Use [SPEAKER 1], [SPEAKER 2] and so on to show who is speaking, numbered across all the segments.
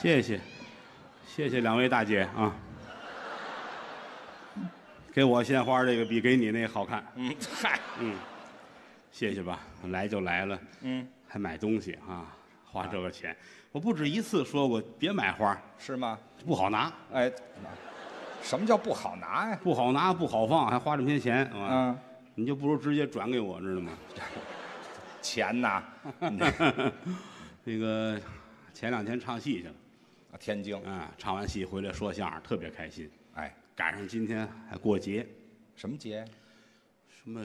[SPEAKER 1] 谢谢，谢谢两位大姐啊。给我鲜花这个比给你那好看，
[SPEAKER 2] 嗯，嗨，
[SPEAKER 1] 谢谢吧，来就来了，
[SPEAKER 2] 嗯，
[SPEAKER 1] 还买东西啊，花这个钱，我不止一次说过别买花，
[SPEAKER 2] 是吗？
[SPEAKER 1] 不好拿，
[SPEAKER 2] 哎，什么叫不好拿呀？
[SPEAKER 1] 不好拿，不好放，还花这么些钱啊，
[SPEAKER 2] 嗯，
[SPEAKER 1] 你就不如直接转给我，知 道吗？
[SPEAKER 2] 钱呐，
[SPEAKER 1] 那个前两天唱戏去了，
[SPEAKER 2] 天津，
[SPEAKER 1] 啊，唱完戏回来说相声，特别开心，
[SPEAKER 2] 哎，
[SPEAKER 1] 赶上今天还过节，
[SPEAKER 2] 什么节？
[SPEAKER 1] 什么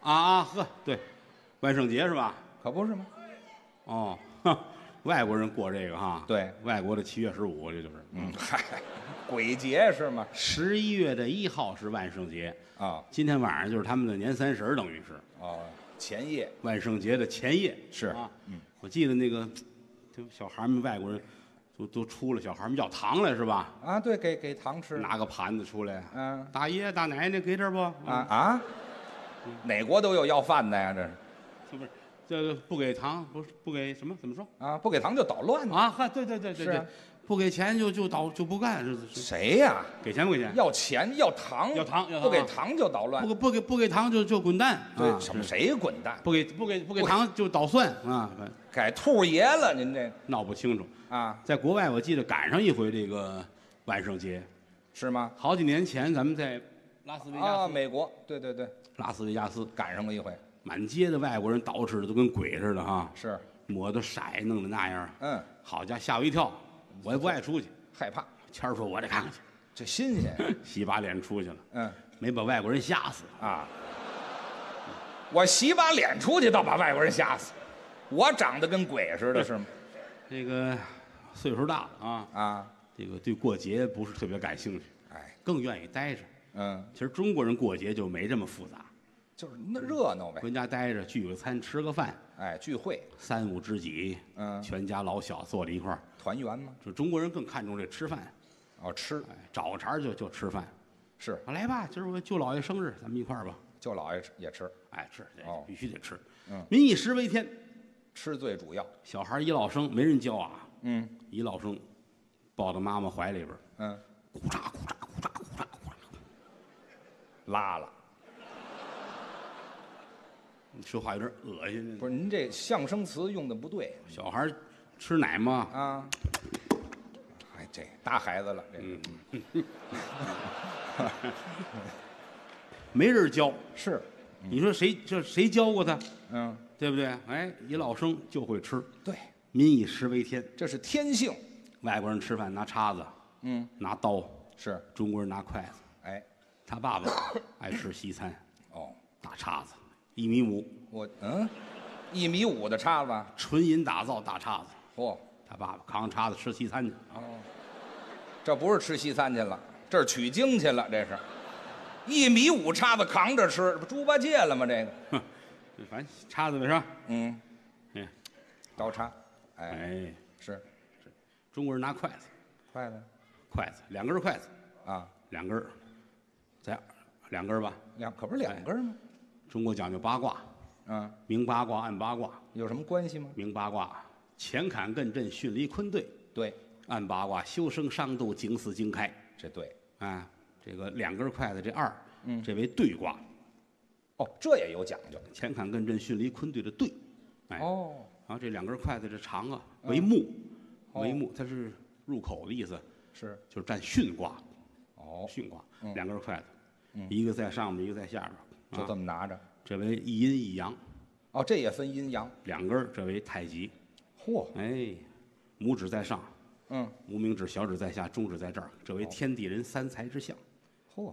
[SPEAKER 1] 啊啊呵，对，万圣节是吧？
[SPEAKER 2] 可不是吗？
[SPEAKER 1] 哦，哼外国人过这个哈，
[SPEAKER 2] 对
[SPEAKER 1] 外国的七月十五，这就是，
[SPEAKER 2] 嗯，嗨，鬼节是吗？
[SPEAKER 1] 十一月的一号是万圣节，
[SPEAKER 2] 啊
[SPEAKER 1] 今天晚上就是他们的年三十儿，等于是
[SPEAKER 2] 哦，前夜
[SPEAKER 1] 万圣节的前夜。
[SPEAKER 2] 是嗯
[SPEAKER 1] 啊，我记得那个，就小孩儿们外国人都都出了小孩儿们要糖来是吧？
[SPEAKER 2] 啊，对，给给糖吃，
[SPEAKER 1] 拿嗯个盘子出来，
[SPEAKER 2] 嗯
[SPEAKER 1] 大爷大奶奶给点儿不？
[SPEAKER 2] 啊，啊，哪国都有要饭的呀？这是
[SPEAKER 1] 这不是这个不给糖，不是不给什么？怎么说
[SPEAKER 2] 啊，不给糖就捣乱呢。
[SPEAKER 1] 啊？哈，对对对对
[SPEAKER 2] 是
[SPEAKER 1] 对
[SPEAKER 2] 啊，
[SPEAKER 1] 不给钱就就倒就不干，是是
[SPEAKER 2] 谁呀？
[SPEAKER 1] 给钱不给钱？
[SPEAKER 2] 要钱要糖，
[SPEAKER 1] 要糖要糖
[SPEAKER 2] 不给糖就捣乱
[SPEAKER 1] 不。给不给不给糖就就滚蛋，啊
[SPEAKER 2] 对，什么谁滚蛋？
[SPEAKER 1] 不给不给不给糖就捣蒜啊，反正
[SPEAKER 2] 改兔爷了，您这
[SPEAKER 1] 闹不清楚。
[SPEAKER 2] 啊
[SPEAKER 1] 在国外，我记得赶上一回这个万圣节，
[SPEAKER 2] 是吗？
[SPEAKER 1] 好几年前咱们在拉斯维加
[SPEAKER 2] 啊，
[SPEAKER 1] 斯，
[SPEAKER 2] 美国，对对对，
[SPEAKER 1] 拉斯维加斯
[SPEAKER 2] 赶上过一回，
[SPEAKER 1] 满街的外国人捯饬的都跟鬼似的哈，
[SPEAKER 2] 是，
[SPEAKER 1] 抹的色弄的那样，
[SPEAKER 2] 嗯，
[SPEAKER 1] 好家伙吓我一跳，我也不爱出去。
[SPEAKER 2] 害怕，
[SPEAKER 1] 谦儿说：“我得看看去。
[SPEAKER 2] 这新鲜，”
[SPEAKER 1] 洗把脸出去了，
[SPEAKER 2] 嗯
[SPEAKER 1] 没把外国人吓死。
[SPEAKER 2] 啊，我洗把脸出去，倒把外国人吓死，我长得跟鬼似的，是吗？
[SPEAKER 1] 这个岁数大了啊，
[SPEAKER 2] 啊，
[SPEAKER 1] 这个对过节不是特别感兴趣，
[SPEAKER 2] 哎，
[SPEAKER 1] 更愿意待着。
[SPEAKER 2] 嗯，
[SPEAKER 1] 其实中国人过节就没这么复杂，
[SPEAKER 2] 就是那热闹呗，
[SPEAKER 1] 回家待着聚个餐，吃个饭，
[SPEAKER 2] 哎，聚会，
[SPEAKER 1] 三五知己，
[SPEAKER 2] 嗯，
[SPEAKER 1] 全家老小坐在一块儿。
[SPEAKER 2] 团圆嘛，
[SPEAKER 1] 就中国人更看重这吃饭，
[SPEAKER 2] 哦，吃
[SPEAKER 1] 哎，找个茬儿就就吃饭。
[SPEAKER 2] 是，
[SPEAKER 1] 啊，来吧，今儿我舅姥爷生日，咱们一块儿吧。
[SPEAKER 2] 舅姥爷吃也吃，
[SPEAKER 1] 哎，吃，这
[SPEAKER 2] 哦
[SPEAKER 1] 必须得吃。
[SPEAKER 2] 嗯，
[SPEAKER 1] 民以食为天，
[SPEAKER 2] 吃最主要，
[SPEAKER 1] 小孩儿一落生没人教啊，
[SPEAKER 2] 嗯
[SPEAKER 1] 一落生抱到妈妈怀里边儿，
[SPEAKER 2] 嗯，
[SPEAKER 1] 咕嚓咕嚓咕嚓咕嚓咕嚓，
[SPEAKER 2] 拉了，
[SPEAKER 1] 你说话有点恶心。
[SPEAKER 2] 不是您这象声词用的不对
[SPEAKER 1] 小孩儿吃奶吗？
[SPEAKER 2] 啊，哎，这大孩子了，这
[SPEAKER 1] 没人教，
[SPEAKER 2] 是，
[SPEAKER 1] 你说谁这谁教过他，
[SPEAKER 2] 嗯，
[SPEAKER 1] 对不对？哎，一落生就会吃，
[SPEAKER 2] 对，
[SPEAKER 1] 民以食为天。
[SPEAKER 2] 这是天性，
[SPEAKER 1] 外国人吃饭拿叉子，
[SPEAKER 2] 嗯，
[SPEAKER 1] 拿刀，
[SPEAKER 2] 是，
[SPEAKER 1] 中国人拿筷子。
[SPEAKER 2] 哎，
[SPEAKER 1] 他爸爸爱吃西餐，
[SPEAKER 2] 哦，
[SPEAKER 1] 大叉子，一米五，
[SPEAKER 2] 我嗯，一米五的叉子，
[SPEAKER 1] 纯银打造大叉子。
[SPEAKER 2] 嚯、
[SPEAKER 1] 他爸爸扛着叉子吃西餐去，
[SPEAKER 2] 这不是吃西餐去了，这是取经去了，这是，一米五叉子扛着吃，这不猪八戒了吗？这个，
[SPEAKER 1] 反正叉子呗是吧？
[SPEAKER 2] 嗯，
[SPEAKER 1] 嗯，
[SPEAKER 2] 刀叉，哎，
[SPEAKER 1] 哎，
[SPEAKER 2] 是，
[SPEAKER 1] 中国人拿筷子，
[SPEAKER 2] 筷子，
[SPEAKER 1] 筷子两根筷子，
[SPEAKER 2] 啊，
[SPEAKER 1] 两根儿，在两根儿吧。
[SPEAKER 2] 两可不是
[SPEAKER 1] 嗯
[SPEAKER 2] 两根吗？
[SPEAKER 1] 中国讲究八卦，
[SPEAKER 2] 啊，
[SPEAKER 1] 明八卦暗八卦，
[SPEAKER 2] 有什么关系吗？
[SPEAKER 1] 明八卦乾坎艮震巽离坤兑，
[SPEAKER 2] 对，
[SPEAKER 1] 暗八卦修生伤度经死经开
[SPEAKER 2] 这对，
[SPEAKER 1] 啊。这个两根筷子这二，
[SPEAKER 2] 嗯
[SPEAKER 1] 这为兑卦，
[SPEAKER 2] 哦，这也有讲究，
[SPEAKER 1] 乾坎艮震巽离坤兑的兑，哎，
[SPEAKER 2] 哦，
[SPEAKER 1] 然后这两根筷子这长啊，为木，
[SPEAKER 2] 嗯哦
[SPEAKER 1] 为木，它是入口的意思，
[SPEAKER 2] 是，
[SPEAKER 1] 就是占巽卦，
[SPEAKER 2] 哦，嗯
[SPEAKER 1] 巽卦，两根筷子，一个在上面，一个在下边，
[SPEAKER 2] 就
[SPEAKER 1] 啊，
[SPEAKER 2] 这么拿着，
[SPEAKER 1] 这为一阴一阳，
[SPEAKER 2] 哦，这也分阴阳，
[SPEAKER 1] 两根儿这为太极，
[SPEAKER 2] 嚯，
[SPEAKER 1] 哎，拇指在上，
[SPEAKER 2] 嗯，
[SPEAKER 1] 无名指、小指在下，中指在这儿，这
[SPEAKER 2] 哦
[SPEAKER 1] 为天地人三才之象。
[SPEAKER 2] 嚯，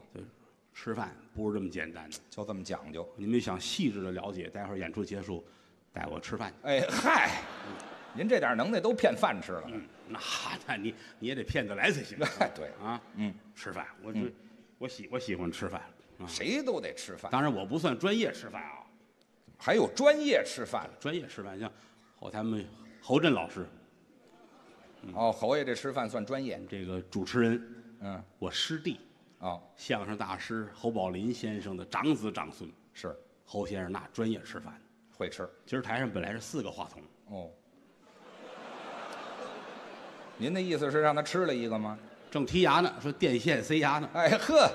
[SPEAKER 1] 吃饭不是这么简单的，
[SPEAKER 2] 就这么讲究。
[SPEAKER 1] 你们想细致的了解，待会儿演出结束，带我吃饭去。
[SPEAKER 2] 哎嗨，您这点能耐都骗饭吃了。
[SPEAKER 1] 嗯那那你你也得骗得来才 行
[SPEAKER 2] 哎，对，
[SPEAKER 1] 啊！
[SPEAKER 2] 嗯，
[SPEAKER 1] 吃饭，我就我喜我喜欢吃饭啊。
[SPEAKER 2] 谁都得吃饭，
[SPEAKER 1] 当然我不算专业吃饭啊，
[SPEAKER 2] 还有专业吃饭的。
[SPEAKER 1] 专业吃饭像后台们侯震老师
[SPEAKER 2] 哦，侯爷这吃饭算专业。
[SPEAKER 1] 这个主持人，
[SPEAKER 2] 嗯，
[SPEAKER 1] 我师弟
[SPEAKER 2] 哦，
[SPEAKER 1] 相声大师侯宝林先生的长子长孙
[SPEAKER 2] 是
[SPEAKER 1] 侯先生那专业吃饭。
[SPEAKER 2] 会吃。
[SPEAKER 1] 今儿台上本来是四个话筒，
[SPEAKER 2] 哦，您的意思是让他吃了一个吗？
[SPEAKER 1] 正剔牙呢，说电线塞牙呢。
[SPEAKER 2] 哎呵，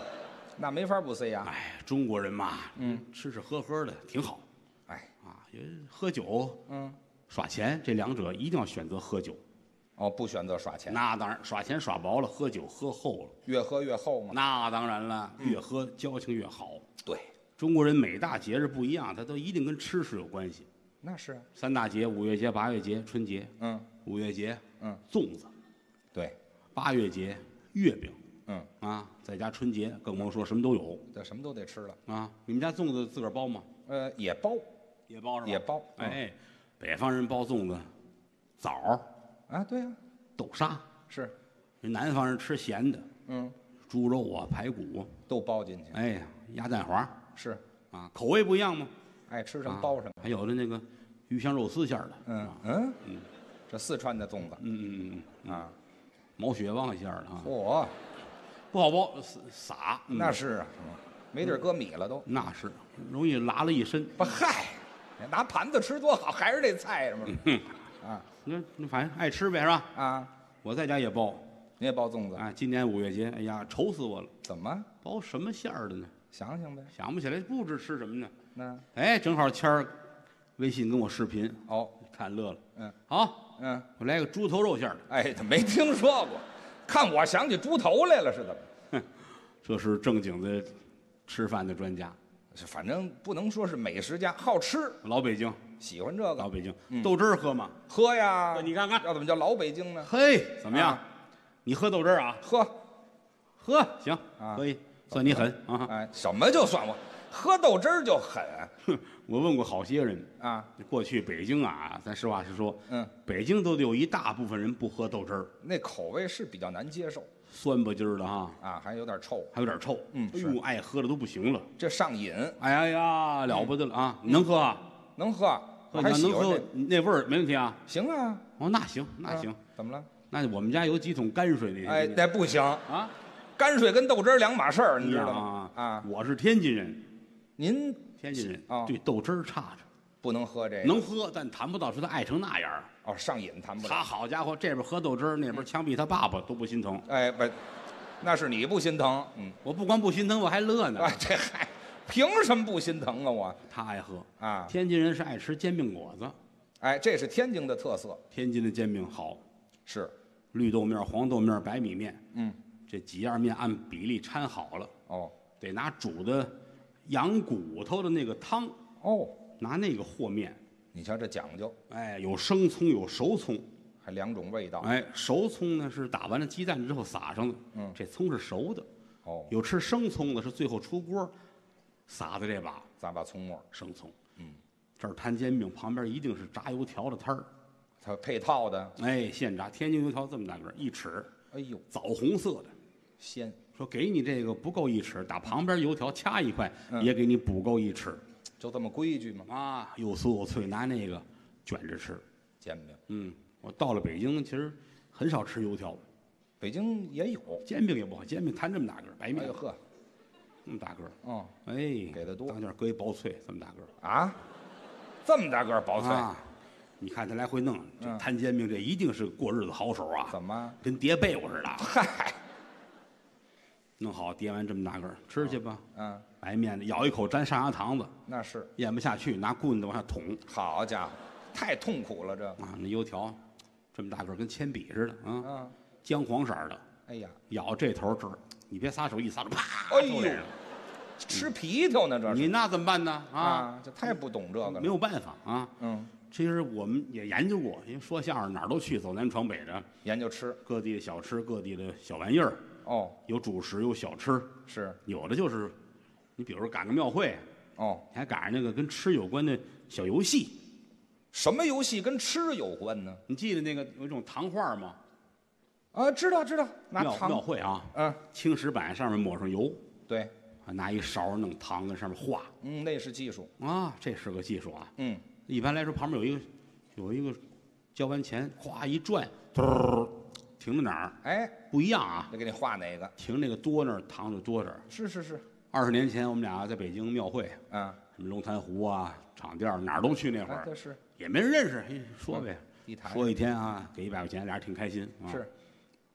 [SPEAKER 2] 那没法不塞啊牙。
[SPEAKER 1] 哎，中国人嘛，
[SPEAKER 2] 嗯，
[SPEAKER 1] 吃吃喝喝的挺好
[SPEAKER 2] 哎，
[SPEAKER 1] 啊，因为喝酒
[SPEAKER 2] 嗯，
[SPEAKER 1] 耍钱，这两者一定要选择喝酒。
[SPEAKER 2] 哦，不选择耍钱，
[SPEAKER 1] 那当然，耍钱耍薄了，喝酒喝厚了，
[SPEAKER 2] 越喝越厚嘛。
[SPEAKER 1] 那当然了，
[SPEAKER 2] 嗯
[SPEAKER 1] 越喝交情越好。
[SPEAKER 2] 对，
[SPEAKER 1] 中国人每大节日不一样，它都一定跟吃是有关系。
[SPEAKER 2] 那是啊，
[SPEAKER 1] 三大节：五月节、八月节、春节。
[SPEAKER 2] 嗯，
[SPEAKER 1] 五月节，
[SPEAKER 2] 嗯，
[SPEAKER 1] 粽子；
[SPEAKER 2] 对，
[SPEAKER 1] 八月节，月饼
[SPEAKER 2] 嗯，
[SPEAKER 1] 啊，再加春节，更甭说什么都有
[SPEAKER 2] 这什么都得吃了。
[SPEAKER 1] 啊。你们家粽子自个儿包吗？
[SPEAKER 2] 呃，也包
[SPEAKER 1] 也包是吧？
[SPEAKER 2] 也包嗯
[SPEAKER 1] 哎，北方人包粽子，枣儿、
[SPEAKER 2] 啊，对啊，
[SPEAKER 1] 豆沙；
[SPEAKER 2] 是，
[SPEAKER 1] 人南方人吃咸的，
[SPEAKER 2] 嗯，
[SPEAKER 1] 猪肉啊、排骨，
[SPEAKER 2] 都包进去，
[SPEAKER 1] 哎呀，鸭蛋黄
[SPEAKER 2] 是，
[SPEAKER 1] 啊，口味不一样吗？
[SPEAKER 2] 爱吃
[SPEAKER 1] 啊
[SPEAKER 2] 什么包什么。
[SPEAKER 1] 还有的那个鱼香肉丝馅儿的，
[SPEAKER 2] 嗯嗯，这四川的粽子
[SPEAKER 1] 嗯嗯啊嗯，
[SPEAKER 2] 啊，
[SPEAKER 1] 毛血旺馅儿的啊，
[SPEAKER 2] 嚯，
[SPEAKER 1] 不好包，撒撒嗯
[SPEAKER 2] 嗯那是啊，嗯没地儿搁米了都。
[SPEAKER 1] 那是容易拉了一身。
[SPEAKER 2] 不嗨，拿盘子吃多好，还是这菜什
[SPEAKER 1] 嗯
[SPEAKER 2] 么？啊
[SPEAKER 1] 你看，你反正爱吃呗，是吧？
[SPEAKER 2] 啊，
[SPEAKER 1] 我在家也包，
[SPEAKER 2] 你也包粽子？
[SPEAKER 1] 啊，今年五月节，哎呀，愁死我了，
[SPEAKER 2] 怎么？
[SPEAKER 1] 包什么馅儿的呢？
[SPEAKER 2] 想想呗。
[SPEAKER 1] 想不起来，不知吃什么呢？
[SPEAKER 2] 那
[SPEAKER 1] 哎，正好谦儿微信跟我视频，
[SPEAKER 2] 哦，
[SPEAKER 1] 看乐了。
[SPEAKER 2] 嗯
[SPEAKER 1] 好，
[SPEAKER 2] 嗯，
[SPEAKER 1] 我来个猪头肉馅儿的，
[SPEAKER 2] 哎，他没听说过，看我想起猪头来了是怎么？
[SPEAKER 1] 这是正经的吃饭的专家，
[SPEAKER 2] 反正不能说是美食家，好吃，
[SPEAKER 1] 老北京，
[SPEAKER 2] 喜欢这
[SPEAKER 1] 老
[SPEAKER 2] 个，
[SPEAKER 1] 北京，豆汁儿喝吗？
[SPEAKER 2] 喝呀。
[SPEAKER 1] 你看看
[SPEAKER 2] 要怎么叫老北京呢？
[SPEAKER 1] 嘿，怎么样
[SPEAKER 2] 啊？
[SPEAKER 1] 你喝豆汁儿啊？
[SPEAKER 2] 喝，
[SPEAKER 1] 喝，行，
[SPEAKER 2] 啊
[SPEAKER 1] 可以，算你狠啊！
[SPEAKER 2] 哎，什么就算我喝豆汁儿就狠
[SPEAKER 1] 哼我问过好些人，
[SPEAKER 2] 啊。
[SPEAKER 1] 过去北京啊，咱实话实说，
[SPEAKER 2] 嗯，
[SPEAKER 1] 北京都得有一大部分人不喝豆汁儿，
[SPEAKER 2] 那口味是比较难接受
[SPEAKER 1] 酸不唧儿的哈，
[SPEAKER 2] 啊，还有点臭，
[SPEAKER 1] 还有点臭。
[SPEAKER 2] 嗯
[SPEAKER 1] 哎
[SPEAKER 2] 是
[SPEAKER 1] 呦，爱喝的都不行了。
[SPEAKER 2] 这上瘾，
[SPEAKER 1] 哎呀呀，了不得了
[SPEAKER 2] 嗯
[SPEAKER 1] 啊！你能喝啊？
[SPEAKER 2] 能喝，我还
[SPEAKER 1] 你
[SPEAKER 2] 喜
[SPEAKER 1] 要能
[SPEAKER 2] 欢
[SPEAKER 1] 喝
[SPEAKER 2] 这个，
[SPEAKER 1] 那味儿没问题啊。
[SPEAKER 2] 行啊，
[SPEAKER 1] 哦，那行，那
[SPEAKER 2] 啊
[SPEAKER 1] 行，，
[SPEAKER 2] 怎么了？
[SPEAKER 1] 那我们家有几桶泔水那
[SPEAKER 2] 哎，那不行，
[SPEAKER 1] 啊，
[SPEAKER 2] 泔水跟豆汁儿两码事儿，你
[SPEAKER 1] 你
[SPEAKER 2] 知
[SPEAKER 1] 知
[SPEAKER 2] 道
[SPEAKER 1] 道
[SPEAKER 2] 吗
[SPEAKER 1] 吗？？
[SPEAKER 2] 啊，
[SPEAKER 1] 我是天津人，
[SPEAKER 2] 您
[SPEAKER 1] 天津人
[SPEAKER 2] 哦
[SPEAKER 1] 对豆汁儿差着，
[SPEAKER 2] 不能喝这个，
[SPEAKER 1] 能喝，但谈不到说他爱成那样儿。
[SPEAKER 2] 哦，上瘾谈不
[SPEAKER 1] 他
[SPEAKER 2] 了。
[SPEAKER 1] 好家伙，这边喝豆汁儿，那边枪毙他爸爸都不心疼。
[SPEAKER 2] 哎，不，那是你不心疼，嗯，
[SPEAKER 1] 我不光不心疼，我还乐呢。
[SPEAKER 2] 哎，这嗨，凭什么不心疼啊我？
[SPEAKER 1] 他爱喝，
[SPEAKER 2] 啊，
[SPEAKER 1] 天津人是爱吃煎饼果子，
[SPEAKER 2] 哎，这是天津的特色，
[SPEAKER 1] 天津的煎饼好，
[SPEAKER 2] 是，
[SPEAKER 1] 绿豆面、黄豆面、白米面，
[SPEAKER 2] 嗯，
[SPEAKER 1] 这几样面按比例掺好了，
[SPEAKER 2] 哦，
[SPEAKER 1] 得拿煮的羊骨头的那个汤，
[SPEAKER 2] 哦，
[SPEAKER 1] 拿那个和面。
[SPEAKER 2] 你瞧这讲究，
[SPEAKER 1] 哎，有生葱，有熟葱。
[SPEAKER 2] 还两种味道，
[SPEAKER 1] 哎，熟葱呢是打完了鸡蛋之后撒上的，嗯，这葱是熟的。
[SPEAKER 2] 哦，
[SPEAKER 1] 有吃生葱的是最后出锅撒的这把
[SPEAKER 2] 咱把葱末儿，
[SPEAKER 1] 生葱。嗯，这儿摊煎饼，旁边一定是炸油条的摊儿。
[SPEAKER 2] 它配套的，
[SPEAKER 1] 哎，现炸天津油条这么大个儿，一尺，
[SPEAKER 2] 哎呦，
[SPEAKER 1] 枣红色的。
[SPEAKER 2] 鲜，
[SPEAKER 1] 说给你这个不够一尺，打旁边油条掐一块，也给你补够一尺
[SPEAKER 2] 就这么规矩吗？
[SPEAKER 1] 啊，又酥又脆，拿那个卷着吃。
[SPEAKER 2] 煎饼，
[SPEAKER 1] 嗯，我到了北京，其实很少吃油条，
[SPEAKER 2] 北京也有，
[SPEAKER 1] 煎饼也不好，煎饼摊这么大个儿，白
[SPEAKER 2] 哎
[SPEAKER 1] 面
[SPEAKER 2] 呦呵，
[SPEAKER 1] 这么大个儿，
[SPEAKER 2] 嗯
[SPEAKER 1] 哎，
[SPEAKER 2] 给得多
[SPEAKER 1] 当间搁一薄脆，这么大个儿，
[SPEAKER 2] 啊，这么大个儿薄脆，嗯
[SPEAKER 1] 啊，你看他来回弄，这摊煎饼这一定是过日子好手啊，
[SPEAKER 2] 怎么？
[SPEAKER 1] 跟叠被窝似的啊，
[SPEAKER 2] 嗨，
[SPEAKER 1] 弄好叠完这么大个儿，吃去吧。
[SPEAKER 2] 嗯，
[SPEAKER 1] 白面的咬一口沾上牙膛子，
[SPEAKER 2] 那是，
[SPEAKER 1] 咽不下去，拿棍子往下捅
[SPEAKER 2] 好家伙，太痛苦了这，
[SPEAKER 1] 啊！那油条这么大个儿，跟铅笔似的啊，
[SPEAKER 2] 嗯，
[SPEAKER 1] 姜黄色儿的，
[SPEAKER 2] 哎呀，
[SPEAKER 1] 咬这头这儿，你别撒手，一撒手啪，
[SPEAKER 2] 哎
[SPEAKER 1] 就这
[SPEAKER 2] 呦
[SPEAKER 1] 样，
[SPEAKER 2] 吃皮条呢这是
[SPEAKER 1] 嗯你那怎么办呢？啊，
[SPEAKER 2] 啊，这太不懂这个
[SPEAKER 1] 没
[SPEAKER 2] 了，
[SPEAKER 1] 有办法啊。
[SPEAKER 2] 嗯，
[SPEAKER 1] 其实我们也研究过，因为说相声哪儿都去，走南闯北的，
[SPEAKER 2] 研究吃，
[SPEAKER 1] 各地的小吃，各地的小玩意儿，
[SPEAKER 2] 哦，
[SPEAKER 1] 有主食，有小吃，
[SPEAKER 2] 是，
[SPEAKER 1] 有的就是，你比如说赶个庙会，
[SPEAKER 2] 哦，
[SPEAKER 1] 你还赶上那个跟吃有关的小游戏，
[SPEAKER 2] 什么游戏跟吃有关呢？
[SPEAKER 1] 你记得那个有一种糖画吗？
[SPEAKER 2] 啊，知道知道，拿
[SPEAKER 1] 庙庙
[SPEAKER 2] 糖，
[SPEAKER 1] 会啊，
[SPEAKER 2] 嗯，
[SPEAKER 1] 青石板上面抹上油，
[SPEAKER 2] 对，
[SPEAKER 1] 啊拿一勺弄糖跟上面画
[SPEAKER 2] 嗯，那是技术，
[SPEAKER 1] 啊，这是个技术啊。
[SPEAKER 2] 嗯，
[SPEAKER 1] 一般来说，旁边有一个有一个交完钱，咵一转，嘟儿停在哪儿
[SPEAKER 2] 哎，
[SPEAKER 1] 不一样啊？
[SPEAKER 2] 那给你画哪个？
[SPEAKER 1] 停那个多那儿，糖就多这儿。
[SPEAKER 2] 是是是，
[SPEAKER 1] 二十年前，我们俩在北京庙会，
[SPEAKER 2] 啊，
[SPEAKER 1] 什么龙潭湖啊、场店儿哪儿都去那会
[SPEAKER 2] 啊
[SPEAKER 1] 儿
[SPEAKER 2] 这，是，
[SPEAKER 1] 也没人认识，嘿说呗。
[SPEAKER 2] 地坛
[SPEAKER 1] 说一天啊，给一百块钱，俩人挺开心啊。
[SPEAKER 2] 嗯是，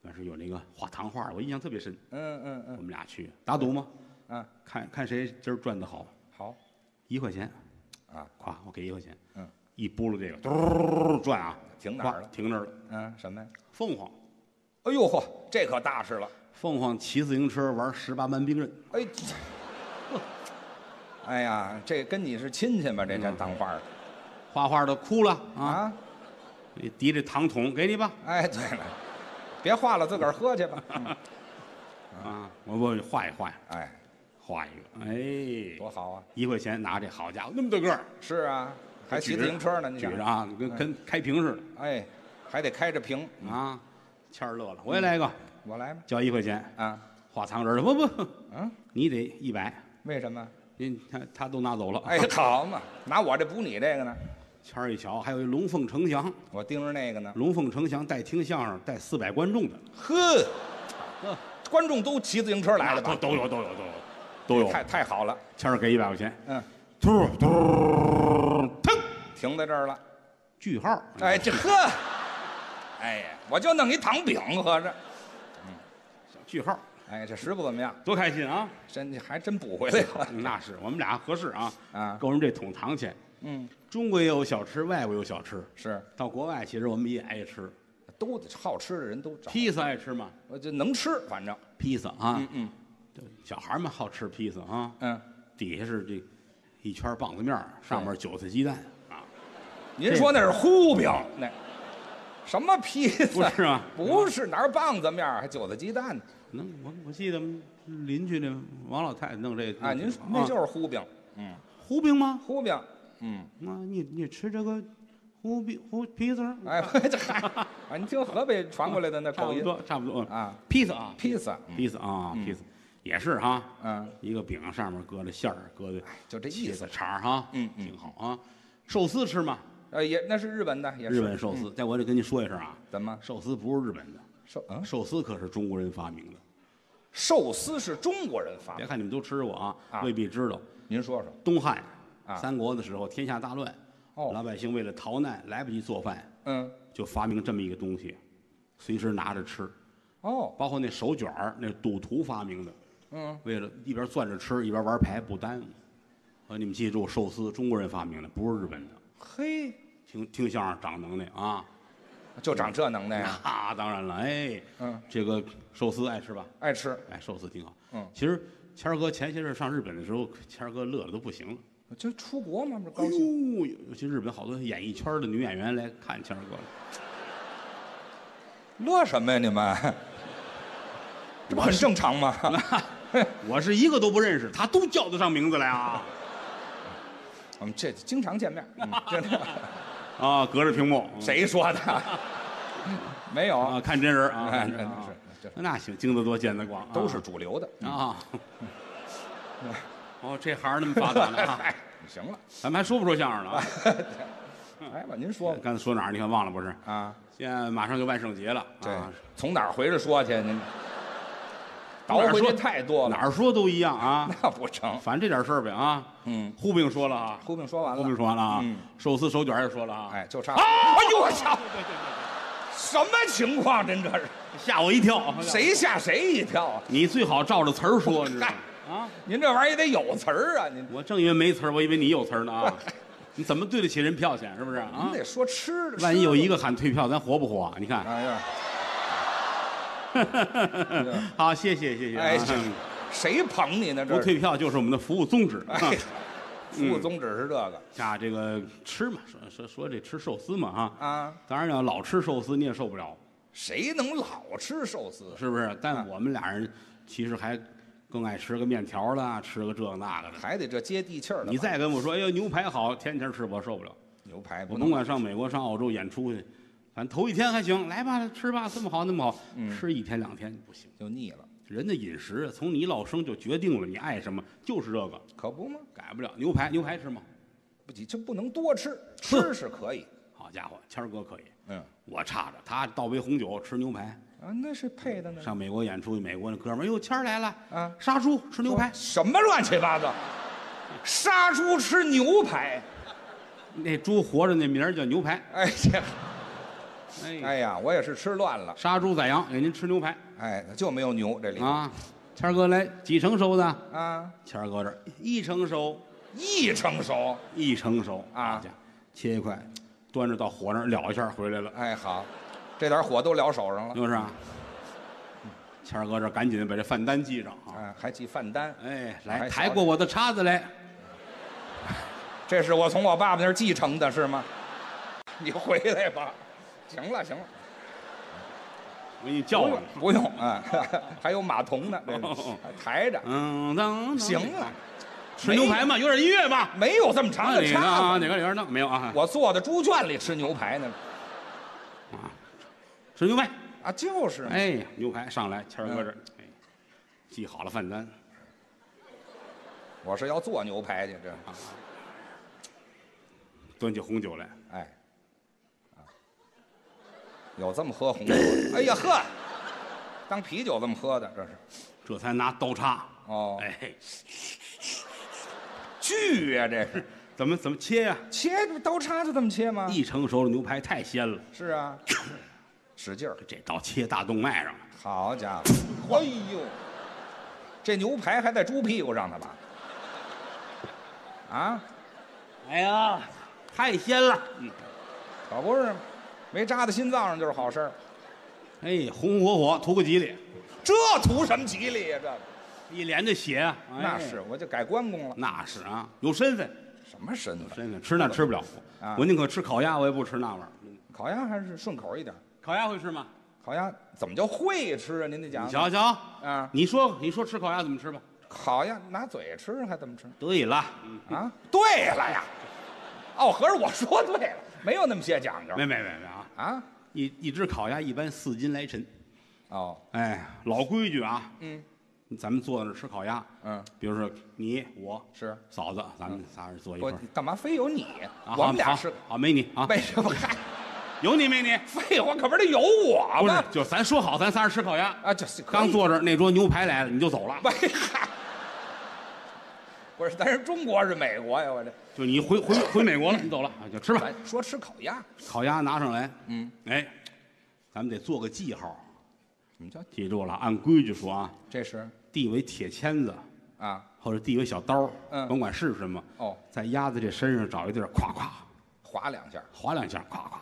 [SPEAKER 1] 但是有那个画糖画，我印象特别深。
[SPEAKER 2] 嗯嗯
[SPEAKER 1] 我
[SPEAKER 2] 嗯
[SPEAKER 1] 们俩去打赌嘛，
[SPEAKER 2] 嗯，
[SPEAKER 1] 看看谁今儿赚的好，
[SPEAKER 2] 好
[SPEAKER 1] 一块钱，
[SPEAKER 2] 啊，
[SPEAKER 1] 咵，我给一块钱，
[SPEAKER 2] 嗯，
[SPEAKER 1] 一拨噜这个，嘟转啊，
[SPEAKER 2] 停哪儿了
[SPEAKER 1] 咵停那儿了。
[SPEAKER 2] 嗯，什么呀？
[SPEAKER 1] 凤凰，
[SPEAKER 2] 哎呦嚯，这可大事了！
[SPEAKER 1] 凤凰骑自行车玩十八般兵刃，
[SPEAKER 2] 哎， 哎呀，这跟你是亲戚吧？这这
[SPEAKER 1] 嗯
[SPEAKER 2] 当画的
[SPEAKER 1] 画画的哭了啊，
[SPEAKER 2] 啊？
[SPEAKER 1] 提着糖桶给你吧，
[SPEAKER 2] 哎，对了，别画了，自个儿喝去吧。嗯
[SPEAKER 1] 啊，我我画一画，
[SPEAKER 2] 哎，
[SPEAKER 1] 画一个，哎，
[SPEAKER 2] 多好啊！
[SPEAKER 1] 一块钱拿这好家伙，那么大个儿，
[SPEAKER 2] 是啊，还骑自行车呢，你
[SPEAKER 1] 举
[SPEAKER 2] 想
[SPEAKER 1] 着？啊，
[SPEAKER 2] 嗯
[SPEAKER 1] 跟跟开屏似
[SPEAKER 2] 哎，还得开着屏，
[SPEAKER 1] 的啊。谦儿乐了，我也来一个，
[SPEAKER 2] 我来吧。
[SPEAKER 1] 交一块钱，
[SPEAKER 2] 啊，
[SPEAKER 1] 画糖人儿不不，
[SPEAKER 2] 嗯，
[SPEAKER 1] 你得一百，
[SPEAKER 2] 为什么？
[SPEAKER 1] 您他他都拿走了。
[SPEAKER 2] 哎，好嘛，拿我这补你这个呢，
[SPEAKER 1] 谦儿一瞧，还有一龙凤呈祥，
[SPEAKER 2] 我盯着那个呢。
[SPEAKER 1] 龙凤呈祥带听相声带四百观众的，
[SPEAKER 2] 呵，观众都骑自行车来了吧？
[SPEAKER 1] 啊都有都有都有都有。
[SPEAKER 2] 太太好了，
[SPEAKER 1] 谦儿给一百块钱，
[SPEAKER 2] 嗯，
[SPEAKER 1] 突突腾，
[SPEAKER 2] 停在这儿了。
[SPEAKER 1] 句号。
[SPEAKER 2] 哎，，这呵， 哎呀，我就弄一糖饼合着。
[SPEAKER 1] 句号，
[SPEAKER 2] 哎，这师傅怎么样？
[SPEAKER 1] 多开心啊！
[SPEAKER 2] 真还真补回来了
[SPEAKER 1] 那是我们俩合适啊，
[SPEAKER 2] 啊！
[SPEAKER 1] 够人这桶糖钱。
[SPEAKER 2] 嗯，
[SPEAKER 1] 中国也有小吃，外国有小吃。
[SPEAKER 2] 是，
[SPEAKER 1] 到国外其实我们也爱吃，
[SPEAKER 2] 都得好吃的人都找，
[SPEAKER 1] 披萨爱吃吗？
[SPEAKER 2] 我就能吃，反正，
[SPEAKER 1] 披萨啊
[SPEAKER 2] 嗯，嗯
[SPEAKER 1] 小孩儿们好吃披萨啊，
[SPEAKER 2] 嗯。
[SPEAKER 1] 底下是这一圈棒子面儿，上面韭菜鸡蛋啊，
[SPEAKER 2] 您说那是糊饼， 那什么披萨？
[SPEAKER 1] 不是 吗？
[SPEAKER 2] 不是，哪儿棒子面儿还韭菜鸡蛋呢？
[SPEAKER 1] 那我我记得邻居那王老太太弄这个
[SPEAKER 2] 啊，您说那就是糊饼，嗯，
[SPEAKER 1] 胡饼吗？
[SPEAKER 2] 糊饼，嗯，
[SPEAKER 1] 啊，你你吃这个胡饼胡披萨？
[SPEAKER 2] 哎，这嗨，啊，你听河北传过来的那
[SPEAKER 1] 差
[SPEAKER 2] 口
[SPEAKER 1] 不
[SPEAKER 2] 音
[SPEAKER 1] 多差不多。
[SPEAKER 2] 啊，
[SPEAKER 1] 披萨啊，
[SPEAKER 2] 披萨，嗯
[SPEAKER 1] 披萨啊，披萨也是哈，
[SPEAKER 2] 嗯，
[SPEAKER 1] 一个饼上面搁着馅儿，搁着
[SPEAKER 2] 就这
[SPEAKER 1] 披
[SPEAKER 2] 意
[SPEAKER 1] 萨
[SPEAKER 2] 思，
[SPEAKER 1] 肠儿哈，
[SPEAKER 2] 嗯嗯
[SPEAKER 1] 挺好啊。寿司吃吗？
[SPEAKER 2] 呃，也那是日本的，也是嗯
[SPEAKER 1] 日本寿司，在我得跟您说一声啊，
[SPEAKER 2] 怎么
[SPEAKER 1] 寿司不是日本的，
[SPEAKER 2] 寿嗯
[SPEAKER 1] 寿司可是中国人发明的。
[SPEAKER 2] 寿司是中国人发
[SPEAKER 1] 别
[SPEAKER 2] 明？
[SPEAKER 1] 看你们都吃过啊，
[SPEAKER 2] 啊
[SPEAKER 1] 未必知道。
[SPEAKER 2] 您说说，
[SPEAKER 1] 东汉
[SPEAKER 2] 啊
[SPEAKER 1] 三国的时候，天下大乱，
[SPEAKER 2] 哦
[SPEAKER 1] 老百姓为了逃难，来不及做饭，
[SPEAKER 2] 嗯，
[SPEAKER 1] 就发明这么一个东西，随时拿着吃。
[SPEAKER 2] 哦，
[SPEAKER 1] 包括那手卷儿，那赌徒发明的，
[SPEAKER 2] 嗯，
[SPEAKER 1] 为了一边攥着吃，一边玩牌不耽误。呃，你们记住，寿司中国人发明的，不是日本的。
[SPEAKER 2] 嘿，
[SPEAKER 1] 听听相声长能耐啊，
[SPEAKER 2] 就长这能耐 啊呀，
[SPEAKER 1] 那、当然了，哎，
[SPEAKER 2] 嗯，
[SPEAKER 1] 这个寿司爱吃吧？
[SPEAKER 2] 爱吃，
[SPEAKER 1] 哎，寿司挺好。
[SPEAKER 2] 嗯
[SPEAKER 1] 其实谦儿哥前些日上日本的时候，谦儿哥乐的都不行了。
[SPEAKER 2] 就出国嘛，这
[SPEAKER 1] 哎
[SPEAKER 2] 高兴。
[SPEAKER 1] 呦，尤其日本好多演艺圈的女演员来看谦儿哥了。哎
[SPEAKER 2] 乐什么呀你 们？这不很正常吗？
[SPEAKER 1] 嗯我是一个都不认识，他都叫得上名字来 啊！
[SPEAKER 2] 我们这经常见面，嗯真的。
[SPEAKER 1] 啊，隔着屏幕
[SPEAKER 2] 谁说的？ 没有，
[SPEAKER 1] 啊？看真人儿啊，
[SPEAKER 2] 哎
[SPEAKER 1] 看真人儿
[SPEAKER 2] 那
[SPEAKER 1] 啊
[SPEAKER 2] 是这
[SPEAKER 1] 那行，经得多，见得广，啊
[SPEAKER 2] 都是主流的。
[SPEAKER 1] 啊。哦，这行儿那么发达呢 啊！
[SPEAKER 2] 哎行了，
[SPEAKER 1] 咱们还说不说相声了啊？嗯
[SPEAKER 2] 来吧，您说吧。
[SPEAKER 1] 刚才说哪儿？你看忘了不是？
[SPEAKER 2] 啊，
[SPEAKER 1] 现在马上就万圣节了，
[SPEAKER 2] 对
[SPEAKER 1] 啊，
[SPEAKER 2] 从哪儿回着说去？您
[SPEAKER 1] 哪儿
[SPEAKER 2] 倒回
[SPEAKER 1] 说
[SPEAKER 2] 去太多
[SPEAKER 1] 哪
[SPEAKER 2] 了，
[SPEAKER 1] 儿说都一样啊。
[SPEAKER 2] 那不成。
[SPEAKER 1] 反正这点事儿呗啊。
[SPEAKER 2] 嗯，
[SPEAKER 1] 胡饼说了啊，
[SPEAKER 2] 胡饼说完
[SPEAKER 1] 胡饼
[SPEAKER 2] 了，
[SPEAKER 1] 说完了啊
[SPEAKER 2] 嗯。
[SPEAKER 1] 寿司手卷儿也说了啊。
[SPEAKER 2] 哎，就差。哎呦我操！什么情况？真这 是啊
[SPEAKER 1] 吓我一跳！
[SPEAKER 2] 谁吓谁一跳啊？
[SPEAKER 1] 你最好照着词儿说，你知道吗
[SPEAKER 2] 嗨？
[SPEAKER 1] 啊，
[SPEAKER 2] 您这玩意儿也得有词儿啊！您
[SPEAKER 1] 我正因为没词儿，我以为你有词儿呢 啊！你怎么对得起人票钱？是不是啊
[SPEAKER 2] 您？得说吃的。
[SPEAKER 1] 万一有
[SPEAKER 2] 吃
[SPEAKER 1] 一个喊退票，咱活不活啊？你
[SPEAKER 2] 的
[SPEAKER 1] 看，
[SPEAKER 2] 哎呀，
[SPEAKER 1] 好，谢谢谢谢啊。
[SPEAKER 2] 哎行谁捧你呢？这
[SPEAKER 1] 不啊嗯
[SPEAKER 2] 是
[SPEAKER 1] 退票就是我们的服务宗旨
[SPEAKER 2] 哎， 服务宗旨是这个
[SPEAKER 1] 啊。这个吃嘛，说说说这吃寿司嘛啊。
[SPEAKER 2] 啊，
[SPEAKER 1] 当然要老吃寿司你也受不了，
[SPEAKER 2] 谁能老吃寿司？
[SPEAKER 1] 是不是？但我们俩人其实还更爱吃个面条啦，吃个这个那个的。
[SPEAKER 2] 还得这接地气儿的吧。
[SPEAKER 1] 你再跟我说，哎呦牛排好，天天吃我受不了。
[SPEAKER 2] 牛排不
[SPEAKER 1] 我甭
[SPEAKER 2] 能
[SPEAKER 1] 管上美国、上澳洲演出去，反正头一天还行，来吧，吃吧，这么好那么好，吃一天两天不行。
[SPEAKER 2] 就腻了，
[SPEAKER 1] 人的饮食啊从你一落生就决定了你爱什么，就是这个，
[SPEAKER 2] 可不吗？
[SPEAKER 1] 改不了。牛排，牛排吃吗？
[SPEAKER 2] 不急，这不能多吃，吃是可以。
[SPEAKER 1] 好家伙，谦儿哥可以，
[SPEAKER 2] 嗯
[SPEAKER 1] 我差着，他倒杯红酒吃牛排。
[SPEAKER 2] 啊，那是配的呢。
[SPEAKER 1] 上美国演出去，美国那哥们儿，哟，谦儿来了，
[SPEAKER 2] 啊，
[SPEAKER 1] 杀猪吃牛排，
[SPEAKER 2] 什么乱七八糟？杀猪吃牛排？
[SPEAKER 1] 那猪活着那名儿叫牛排，
[SPEAKER 2] 哎呀，
[SPEAKER 1] 哎，
[SPEAKER 2] 哎呀，我也是吃乱了，
[SPEAKER 1] 杀猪宰羊给您吃牛排
[SPEAKER 2] 哎，就没有牛这里
[SPEAKER 1] 啊！谦儿哥来几成熟的？
[SPEAKER 2] 啊，
[SPEAKER 1] 谦儿哥这儿一成熟，
[SPEAKER 2] 一成熟，
[SPEAKER 1] 一成熟
[SPEAKER 2] 啊
[SPEAKER 1] 好家伙切一块，端着到火那儿燎一下回来了，
[SPEAKER 2] 哎，好，这点火都燎手上了，
[SPEAKER 1] 就是啊。嗯谦儿哥这儿赶紧把这饭单记上啊！
[SPEAKER 2] 哎，还记饭单，
[SPEAKER 1] 哎，
[SPEAKER 2] 还
[SPEAKER 1] 来
[SPEAKER 2] 少
[SPEAKER 1] 抬过我的叉子来，
[SPEAKER 2] 这是我从我爸爸那儿继承的，是吗？ 你回来吧，行了行了，
[SPEAKER 1] 我给你叫
[SPEAKER 2] 不
[SPEAKER 1] 过
[SPEAKER 2] 用
[SPEAKER 1] 来。
[SPEAKER 2] 不用啊， 还有马童呢，这
[SPEAKER 1] 哦
[SPEAKER 2] 个还抬着，
[SPEAKER 1] 嗯，当
[SPEAKER 2] 行，了，
[SPEAKER 1] 吃牛排嘛，有点音乐嘛。
[SPEAKER 2] 没有这么长的
[SPEAKER 1] 里呢
[SPEAKER 2] 叉
[SPEAKER 1] 啊，
[SPEAKER 2] 子，
[SPEAKER 1] 哎哪个里边弄没有啊？
[SPEAKER 2] 我坐在猪圈里吃牛排呢，
[SPEAKER 1] 吃牛排，
[SPEAKER 2] 啊，就是嘛，
[SPEAKER 1] 哎，牛排上来，谦儿哥这儿，哎，记好了饭单
[SPEAKER 2] 我是要做牛排去，这，
[SPEAKER 1] 啊，端起红酒来，
[SPEAKER 2] 哎，啊，有这么喝红酒 的，哎呀呵，当啤酒这么喝的，这是，
[SPEAKER 1] 这才拿刀叉，
[SPEAKER 2] 哦，
[SPEAKER 1] 哎，
[SPEAKER 2] 锯呀、这是，
[SPEAKER 1] 怎么怎么切呀？
[SPEAKER 2] 切刀叉就这么切吗？
[SPEAKER 1] 一成熟的牛排太鲜了，
[SPEAKER 2] 是啊， 使劲儿。
[SPEAKER 1] 这刀切大动脉上了，
[SPEAKER 2] 好家伙！哎呦，这牛排还在猪屁股上呢吧？啊，
[SPEAKER 1] 哎呀，太鲜了，嗯，
[SPEAKER 2] 可不是吗，没扎到心脏上就是好事儿。
[SPEAKER 1] 哎，红红火火，图个吉利，
[SPEAKER 2] 这图什么吉利呀、这个
[SPEAKER 1] 一脸的血啊，哎
[SPEAKER 2] 那是，我就改关公了。
[SPEAKER 1] 那是啊，有身份，
[SPEAKER 2] 什么身份？
[SPEAKER 1] 身份吃那吃不了
[SPEAKER 2] 啊，
[SPEAKER 1] 我宁可吃烤鸭，我也不吃那玩意儿。
[SPEAKER 2] 烤鸭还是顺口一点？
[SPEAKER 1] 烤鸭会吃吗？
[SPEAKER 2] 烤鸭怎么叫会吃啊？您得讲
[SPEAKER 1] 你瞧瞧，
[SPEAKER 2] 啊，
[SPEAKER 1] 你说你说吃烤鸭怎么吃吧？
[SPEAKER 2] 烤鸭拿嘴吃还怎么吃
[SPEAKER 1] 对了，
[SPEAKER 2] 啊？对了呀，哦，合着我说对了，没有那么些讲究
[SPEAKER 1] 没没没没啊！
[SPEAKER 2] 啊。
[SPEAKER 1] 一一只烤鸭一般四斤来沉，
[SPEAKER 2] 哦，
[SPEAKER 1] 哎，老规矩啊，
[SPEAKER 2] 嗯
[SPEAKER 1] 咱们坐在那儿吃烤鸭，
[SPEAKER 2] 嗯，
[SPEAKER 1] 比如说你我
[SPEAKER 2] 是。
[SPEAKER 1] 嫂子，咱们仨人坐一块
[SPEAKER 2] 我
[SPEAKER 1] 儿。
[SPEAKER 2] 干嘛非有你？
[SPEAKER 1] 啊
[SPEAKER 2] 我们
[SPEAKER 1] 好
[SPEAKER 2] 俩
[SPEAKER 1] 好
[SPEAKER 2] 是
[SPEAKER 1] 好没你啊，
[SPEAKER 2] 为什么？嗨，
[SPEAKER 1] 有你没你？
[SPEAKER 2] 废话，可不是得有我
[SPEAKER 1] 不是
[SPEAKER 2] 吗？，
[SPEAKER 1] 就咱说好，咱仨人吃烤鸭，
[SPEAKER 2] 啊，就是可以
[SPEAKER 1] 刚。坐这儿那桌牛排来了，你就走了，
[SPEAKER 2] 喂，嗨，不是，咱是中国是美国呀？我这
[SPEAKER 1] 就你回回回美
[SPEAKER 2] 嗯
[SPEAKER 1] 国了，你走了啊就吃吧。
[SPEAKER 2] 咱说吃烤鸭，
[SPEAKER 1] 烤鸭拿上来，
[SPEAKER 2] 哎嗯，
[SPEAKER 1] 哎，咱们得做个记号，
[SPEAKER 2] 怎么叫？
[SPEAKER 1] 记住了，按规矩说啊，
[SPEAKER 2] 这是
[SPEAKER 1] 递为铁签子，
[SPEAKER 2] 啊？
[SPEAKER 1] 或者递为小刀，
[SPEAKER 2] 嗯
[SPEAKER 1] 甭管是什么，
[SPEAKER 2] 哦，
[SPEAKER 1] 在鸭子这身上找一地儿，咵咵
[SPEAKER 2] 划两下。
[SPEAKER 1] 划两下，咵咵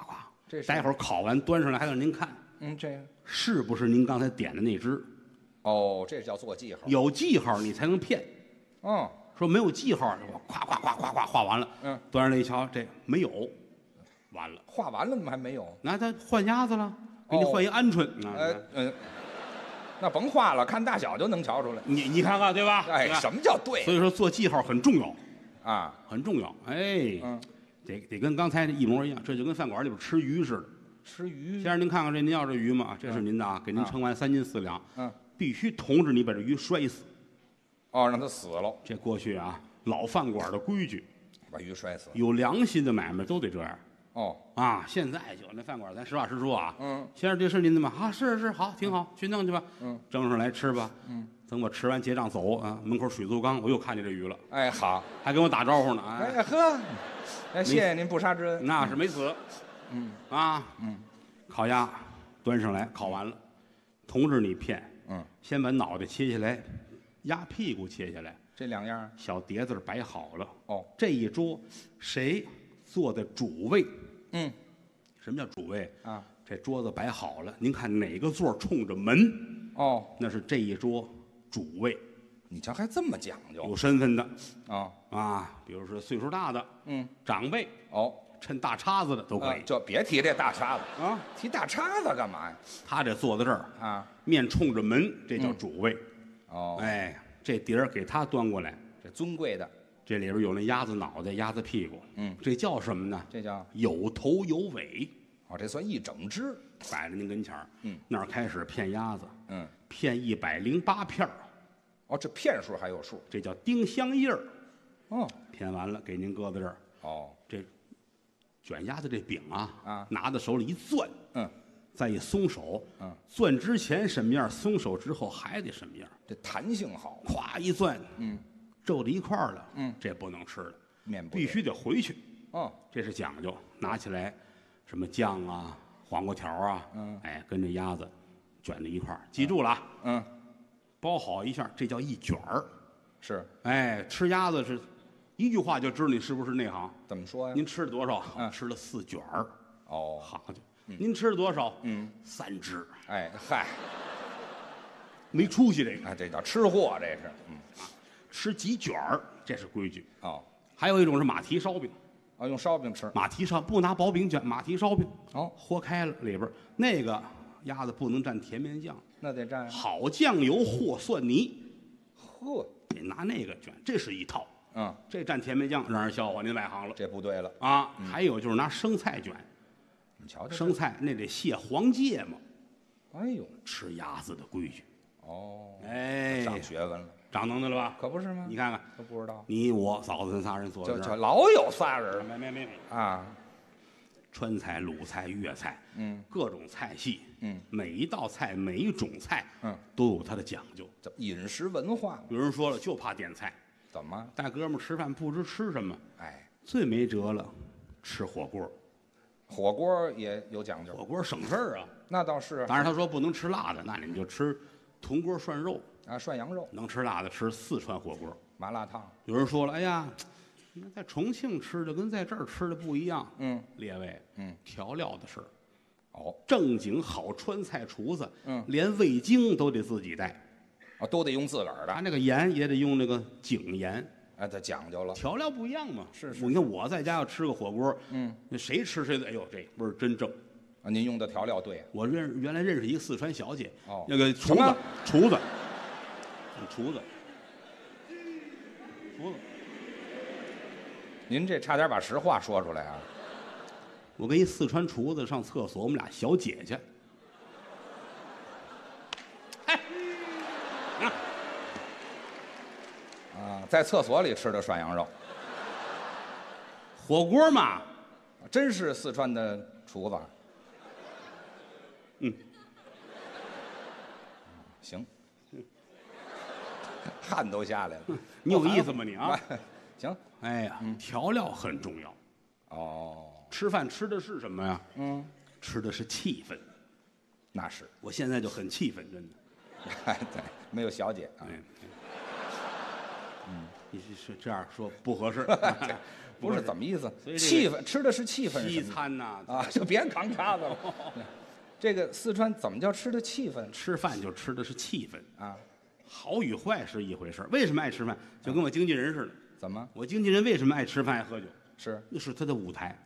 [SPEAKER 2] 这
[SPEAKER 1] 咵，
[SPEAKER 2] 是
[SPEAKER 1] 待会儿烤完端上来还让您看，
[SPEAKER 2] 嗯，这个
[SPEAKER 1] 是不是您刚才点的那只？
[SPEAKER 2] 哦，这叫做记号。
[SPEAKER 1] 有记号你才能骗，
[SPEAKER 2] 嗯，
[SPEAKER 1] 说没有记号，我咵咵咵咵咵画完了，
[SPEAKER 2] 嗯，
[SPEAKER 1] 端上来一瞧，这没有，完了，
[SPEAKER 2] 画完了吗？还没有？
[SPEAKER 1] 那他换鸭子了，给你
[SPEAKER 2] 哦
[SPEAKER 1] 换一鹌鹑，啊
[SPEAKER 2] 呃嗯，那甭画了，看大小就能瞧出来。
[SPEAKER 1] 你你看看对吧？
[SPEAKER 2] 哎
[SPEAKER 1] 你，看
[SPEAKER 2] 什么叫对
[SPEAKER 1] 所以说做记号很重要，
[SPEAKER 2] 啊？
[SPEAKER 1] 很重要，哎，
[SPEAKER 2] 嗯，
[SPEAKER 1] 得得跟刚才那一模一样，这就跟饭馆里边吃鱼似的。
[SPEAKER 2] 吃鱼
[SPEAKER 1] 先生，您看看这，您要这鱼吗？啊这是您的啊，给您
[SPEAKER 2] 啊
[SPEAKER 1] 称完三斤四两。
[SPEAKER 2] 嗯，
[SPEAKER 1] 必须同志你把这鱼摔死。
[SPEAKER 2] 哦，让它死了，
[SPEAKER 1] 这过去啊，老饭馆的规矩，
[SPEAKER 2] 把鱼摔死了。
[SPEAKER 1] 有良心的买卖都得这样
[SPEAKER 2] 哦，
[SPEAKER 1] 啊。现在就那饭馆，咱实话实说啊。
[SPEAKER 2] 嗯，
[SPEAKER 1] 先生，这是您的吗？啊，是是是，好，挺好，去弄去吧。
[SPEAKER 2] 嗯，
[SPEAKER 1] 蒸上来吃吧。嗯，等我吃完结账走啊，门口水族缸我又看见这鱼了，
[SPEAKER 2] 哎，好，
[SPEAKER 1] 还跟我打招呼呢。哎，
[SPEAKER 2] 哎呵，哎，谢谢您不杀之恩。
[SPEAKER 1] 那是没死。嗯啊，嗯，烤鸭端上来，烤完了，同志你骗，
[SPEAKER 2] 嗯，
[SPEAKER 1] 先把脑袋切下来，鸭屁股切下来，
[SPEAKER 2] 这两样儿
[SPEAKER 1] 小碟子儿摆好了。
[SPEAKER 2] 哦，
[SPEAKER 1] 这一桌谁坐在主位？
[SPEAKER 2] 嗯
[SPEAKER 1] 什么叫主位？
[SPEAKER 2] 啊，
[SPEAKER 1] 这桌子摆好了，您看哪个座儿冲着门，
[SPEAKER 2] 哦，
[SPEAKER 1] 那是这一桌主位，
[SPEAKER 2] 你瞧还这么讲究
[SPEAKER 1] 有身份的
[SPEAKER 2] 啊？
[SPEAKER 1] 啊，比如说岁数大的
[SPEAKER 2] 嗯，
[SPEAKER 1] 长辈，
[SPEAKER 2] 哦，
[SPEAKER 1] 趁大叉子的都可
[SPEAKER 2] 啊
[SPEAKER 1] 以
[SPEAKER 2] 就别提这大叉子，
[SPEAKER 1] 啊。
[SPEAKER 2] 提大叉子干嘛呀？
[SPEAKER 1] 他这坐在这儿，
[SPEAKER 2] 啊，
[SPEAKER 1] 面冲着门，这叫主位。
[SPEAKER 2] 哦，
[SPEAKER 1] 哎，这碟儿给他端过来，
[SPEAKER 2] 这尊贵的，
[SPEAKER 1] 这里边有那鸭子脑袋、鸭子屁股，
[SPEAKER 2] 嗯，
[SPEAKER 1] 这叫什么呢？
[SPEAKER 2] 这叫
[SPEAKER 1] 有头有尾，
[SPEAKER 2] 哦，这算一整只。
[SPEAKER 1] 摆在您跟前儿，
[SPEAKER 2] 嗯，
[SPEAKER 1] 那儿开始片鸭子，
[SPEAKER 2] 嗯，
[SPEAKER 1] 片一百零八片儿，
[SPEAKER 2] 哦，这片数还有数。
[SPEAKER 1] 这叫丁香叶儿，
[SPEAKER 2] 哦，
[SPEAKER 1] 片完了给您搁在这儿，
[SPEAKER 2] 哦，
[SPEAKER 1] 这卷鸭子这饼啊，
[SPEAKER 2] 啊
[SPEAKER 1] 拿到手里一攥，
[SPEAKER 2] 嗯，
[SPEAKER 1] 再一松手，
[SPEAKER 2] 嗯，
[SPEAKER 1] 攥之前什么样，松手之后还得什么样，
[SPEAKER 2] 这弹性好，
[SPEAKER 1] 咵一攥，
[SPEAKER 2] 嗯，
[SPEAKER 1] 皱到一块儿了，
[SPEAKER 2] 嗯，
[SPEAKER 1] 这不能吃了，
[SPEAKER 2] 面部
[SPEAKER 1] 必须得回去。
[SPEAKER 2] 哦，
[SPEAKER 1] 这是讲究，拿起来，什么酱啊、黄瓜条啊，
[SPEAKER 2] 嗯，
[SPEAKER 1] 哎，跟这鸭子卷在一块儿。记住了啊，
[SPEAKER 2] 嗯，
[SPEAKER 1] 包好一下，这叫一卷儿。
[SPEAKER 2] 是
[SPEAKER 1] 哎，吃鸭子是一句话就知道你是不是内行。
[SPEAKER 2] 怎么说呀？
[SPEAKER 1] 您吃了多少？
[SPEAKER 2] 嗯
[SPEAKER 1] 吃了四卷儿，
[SPEAKER 2] 哦，
[SPEAKER 1] 好家伙！您吃了多少？
[SPEAKER 2] 嗯，
[SPEAKER 1] 三只，
[SPEAKER 2] 哎嗨，
[SPEAKER 1] 没出息这个。
[SPEAKER 2] 啊，这叫吃货，这是，嗯，
[SPEAKER 1] 吃几卷儿，这是规矩。
[SPEAKER 2] 哦，
[SPEAKER 1] 还有一种是马蹄烧饼，
[SPEAKER 2] 啊，用烧饼吃，
[SPEAKER 1] 马蹄烧不拿薄饼卷，马蹄烧饼
[SPEAKER 2] 哦，
[SPEAKER 1] 豁开了里边儿那个鸭子不能蘸甜面酱，
[SPEAKER 2] 那得蘸，
[SPEAKER 1] 好酱油和蒜泥，
[SPEAKER 2] 呵，
[SPEAKER 1] 得拿那个卷，这是一套。
[SPEAKER 2] 嗯，
[SPEAKER 1] 这蘸甜面酱让人笑话，您外行了
[SPEAKER 2] 这不对了，
[SPEAKER 1] 啊！还有就是拿生菜卷，
[SPEAKER 2] 你瞧瞧，
[SPEAKER 1] 生，菜那得卸黄芥末，
[SPEAKER 2] 哎呦，
[SPEAKER 1] 吃鸭子的规矩。
[SPEAKER 2] 哦，
[SPEAKER 1] 哎，
[SPEAKER 2] 长学问了，
[SPEAKER 1] 长能耐了吧？
[SPEAKER 2] 可不是吗？
[SPEAKER 1] 你看看，
[SPEAKER 2] 都不知道，
[SPEAKER 1] 你我嫂子咱仨人坐在
[SPEAKER 2] 就
[SPEAKER 1] 这
[SPEAKER 2] 就
[SPEAKER 1] 儿，
[SPEAKER 2] 老有仨人了
[SPEAKER 1] 没没没没，
[SPEAKER 2] 啊，
[SPEAKER 1] 川菜、鲁菜、粤菜，
[SPEAKER 2] 嗯，
[SPEAKER 1] 各种菜系，
[SPEAKER 2] 嗯，
[SPEAKER 1] 每一道菜每一种菜，
[SPEAKER 2] 嗯，
[SPEAKER 1] 都有它的讲究。
[SPEAKER 2] 怎么饮食文化
[SPEAKER 1] 有人说了，就怕点菜，
[SPEAKER 2] 怎么？
[SPEAKER 1] 大哥们儿吃饭不知吃什么，
[SPEAKER 2] 哎，
[SPEAKER 1] 最没辙了，吃火锅。
[SPEAKER 2] 火锅也有讲究，
[SPEAKER 1] 火锅省事儿啊。
[SPEAKER 2] 那倒是
[SPEAKER 1] 当然他说不能吃辣的，那你们就吃铜锅涮肉，
[SPEAKER 2] 啊，涮羊肉、
[SPEAKER 1] 能吃辣的吃四川火锅。
[SPEAKER 2] 麻辣烫，
[SPEAKER 1] 有人说了，哎呀，那在重庆吃的跟在这儿吃的不一样。
[SPEAKER 2] 嗯，
[SPEAKER 1] 列位，
[SPEAKER 2] 嗯，
[SPEAKER 1] 调料的事儿，
[SPEAKER 2] 哦，
[SPEAKER 1] 正经好川菜厨子，
[SPEAKER 2] 嗯
[SPEAKER 1] 连味精都得自己带，
[SPEAKER 2] 啊，都得用自个儿
[SPEAKER 1] 他
[SPEAKER 2] 的，
[SPEAKER 1] 那个盐也得用那个井盐，
[SPEAKER 2] 哎，这讲究了，
[SPEAKER 1] 调料不一样嘛。
[SPEAKER 2] 是是
[SPEAKER 1] 我你看我在家要吃个火锅，
[SPEAKER 2] 嗯，
[SPEAKER 1] 那谁吃谁的，哎呦，这味儿真正。
[SPEAKER 2] 啊，您用的调料对，
[SPEAKER 1] 我认原来认识一个四川小姐，
[SPEAKER 2] 哦
[SPEAKER 1] 那个厨
[SPEAKER 2] 什
[SPEAKER 1] 子
[SPEAKER 2] 么，
[SPEAKER 1] 厨子，嗯厨子，厨子。
[SPEAKER 2] 您这差点把实话说出来啊，
[SPEAKER 1] 我跟一四川厨子上厕所，我们俩小姐姐。
[SPEAKER 2] 啊，在厕所里吃的涮羊肉，
[SPEAKER 1] 火锅嘛，
[SPEAKER 2] 真是四川的厨子。
[SPEAKER 1] 嗯，
[SPEAKER 2] 行，汗都下来了。
[SPEAKER 1] 你有意思吗你
[SPEAKER 2] 哦
[SPEAKER 1] 啊？
[SPEAKER 2] 行，
[SPEAKER 1] 哎呀，
[SPEAKER 2] 嗯
[SPEAKER 1] 调料很重要。
[SPEAKER 2] 哦，
[SPEAKER 1] 吃饭吃的是什么呀？
[SPEAKER 2] 嗯，
[SPEAKER 1] 吃的是气氛。
[SPEAKER 2] 那是，
[SPEAKER 1] 我现在就很气愤，真的。
[SPEAKER 2] 哎，对，没有小姐啊，
[SPEAKER 1] 哎，嗯，你是是这样说不合 适。
[SPEAKER 2] 不
[SPEAKER 1] 合
[SPEAKER 2] 是
[SPEAKER 1] 适
[SPEAKER 2] 怎么意思
[SPEAKER 1] 所以这？个
[SPEAKER 2] 气氛吃的是气氛
[SPEAKER 1] 西
[SPEAKER 2] 什么的
[SPEAKER 1] 餐呐、
[SPEAKER 2] 啊，就别 扛叉子了。
[SPEAKER 1] 哦
[SPEAKER 2] 这个四川怎么叫吃的气氛
[SPEAKER 1] 吃饭就吃的是气氛，
[SPEAKER 2] 啊？
[SPEAKER 1] 好与坏是一回事儿。为什么爱吃饭？就跟我经纪人似的，
[SPEAKER 2] 怎么
[SPEAKER 1] 我经纪人为什么爱吃饭爱喝酒？
[SPEAKER 2] 是
[SPEAKER 1] 那是他的舞台。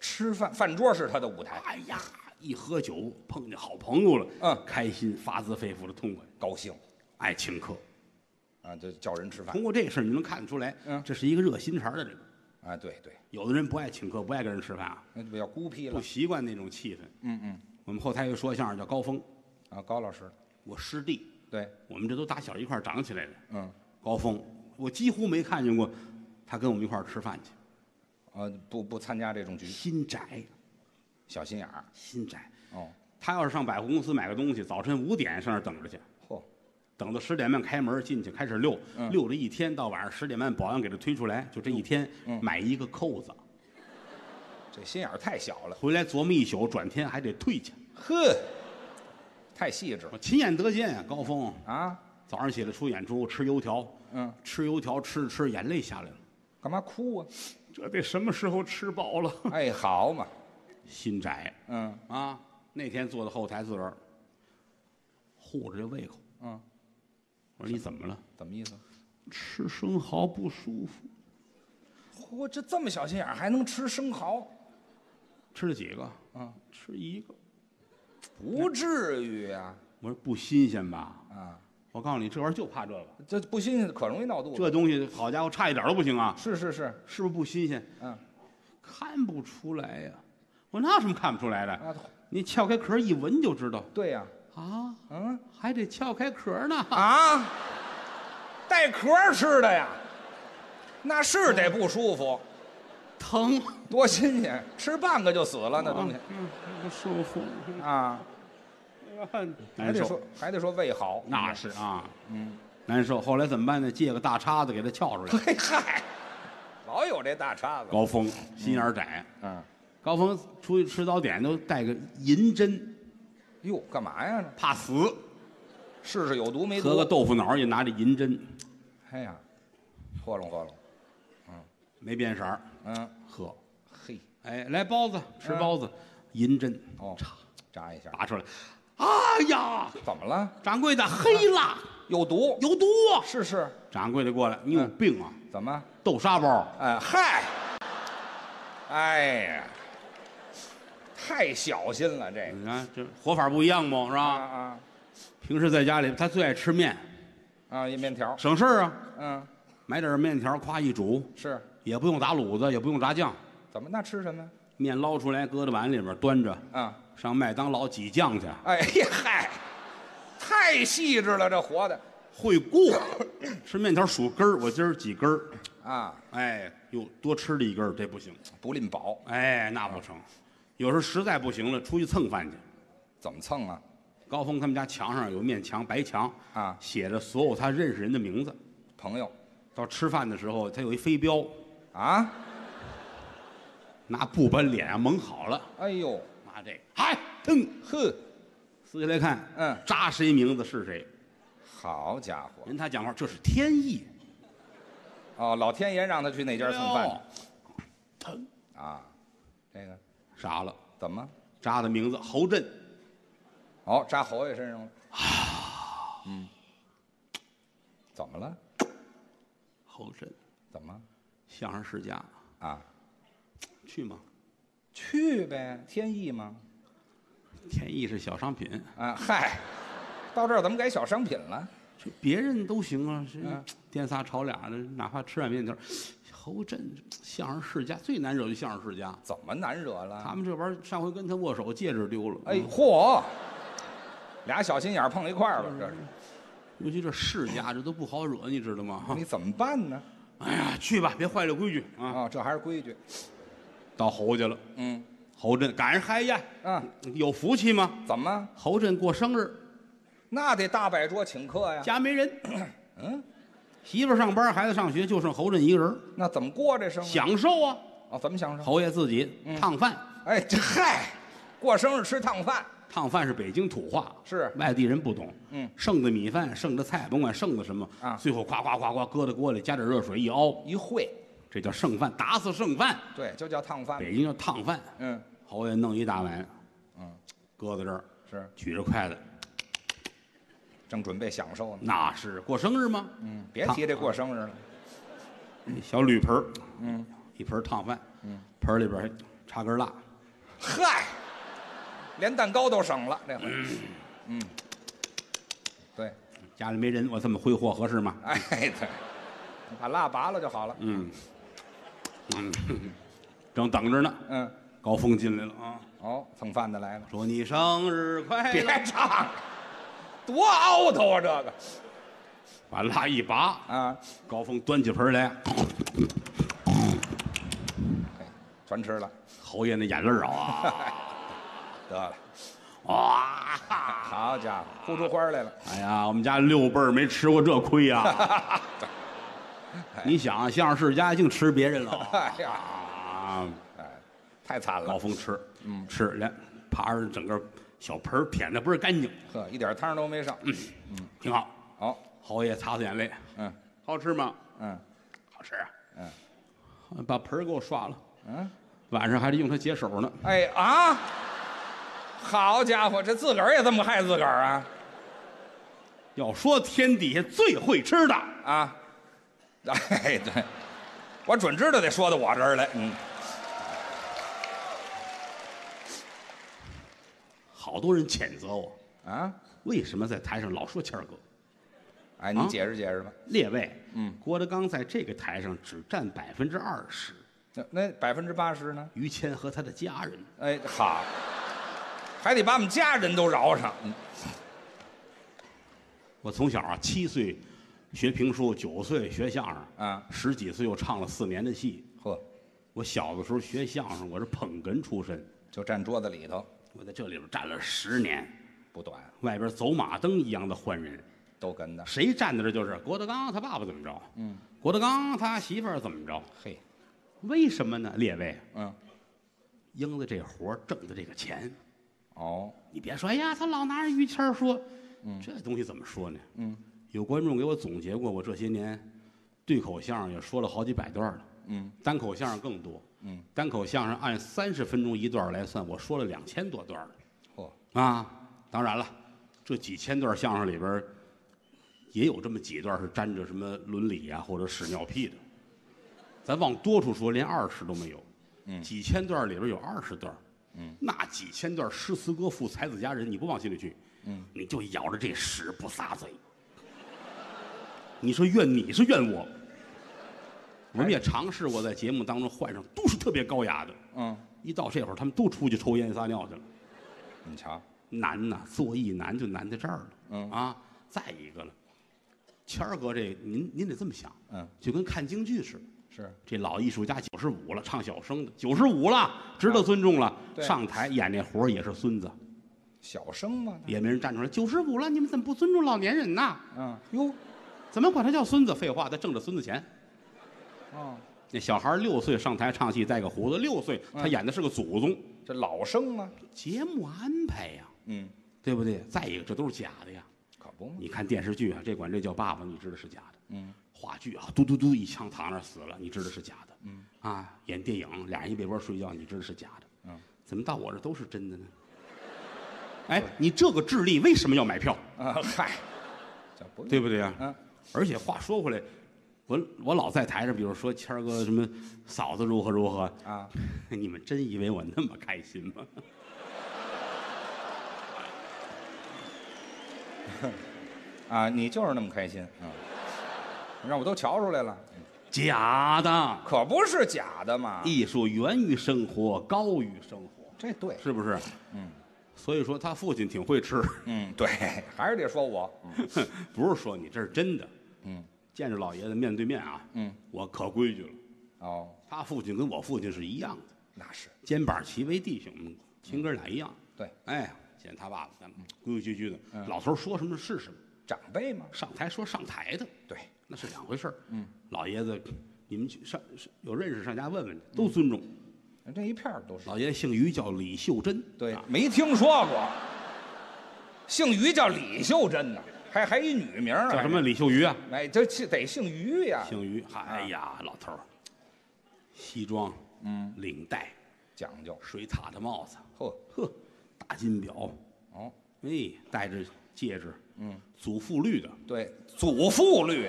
[SPEAKER 2] 吃饭？饭桌是他的舞台，
[SPEAKER 1] 哎呀，一喝酒碰见好朋友了，
[SPEAKER 2] 嗯
[SPEAKER 1] 开心，发自肺腑的痛快，
[SPEAKER 2] 高兴
[SPEAKER 1] 爱请客。
[SPEAKER 2] 啊，就叫人吃饭
[SPEAKER 1] 通过这事儿，你能看得出来，
[SPEAKER 2] 嗯
[SPEAKER 1] 这是一个热心肠的人。
[SPEAKER 2] 啊，对对，
[SPEAKER 1] 有的人不爱请客，不爱跟人吃饭啊，
[SPEAKER 2] 那就比较孤僻
[SPEAKER 1] 不
[SPEAKER 2] 了。
[SPEAKER 1] 习惯那种气氛。
[SPEAKER 2] 嗯嗯，
[SPEAKER 1] 我们后台有说相声叫高峰，
[SPEAKER 2] 啊，高老师，
[SPEAKER 1] 我师弟，
[SPEAKER 2] 对，
[SPEAKER 1] 我们这都打小一块儿长起来的。
[SPEAKER 2] 嗯，
[SPEAKER 1] 高峰，我几乎没看见过他跟我们一块儿吃饭去。
[SPEAKER 2] 啊，不不参加这种局，
[SPEAKER 1] 心窄，
[SPEAKER 2] 小心眼儿。
[SPEAKER 1] 心窄。
[SPEAKER 2] 哦，
[SPEAKER 1] 他要是上百货公司买个东西，早晨五点上那儿等着去，
[SPEAKER 2] 嚯，
[SPEAKER 1] 等到十点半开门进去开始溜，溜了一天，到晚上十点半保安给他推出来，就这一天买一个扣子，
[SPEAKER 2] 这心眼儿太小了，
[SPEAKER 1] 回来琢磨一宿，转天还得退去。
[SPEAKER 2] 呵，太细致
[SPEAKER 1] 我亲眼得见啊高峰
[SPEAKER 2] 啊。
[SPEAKER 1] 早上起来出演出，吃油条，
[SPEAKER 2] 嗯，
[SPEAKER 1] 吃油条吃着吃着眼泪下来了，
[SPEAKER 2] 干嘛哭啊？
[SPEAKER 1] 这得什么时候吃饱了？
[SPEAKER 2] 哎，好嘛，
[SPEAKER 1] 心窄
[SPEAKER 2] 嗯
[SPEAKER 1] 啊！那天坐在后台自个儿护着这胃口，
[SPEAKER 2] 嗯，
[SPEAKER 1] 我说你怎么了？
[SPEAKER 2] 怎么意思？
[SPEAKER 1] 吃生蚝不舒服，
[SPEAKER 2] 嚯，这这么小心眼儿还能吃生蚝？
[SPEAKER 1] 吃了几个？
[SPEAKER 2] 嗯，
[SPEAKER 1] 吃一个。
[SPEAKER 2] 不至于呀、
[SPEAKER 1] 我说不新鲜吧？
[SPEAKER 2] 啊！
[SPEAKER 1] 我告诉你，这玩意儿就怕这个。
[SPEAKER 2] 这不新鲜，可容易闹肚子。
[SPEAKER 1] 这东西好家伙，差一点儿都不行啊！
[SPEAKER 2] 是是是，
[SPEAKER 1] 是不是不新鲜？
[SPEAKER 2] 嗯
[SPEAKER 1] 看不出来呀、我哪有什么看不出来的？
[SPEAKER 2] 啊，
[SPEAKER 1] 你撬开壳一闻就知道
[SPEAKER 2] 对呀、
[SPEAKER 1] 啊，
[SPEAKER 2] 嗯
[SPEAKER 1] 还得撬开壳呢。
[SPEAKER 2] 啊，带壳儿吃的呀，那是得不舒服，
[SPEAKER 1] 疼，
[SPEAKER 2] 多新鲜，吃半个就死了那东西
[SPEAKER 1] 啊嗯不舒服，
[SPEAKER 2] 啊，还
[SPEAKER 1] 嗯难
[SPEAKER 2] 得说
[SPEAKER 1] 受。
[SPEAKER 2] 还得说胃好，
[SPEAKER 1] 那 是啊，
[SPEAKER 2] 嗯，
[SPEAKER 1] 难受。后来怎么办呢？借个大叉子给它撬出来。哦
[SPEAKER 2] 嘿嗨，老有这大叉子，
[SPEAKER 1] 高峰心眼儿窄，
[SPEAKER 2] 嗯，
[SPEAKER 1] 高峰出去吃早点都带个银针，
[SPEAKER 2] 哟，干嘛呀？
[SPEAKER 1] 怕死，
[SPEAKER 2] 试试有毒没毒？
[SPEAKER 1] 和个豆腐脑也拿着银针，
[SPEAKER 2] 哎呀，豁楞豁楞，
[SPEAKER 1] 没变色儿，
[SPEAKER 2] 嗯，
[SPEAKER 1] 喝。
[SPEAKER 2] 嘿，
[SPEAKER 1] 哎，来包子，吃包子，银针
[SPEAKER 2] 哦，扎一下，
[SPEAKER 1] 拔出来，哎呀，
[SPEAKER 2] 怎么了？
[SPEAKER 1] 掌柜的黑了，
[SPEAKER 2] 有毒？
[SPEAKER 1] 有毒啊！
[SPEAKER 2] 是是，
[SPEAKER 1] 掌柜的过来，你有病啊！
[SPEAKER 2] 怎么？
[SPEAKER 1] 豆沙包，
[SPEAKER 2] 哎嗨，哎呀，太小心了这个
[SPEAKER 1] 你看这活法不一样嘛，是
[SPEAKER 2] 啊
[SPEAKER 1] 吧？
[SPEAKER 2] 啊
[SPEAKER 1] 平时在家里，他最爱吃面，
[SPEAKER 2] 啊！一面条，
[SPEAKER 1] 省事儿啊，
[SPEAKER 2] 嗯，
[SPEAKER 1] 买点面条，夸一煮，
[SPEAKER 2] 是，
[SPEAKER 1] 也不用打卤子，也不用炸酱，
[SPEAKER 2] 怎么那吃什么呀？
[SPEAKER 1] 面捞出来搁到碗里边端着，
[SPEAKER 2] 啊，
[SPEAKER 1] 上麦当劳挤酱去，
[SPEAKER 2] 哎呀嗨，太细致了这活的
[SPEAKER 1] 会过。吃面条数根儿，我今儿几根儿，
[SPEAKER 2] 啊，
[SPEAKER 1] 哎，又多吃了一根儿，这不行。
[SPEAKER 2] 不吝饱，
[SPEAKER 1] 哎，那不成。有时候实在不行了，出去蹭饭去。
[SPEAKER 2] 怎么蹭啊？
[SPEAKER 1] 高峰他们家墙上有面墙，白墙
[SPEAKER 2] 啊
[SPEAKER 1] 写着所有他认识人的名字。
[SPEAKER 2] 朋友
[SPEAKER 1] 到吃饭的时候，他有一飞镖，
[SPEAKER 2] 啊，
[SPEAKER 1] 拿布把脸上蒙好了，
[SPEAKER 2] 哎呦
[SPEAKER 1] 拿这个，嗨，腾
[SPEAKER 2] 呵，
[SPEAKER 1] 撕下来看，
[SPEAKER 2] 嗯
[SPEAKER 1] 扎谁名字是谁。
[SPEAKER 2] 好家伙，
[SPEAKER 1] 人他讲话，这是天意。
[SPEAKER 2] 哦，老天爷让他去那家蹭饭
[SPEAKER 1] 哎
[SPEAKER 2] 去
[SPEAKER 1] 呦，腾
[SPEAKER 2] 啊，这个
[SPEAKER 1] 傻了，
[SPEAKER 2] 怎么？
[SPEAKER 1] 扎的名字侯震，
[SPEAKER 2] 哦，扎侯爷身上了，嗯，
[SPEAKER 1] 啊
[SPEAKER 2] 怎么了？
[SPEAKER 1] 侯震，
[SPEAKER 2] 怎么
[SPEAKER 1] 相声世家，
[SPEAKER 2] 啊？
[SPEAKER 1] 去吗？
[SPEAKER 2] 去呗，天意嘛。
[SPEAKER 1] 天意是小商品，
[SPEAKER 2] 啊，嗨，到这儿怎么改小商品了？
[SPEAKER 1] 这别人都行啊，是
[SPEAKER 2] 嗯
[SPEAKER 1] 颠仨炒俩的，哪怕吃碗面条。侯震相声世家最难惹的相声世家，
[SPEAKER 2] 怎么难惹
[SPEAKER 1] 他
[SPEAKER 2] 了？
[SPEAKER 1] 们这玩意儿上回跟他握手，戒指丢了。嗯
[SPEAKER 2] 哎，嚯，俩小心眼儿碰一块儿了，这是
[SPEAKER 1] 尤其这世家，这都不好
[SPEAKER 2] 嗯
[SPEAKER 1] 惹，你知道吗？
[SPEAKER 2] 你怎么办呢？
[SPEAKER 1] 哎呀，去吧，别坏了规矩啊！
[SPEAKER 2] 啊，这还是规矩。
[SPEAKER 1] 到侯家了，
[SPEAKER 2] 嗯
[SPEAKER 1] 侯震赶上嗨呀，
[SPEAKER 2] 啊，
[SPEAKER 1] 有福气吗？
[SPEAKER 2] 怎么？
[SPEAKER 1] 侯震过生日，
[SPEAKER 2] 那得大摆桌请客呀。
[SPEAKER 1] 家没人，嗯，媳妇儿上班，孩子上学，就剩侯震一个人，
[SPEAKER 2] 那怎么过这生日？
[SPEAKER 1] 享受啊！
[SPEAKER 2] 哦，怎么享受？
[SPEAKER 1] 侯爷自己烫饭，
[SPEAKER 2] 哎，这嗨，过生日吃烫饭
[SPEAKER 1] 烫饭是北京土话，
[SPEAKER 2] 是
[SPEAKER 1] 外地人不懂。
[SPEAKER 2] 嗯，
[SPEAKER 1] 剩的米饭，剩的菜，甭管剩的什么，
[SPEAKER 2] 啊
[SPEAKER 1] 最后夸夸夸夸搁到锅里，加点热水一熬，
[SPEAKER 2] 一会，
[SPEAKER 1] 这叫剩饭，打死剩饭。
[SPEAKER 2] 对，就叫烫饭。
[SPEAKER 1] 北京叫烫饭，
[SPEAKER 2] 嗯，
[SPEAKER 1] 侯爷弄一大碗，
[SPEAKER 2] 嗯，
[SPEAKER 1] 搁在这儿，
[SPEAKER 2] 是
[SPEAKER 1] 举着筷子，
[SPEAKER 2] 正准备享受呢。
[SPEAKER 1] 那是过生日吗？
[SPEAKER 2] 嗯，别提这过生日了。
[SPEAKER 1] 小铝盆儿，
[SPEAKER 2] 嗯，
[SPEAKER 1] 一盆儿烫饭，嗯，盆儿里边儿还插根蜡，
[SPEAKER 2] 嗨，连蛋糕都省了这回。嗯，对，
[SPEAKER 1] 家里没人，我这么挥霍合适吗？
[SPEAKER 2] 哎对，把蜡拔了就好了。
[SPEAKER 1] 嗯，嗯，正等着呢，
[SPEAKER 2] 嗯，
[SPEAKER 1] 高峰进来了啊，
[SPEAKER 2] 哦，蹭饭的来了，
[SPEAKER 1] 说你生日快
[SPEAKER 2] 别
[SPEAKER 1] 乐，
[SPEAKER 2] 唱了，多凹头啊这个
[SPEAKER 1] 把蜡一拔，
[SPEAKER 2] 啊，
[SPEAKER 1] 高峰端起盆儿来，
[SPEAKER 2] 哎全吃了，
[SPEAKER 1] 侯爷那眼泪儿啊，
[SPEAKER 2] 得了，
[SPEAKER 1] 哇！
[SPEAKER 2] 好家伙，哭出花来了。
[SPEAKER 1] 哎呀，我们家六辈儿没吃过这亏呀、 你想啊，相声世家净吃别人了
[SPEAKER 2] 哎呀，
[SPEAKER 1] 啊！
[SPEAKER 2] 哎，太惨
[SPEAKER 1] 高
[SPEAKER 2] 了，
[SPEAKER 1] 峰吃，嗯，吃连爬着整个小盆儿舔的倍儿干净，
[SPEAKER 2] 呵，一点汤都没上。
[SPEAKER 1] 挺好。
[SPEAKER 2] 好，
[SPEAKER 1] 侯爷擦擦眼泪，
[SPEAKER 2] 嗯
[SPEAKER 1] 好吃吗？
[SPEAKER 2] 嗯
[SPEAKER 1] 好吃啊！
[SPEAKER 2] 嗯
[SPEAKER 1] 嗯，把盆儿给我刷了，
[SPEAKER 2] 嗯，
[SPEAKER 1] 晚上还得用它解手呢。
[SPEAKER 2] 哎啊，好家伙，这自个儿也这么害自个儿啊
[SPEAKER 1] 要说天底下最会吃的，
[SPEAKER 2] 啊！ 哎，对，我准知道得说到我这儿来。嗯，
[SPEAKER 1] 好多人谴责我，
[SPEAKER 2] 啊，
[SPEAKER 1] 为什么在台上老说谦儿哥？
[SPEAKER 2] 哎，你
[SPEAKER 1] 啊
[SPEAKER 2] 解释解释吧。
[SPEAKER 1] 列位，嗯，郭德纲在这个台上只占百分之二十，
[SPEAKER 2] 那那百分之八十呢？
[SPEAKER 1] 于谦和他的家人。
[SPEAKER 2] 哎，好，还得把我们家人都饶上。嗯
[SPEAKER 1] 我从小啊，七岁学评书，九岁学相声，
[SPEAKER 2] 啊
[SPEAKER 1] 十几岁又唱了四年的戏。
[SPEAKER 2] 呵，
[SPEAKER 1] 我小的时候学相声，我是捧哏出身，
[SPEAKER 2] 就站桌子里头
[SPEAKER 1] 我在这里边站了十年，
[SPEAKER 2] 不短，
[SPEAKER 1] 外边走马灯一样的换人，
[SPEAKER 2] 都跟的。
[SPEAKER 1] 谁站在这就是郭德纲他爸爸怎么着，嗯，郭德纲他媳妇儿怎么着，
[SPEAKER 2] 嘿，
[SPEAKER 1] 为什么呢？列位，
[SPEAKER 2] 嗯，
[SPEAKER 1] 应的这活儿挣的这个钱。
[SPEAKER 2] 哦，
[SPEAKER 1] 你别说，哎呀，他老拿着于谦儿说，这东西怎么说呢？嗯，有观众给我总结过，我这些年对口相声也说了好几百段了，
[SPEAKER 2] 嗯，
[SPEAKER 1] 单口相声更多，嗯，单口相声按三十分钟一段儿来算，我说了两千多段儿了。
[SPEAKER 2] 嚯，
[SPEAKER 1] 啊，当然了，这几千段相声里边儿，也有这么几段是沾着什么伦理啊或者屎尿屁的。咱往多处说，连二十都没有。嗯，几千段里边有二十段。嗯，那几千段诗词歌赋、才子佳人，你不往心里去，嗯，你就咬着这屎不撒嘴。你说怨你是怨我，我们也尝试过在节目当中换上，都是特别高雅的。
[SPEAKER 2] 嗯，
[SPEAKER 1] 一到这会儿，他们都出去抽烟撒尿去了。
[SPEAKER 2] 你瞧，
[SPEAKER 1] 难呐，做艺难就难在这儿了。
[SPEAKER 2] 嗯
[SPEAKER 1] 啊，再一个了，谦儿哥这您您得这么想，
[SPEAKER 2] 嗯，
[SPEAKER 1] 就跟看京剧似的。
[SPEAKER 2] 是
[SPEAKER 1] 这老艺术家九十五了，唱小生的九十五了，值得尊重了。
[SPEAKER 2] 对嗯
[SPEAKER 1] 上台演那活儿也是孙子，
[SPEAKER 2] 小生嘛，
[SPEAKER 1] 也没人站出来。九十五了，你们怎么不尊重老年人呐？
[SPEAKER 2] 嗯，哟，
[SPEAKER 1] 怎么管他叫孙子？废话，他挣着孙子钱。
[SPEAKER 2] 哦，
[SPEAKER 1] 那小孩儿六岁上台唱戏，带个胡子，六岁他
[SPEAKER 2] 嗯
[SPEAKER 1] 演的是个祖宗。
[SPEAKER 2] 这老生嘛，
[SPEAKER 1] 节目安排呀，
[SPEAKER 2] 嗯，
[SPEAKER 1] 对不对？再一个，这都是假的呀。
[SPEAKER 2] 可不嘛，
[SPEAKER 1] 你看电视剧啊，这管这叫爸爸，你知道是假的。
[SPEAKER 2] 嗯，
[SPEAKER 1] 话剧啊，嘟嘟嘟一枪躺那儿死了，你知道是假的。嗯，啊，演电影俩人一被窝睡觉，你知道是假的。
[SPEAKER 2] 嗯，
[SPEAKER 1] 怎么到我这都是真的呢？哎，你这个智力为什么要买票？
[SPEAKER 2] 啊，嗨，这不
[SPEAKER 1] 对不对啊？
[SPEAKER 2] 嗯，
[SPEAKER 1] 而且话说回来，我我老在台上，比如说谦儿哥什么嫂子如何如何，
[SPEAKER 2] 啊，
[SPEAKER 1] 你们真以为我那么开心吗？
[SPEAKER 2] 啊，你就是那么开心啊，让我都瞧出来了，
[SPEAKER 1] 假的，
[SPEAKER 2] 可不是假的嘛，
[SPEAKER 1] 艺术源于生活，高于生活，
[SPEAKER 2] 这对，
[SPEAKER 1] 是不是？嗯，所以说他父亲挺会吃。
[SPEAKER 2] 嗯，对，还是得说我，嗯
[SPEAKER 1] 哼，不是说你，这是真的。
[SPEAKER 2] 嗯，
[SPEAKER 1] 见着老爷子面对面啊，
[SPEAKER 2] 嗯，
[SPEAKER 1] 我可规矩了。
[SPEAKER 2] 哦，
[SPEAKER 1] 他父亲跟我父亲是一样的，
[SPEAKER 2] 那是
[SPEAKER 1] 肩膀齐为弟兄，嗯亲哥俩一样。
[SPEAKER 2] 对
[SPEAKER 1] 哎，见他爸爸，咱们规规矩矩
[SPEAKER 2] 嗯
[SPEAKER 1] 的，老头儿说什么是什么，
[SPEAKER 2] 长辈嘛，
[SPEAKER 1] 上台说上台的，
[SPEAKER 2] 对，
[SPEAKER 1] 那是两回事儿。嗯，老爷子，你们去上上有认识上家问问去，都尊
[SPEAKER 2] 嗯
[SPEAKER 1] 重。
[SPEAKER 2] 这一片儿都是。
[SPEAKER 1] 老爷子姓于，叫李秀珍。
[SPEAKER 2] 对
[SPEAKER 1] 啊，
[SPEAKER 2] 没听说过。姓于叫李秀珍呢，还还一女名儿呢，
[SPEAKER 1] 叫什么？李秀于啊？
[SPEAKER 2] 哎，这这得姓于呀，
[SPEAKER 1] 姓于。哎呀，老头儿，西装，嗯，领带，
[SPEAKER 2] 讲究。
[SPEAKER 1] 水獭的帽子，
[SPEAKER 2] 呵，
[SPEAKER 1] 呵，大金表，
[SPEAKER 2] 哦，
[SPEAKER 1] 哎，戴着戒指，嗯，祖父绿的，
[SPEAKER 2] 对，祖父绿，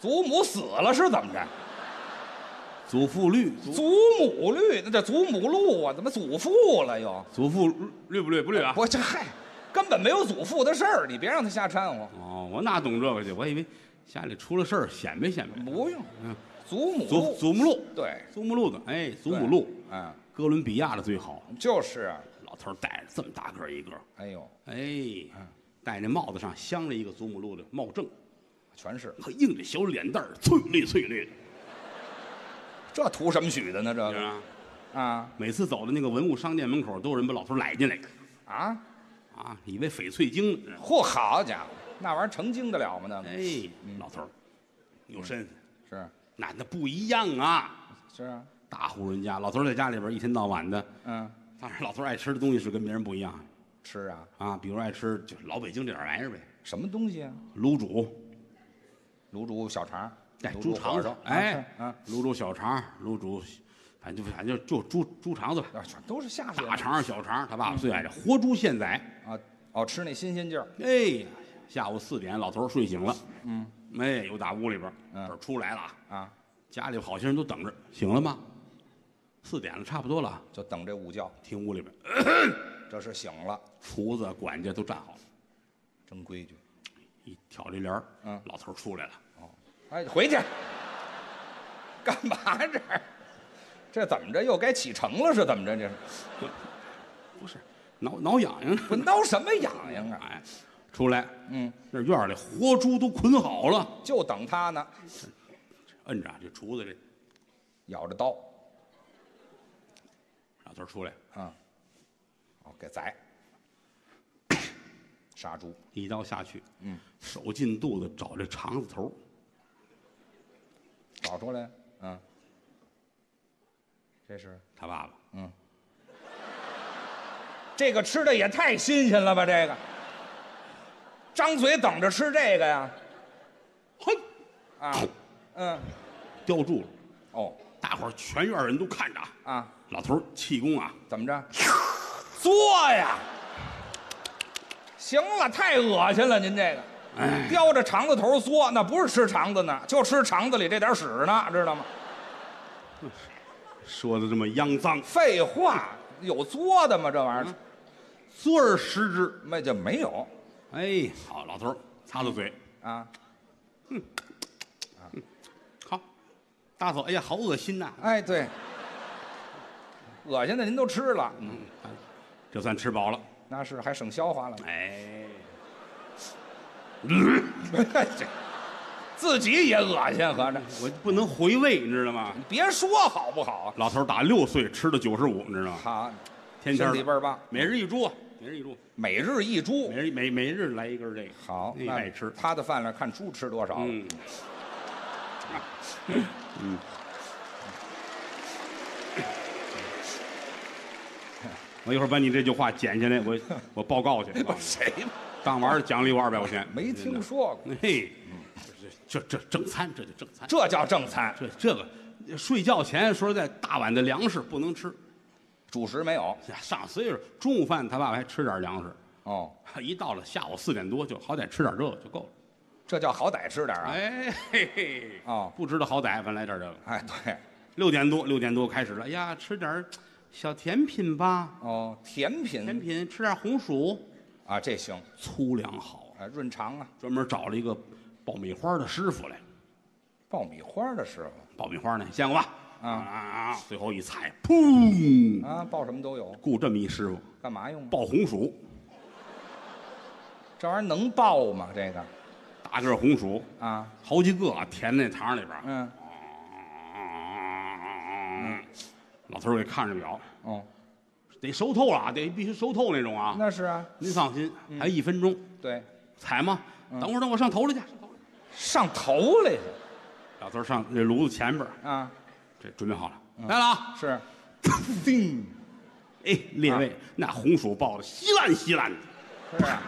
[SPEAKER 2] 祖母死了是怎么着？
[SPEAKER 1] 祖父绿，祖
[SPEAKER 2] 祖母绿，那这祖母绿啊，怎么祖父了又？
[SPEAKER 1] 祖父绿不绿？不绿啊！
[SPEAKER 2] 我这嗨，根本没有祖父的事儿，你别让他瞎掺和。
[SPEAKER 1] 哦，我哪懂这个去？我以为家里出了事儿，显摆显摆。
[SPEAKER 2] 不用
[SPEAKER 1] 嗯，
[SPEAKER 2] 祖母
[SPEAKER 1] 祖
[SPEAKER 2] 绿，
[SPEAKER 1] 祖母绿，
[SPEAKER 2] 对，
[SPEAKER 1] 祖母绿的，哎，祖母绿，
[SPEAKER 2] 嗯，
[SPEAKER 1] 哥伦比亚的最好。
[SPEAKER 2] 就是啊，
[SPEAKER 1] 老头儿戴着这么大个儿一个，
[SPEAKER 2] 哎呦，
[SPEAKER 1] 哎，戴那帽子上镶着一个祖母绿的帽正，
[SPEAKER 2] 全是，
[SPEAKER 1] 还硬着小脸蛋儿，翠绿翠绿的，
[SPEAKER 2] 这图什么许的呢？这
[SPEAKER 1] 是
[SPEAKER 2] 个
[SPEAKER 1] 吧？
[SPEAKER 2] 啊
[SPEAKER 1] 每次走到那个文物商店门口，都有人把老头儿揽进来，
[SPEAKER 2] 啊。
[SPEAKER 1] 啊，以为翡翠精呢。
[SPEAKER 2] 嚯，好家伙，那玩意儿成精得了吗？那个
[SPEAKER 1] 哎，
[SPEAKER 2] 嗯
[SPEAKER 1] 老头儿有身份，
[SPEAKER 2] 是啊
[SPEAKER 1] 那那不一样啊！
[SPEAKER 2] 是啊，
[SPEAKER 1] 大户人家，老头儿在家里边一天到晚的，
[SPEAKER 2] 嗯，
[SPEAKER 1] 当然老头儿爱吃的东西是跟别人不一样
[SPEAKER 2] 吃啊，
[SPEAKER 1] 啊，比如爱吃就老北京这点玩意儿呗，
[SPEAKER 2] 什么东西啊？
[SPEAKER 1] 卤煮，
[SPEAKER 2] 卤煮小肠儿，
[SPEAKER 1] 哎，猪
[SPEAKER 2] 卤煮火
[SPEAKER 1] 肠
[SPEAKER 2] 烧
[SPEAKER 1] 子，，
[SPEAKER 2] 啊是
[SPEAKER 1] 哎
[SPEAKER 2] 啊，，
[SPEAKER 1] 卤煮小肠，卤煮，反正就反正就猪猪肠子吧，
[SPEAKER 2] 啊，全都是下水
[SPEAKER 1] 大肠小肠，他爸爸最爱这活猪现宰。
[SPEAKER 2] 啊，哦，吃那新鲜劲儿，
[SPEAKER 1] 哎，下午四点，老头儿睡醒了，嗯，哎，又打屋里边儿，
[SPEAKER 2] 嗯
[SPEAKER 1] 这儿出来了啊。
[SPEAKER 2] 啊，
[SPEAKER 1] 家里好些人都等着，醒了吗？四点了，差不多了。啊
[SPEAKER 2] 就等这午觉，
[SPEAKER 1] 听屋里边，呃
[SPEAKER 2] 这是醒了，
[SPEAKER 1] 厨子、管家都站好了，
[SPEAKER 2] 真规矩。
[SPEAKER 1] 一挑这帘儿，
[SPEAKER 2] 嗯
[SPEAKER 1] 老头儿出来了。
[SPEAKER 2] 哎，回去，干嘛这儿？这怎么着又该启程了是怎么着？这是
[SPEAKER 1] 不是，挠挠痒痒呢。
[SPEAKER 2] 不挠什么痒痒啊？
[SPEAKER 1] 哎，出来，
[SPEAKER 2] 嗯，
[SPEAKER 1] 那院儿里活猪都捆好了，
[SPEAKER 2] 就等他呢，
[SPEAKER 1] 摁着啊这厨子这
[SPEAKER 2] 咬着刀
[SPEAKER 1] 老头儿出来，
[SPEAKER 2] 啊，哦，给宰， 杀猪。
[SPEAKER 1] 一刀下去，
[SPEAKER 2] 嗯，
[SPEAKER 1] 手进肚子找这肠子头儿，
[SPEAKER 2] 找出来，嗯，这是
[SPEAKER 1] 他爸爸，
[SPEAKER 2] 嗯，这个吃的也太新鲜了吧？这个，张嘴等着吃这个呀？
[SPEAKER 1] 嘿，
[SPEAKER 2] 啊，嗯，
[SPEAKER 1] 叼住了。
[SPEAKER 2] 哦，
[SPEAKER 1] 大伙儿全院人都看着啊，
[SPEAKER 2] 啊，
[SPEAKER 1] 老头儿气功啊，
[SPEAKER 2] 怎么着？嘬呀！行了，太恶心了，您这个。
[SPEAKER 1] 哎，
[SPEAKER 2] 叼着肠子头嘬，那不是吃肠子呢，就吃肠子里这点屎呢，知道吗？
[SPEAKER 1] 说的这么肮脏，
[SPEAKER 2] 废话，有嘬的吗？这玩意儿，
[SPEAKER 1] 坐而食之。
[SPEAKER 2] 那就没有
[SPEAKER 1] 哎，好，老头儿擦擦嘴，
[SPEAKER 2] 啊。
[SPEAKER 1] 好，大嫂，哎呀，好恶心呐、
[SPEAKER 2] 哎，对，恶心的您都吃了，
[SPEAKER 1] 这算吃饱了。
[SPEAKER 2] 那是还省消化了。
[SPEAKER 1] 哎，
[SPEAKER 2] 这自己也恶心，合着
[SPEAKER 1] 我不能回味，你知道吗？
[SPEAKER 2] 别说好不好？啊
[SPEAKER 1] 老头儿打六岁吃到九十五，你知道吗？
[SPEAKER 2] 好，
[SPEAKER 1] 天天
[SPEAKER 2] 身体
[SPEAKER 1] 的
[SPEAKER 2] 倍儿棒，
[SPEAKER 1] 每日一株，每日一株，
[SPEAKER 2] 每日一猪
[SPEAKER 1] 每。日每每日来一根这个。
[SPEAKER 2] 好，
[SPEAKER 1] 那
[SPEAKER 2] 那
[SPEAKER 1] 爱吃。
[SPEAKER 2] 他的饭量看猪吃多少。
[SPEAKER 1] 嗯，我一会儿把你这句话剪下来， 我我报告去。我告诉你
[SPEAKER 2] 谁
[SPEAKER 1] 当晚上奖励我二百块钱，
[SPEAKER 2] 没听说过？
[SPEAKER 1] 嗯真的。嘿，这这这正餐，这就正餐。
[SPEAKER 2] 这叫正餐，
[SPEAKER 1] 这这个睡觉前说实在，大碗的粮食不能吃。哎
[SPEAKER 2] 主食没有。
[SPEAKER 1] 上岁数，中午饭他爸爸还吃点粮食，
[SPEAKER 2] 哦，
[SPEAKER 1] 一到了下午四点多就好歹吃点这个就够了。
[SPEAKER 2] 这叫好歹吃点儿啊。
[SPEAKER 1] 哎嘿嘿，
[SPEAKER 2] 哦，
[SPEAKER 1] 不知道好歹，反来点这个。
[SPEAKER 2] 哎，对，
[SPEAKER 1] 六点多，六点多开始了。哎呀，吃点儿小甜品吧，
[SPEAKER 2] 哦，甜
[SPEAKER 1] 甜
[SPEAKER 2] 品
[SPEAKER 1] 品吃点红薯，
[SPEAKER 2] 啊，这行，
[SPEAKER 1] 粗粮好。
[SPEAKER 2] 啊，润肠啊，
[SPEAKER 1] 专门找了一个爆米花的师傅来，
[SPEAKER 2] 爆米花的时候
[SPEAKER 1] 爆米花呢见过吧？
[SPEAKER 2] 啊
[SPEAKER 1] 啊！最后一踩，砰！
[SPEAKER 2] 啊，爆什么都有，
[SPEAKER 1] 雇这么一师傅
[SPEAKER 2] 干嘛用啊？
[SPEAKER 1] 爆红薯，
[SPEAKER 2] 这玩意儿能爆吗？这个
[SPEAKER 1] 大个儿红薯，
[SPEAKER 2] 啊，
[SPEAKER 1] 好几个啊，填那糖里边儿。嗯
[SPEAKER 2] 嗯，
[SPEAKER 1] 老头儿给看着表，
[SPEAKER 2] 哦，
[SPEAKER 1] 得熟透了啊，得必须熟透那种啊。
[SPEAKER 2] 那是啊，
[SPEAKER 1] 您放心，还一分钟，
[SPEAKER 2] 对，
[SPEAKER 1] 踩吗？
[SPEAKER 2] 嗯
[SPEAKER 1] 等会儿，等我上头了去。上头了
[SPEAKER 2] 上头来了
[SPEAKER 1] 老头儿上那炉子前边儿，
[SPEAKER 2] 啊，
[SPEAKER 1] 这准备好了，
[SPEAKER 2] 嗯
[SPEAKER 1] 来了啊！
[SPEAKER 2] 是，叮，
[SPEAKER 1] 哎，列
[SPEAKER 2] 啊
[SPEAKER 1] 位，那红薯爆的稀烂稀烂的，
[SPEAKER 2] 是啊，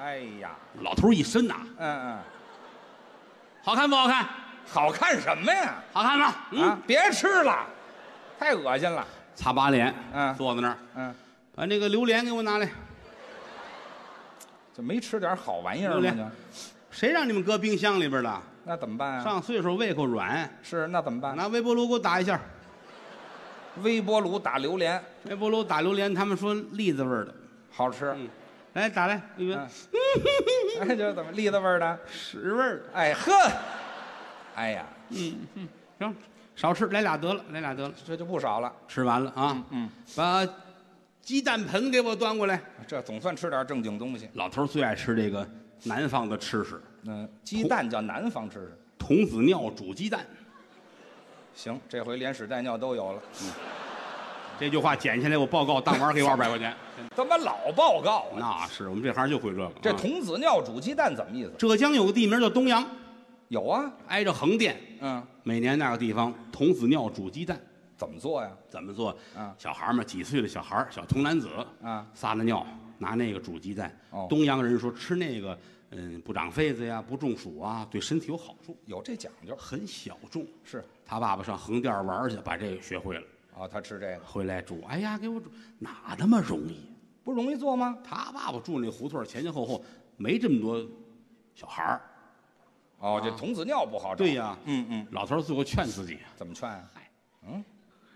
[SPEAKER 2] 哎呀，
[SPEAKER 1] 老头儿一伸呐、
[SPEAKER 2] 嗯
[SPEAKER 1] 好看不好看？
[SPEAKER 2] 嗯，好看什么呀？
[SPEAKER 1] 好看吧？嗯，
[SPEAKER 2] 啊，别吃了，太恶心了，
[SPEAKER 1] 擦把脸，
[SPEAKER 2] 嗯
[SPEAKER 1] 坐在那儿，
[SPEAKER 2] 嗯，
[SPEAKER 1] 把那个榴莲给我拿来。
[SPEAKER 2] 就没吃点好玩意儿
[SPEAKER 1] 榴
[SPEAKER 2] 吗？
[SPEAKER 1] 莲
[SPEAKER 2] 就
[SPEAKER 1] 谁让你们搁冰箱里边的？
[SPEAKER 2] 那怎么办啊？
[SPEAKER 1] 上岁数胃口软，
[SPEAKER 2] 是，那怎么办？
[SPEAKER 1] 拿微波炉给我打一下。
[SPEAKER 2] 微波炉打榴莲，
[SPEAKER 1] 微波炉哎打榴莲，他们说栗子味儿的。
[SPEAKER 2] 好吃。
[SPEAKER 1] 嗯，来打来，一闻
[SPEAKER 2] 嗯 哎，这怎么栗子味儿的？
[SPEAKER 1] 屎味儿的。
[SPEAKER 2] 哎呵，哎呀，
[SPEAKER 1] 行，少吃，来俩得了，来俩得了。
[SPEAKER 2] 这就不少了。
[SPEAKER 1] 吃完了啊，
[SPEAKER 2] 嗯，
[SPEAKER 1] 把鸡蛋盆给我端过来。
[SPEAKER 2] 这总算吃点正经东西。
[SPEAKER 1] 老头儿最爱吃这个南方的吃食，
[SPEAKER 2] 嗯，鸡蛋叫南方吃食。
[SPEAKER 1] 童子尿煮鸡蛋。
[SPEAKER 2] 行，这回连屎带尿都有了。
[SPEAKER 1] 这句话剪下来，我报告当晚给我二百块 钱。
[SPEAKER 2] 怎么老报告啊？
[SPEAKER 1] 那是我们这行就会这个。
[SPEAKER 2] 这
[SPEAKER 1] 啊
[SPEAKER 2] 童子尿煮鸡蛋怎么意思？
[SPEAKER 1] 浙江有个地名叫东阳，
[SPEAKER 2] 有啊，
[SPEAKER 1] 挨着横店，
[SPEAKER 2] 嗯，
[SPEAKER 1] 每年那个地方童子尿煮鸡蛋，
[SPEAKER 2] 怎么做呀？
[SPEAKER 1] 怎么做？
[SPEAKER 2] 啊
[SPEAKER 1] 小孩儿嘛，几岁的小孩儿，小童男子，
[SPEAKER 2] 啊，
[SPEAKER 1] 撒了尿，拿那个煮鸡蛋。
[SPEAKER 2] 哦
[SPEAKER 1] 东阳人说吃那个，嗯，不长痱子呀，不中暑啊，对身体有好处，
[SPEAKER 2] 有这讲究
[SPEAKER 1] 很小众。
[SPEAKER 2] 是
[SPEAKER 1] 他爸爸上横店玩儿去，把这个学会了，
[SPEAKER 2] 啊，他吃这个
[SPEAKER 1] 回来煮。哎呀，给我煮，哪那么容易？
[SPEAKER 2] 不容易做吗？
[SPEAKER 1] 他爸爸住那胡同儿前前后后没这么多小孩儿。
[SPEAKER 2] 哦，这童子尿不好找。
[SPEAKER 1] 对呀、
[SPEAKER 2] 嗯嗯，
[SPEAKER 1] 老头儿最后劝自己，
[SPEAKER 2] 怎么劝啊？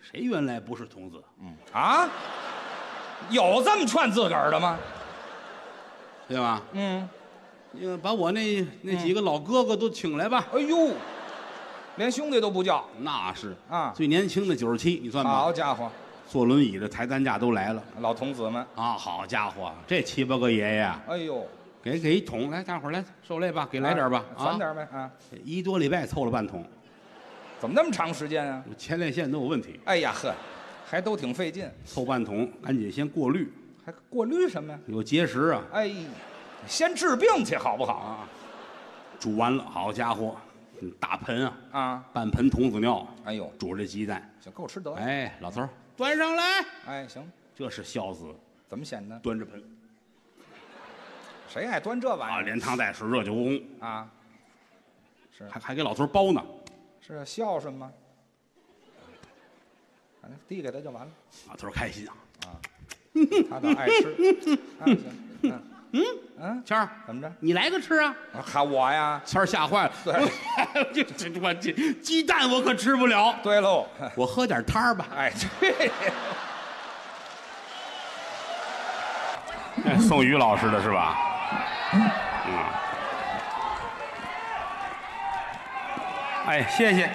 [SPEAKER 1] 谁原来不是童子？
[SPEAKER 2] 嗯啊，有这么劝自个儿的吗？
[SPEAKER 1] 对吧？
[SPEAKER 2] 嗯，
[SPEAKER 1] 那个把我那那几个老哥哥都请来吧。
[SPEAKER 2] 哎呦，连兄弟都不叫。
[SPEAKER 1] 那是
[SPEAKER 2] 啊
[SPEAKER 1] 最年轻的九十七，你算吧
[SPEAKER 2] 好，家伙，
[SPEAKER 1] 坐轮椅的、抬担架都来了
[SPEAKER 2] 老童子们，
[SPEAKER 1] 啊！好家伙，这七八个爷爷
[SPEAKER 2] 哎呦，
[SPEAKER 1] 给给一桶来，大伙儿来受累吧，给来点儿吧，
[SPEAKER 2] 攒点儿呗啊！
[SPEAKER 1] 啊，一多礼拜凑了半桶，
[SPEAKER 2] 怎么那么长时间啊？
[SPEAKER 1] 我前列腺都有问题，
[SPEAKER 2] 哎呀呵，还都挺费劲，
[SPEAKER 1] 凑半桶，赶紧先过滤，
[SPEAKER 2] 还过滤什么呀？
[SPEAKER 1] 有结石啊
[SPEAKER 2] 哎，先治病去好不好
[SPEAKER 1] 啊！煮完了，好家伙，嗯大盆啊，
[SPEAKER 2] 啊？
[SPEAKER 1] 半盆童子尿
[SPEAKER 2] 哎呦，
[SPEAKER 1] 煮这鸡蛋，哎
[SPEAKER 2] 行，够吃得了。
[SPEAKER 1] 哎，老头儿端上来，
[SPEAKER 2] 哎，行，
[SPEAKER 1] 这是孝子，
[SPEAKER 2] 怎么显得？
[SPEAKER 1] 端着盆
[SPEAKER 2] 谁爱端这
[SPEAKER 1] 啊，
[SPEAKER 2] 玩意
[SPEAKER 1] 连汤带水，热酒红，
[SPEAKER 2] 儿啊？是
[SPEAKER 1] 还还给老头儿包呢
[SPEAKER 2] 是啊孝顺吗？反正递给他就 完了，
[SPEAKER 1] 老头儿开心啊，
[SPEAKER 2] 他倒爱吃。啊行嗯
[SPEAKER 1] 谦儿，
[SPEAKER 2] 怎么着？
[SPEAKER 1] 你来个吃啊！
[SPEAKER 2] 啊喊我呀？
[SPEAKER 1] 谦儿吓坏了，
[SPEAKER 2] 对
[SPEAKER 1] 这这 我这鸡蛋我可吃不了，
[SPEAKER 2] 对喽，
[SPEAKER 1] 我喝点汤 儿吧。
[SPEAKER 2] 哎，这
[SPEAKER 1] 哎宋宇老师的是吧？嗯。哎，谢谢。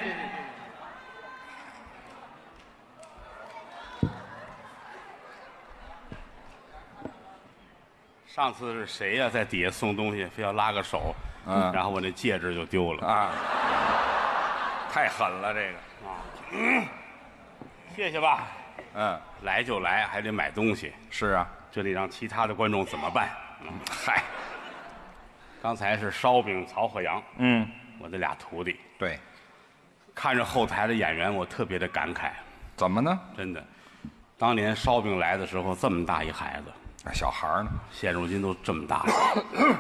[SPEAKER 1] 上次是谁呀、在底下送东西，非要拉个手，
[SPEAKER 2] 嗯
[SPEAKER 1] 然后我那戒指就丢了。
[SPEAKER 2] 啊，太狠了这个。
[SPEAKER 1] 啊嗯谢谢吧，
[SPEAKER 2] 嗯，
[SPEAKER 1] 来就来，还得买东西，
[SPEAKER 2] 是啊，
[SPEAKER 1] 这得让其他的观众怎么办？嗯
[SPEAKER 2] 嗨，
[SPEAKER 1] 刚才是烧饼曹鹤阳，
[SPEAKER 2] 嗯，
[SPEAKER 1] 我的俩徒弟，
[SPEAKER 2] 对，
[SPEAKER 1] 看着后台的演员，我特别的感慨，
[SPEAKER 2] 怎么呢？
[SPEAKER 1] 真的。当年烧饼来的时候，这么大一孩子，
[SPEAKER 2] 啊小孩儿呢，
[SPEAKER 1] 现如今都这么大了。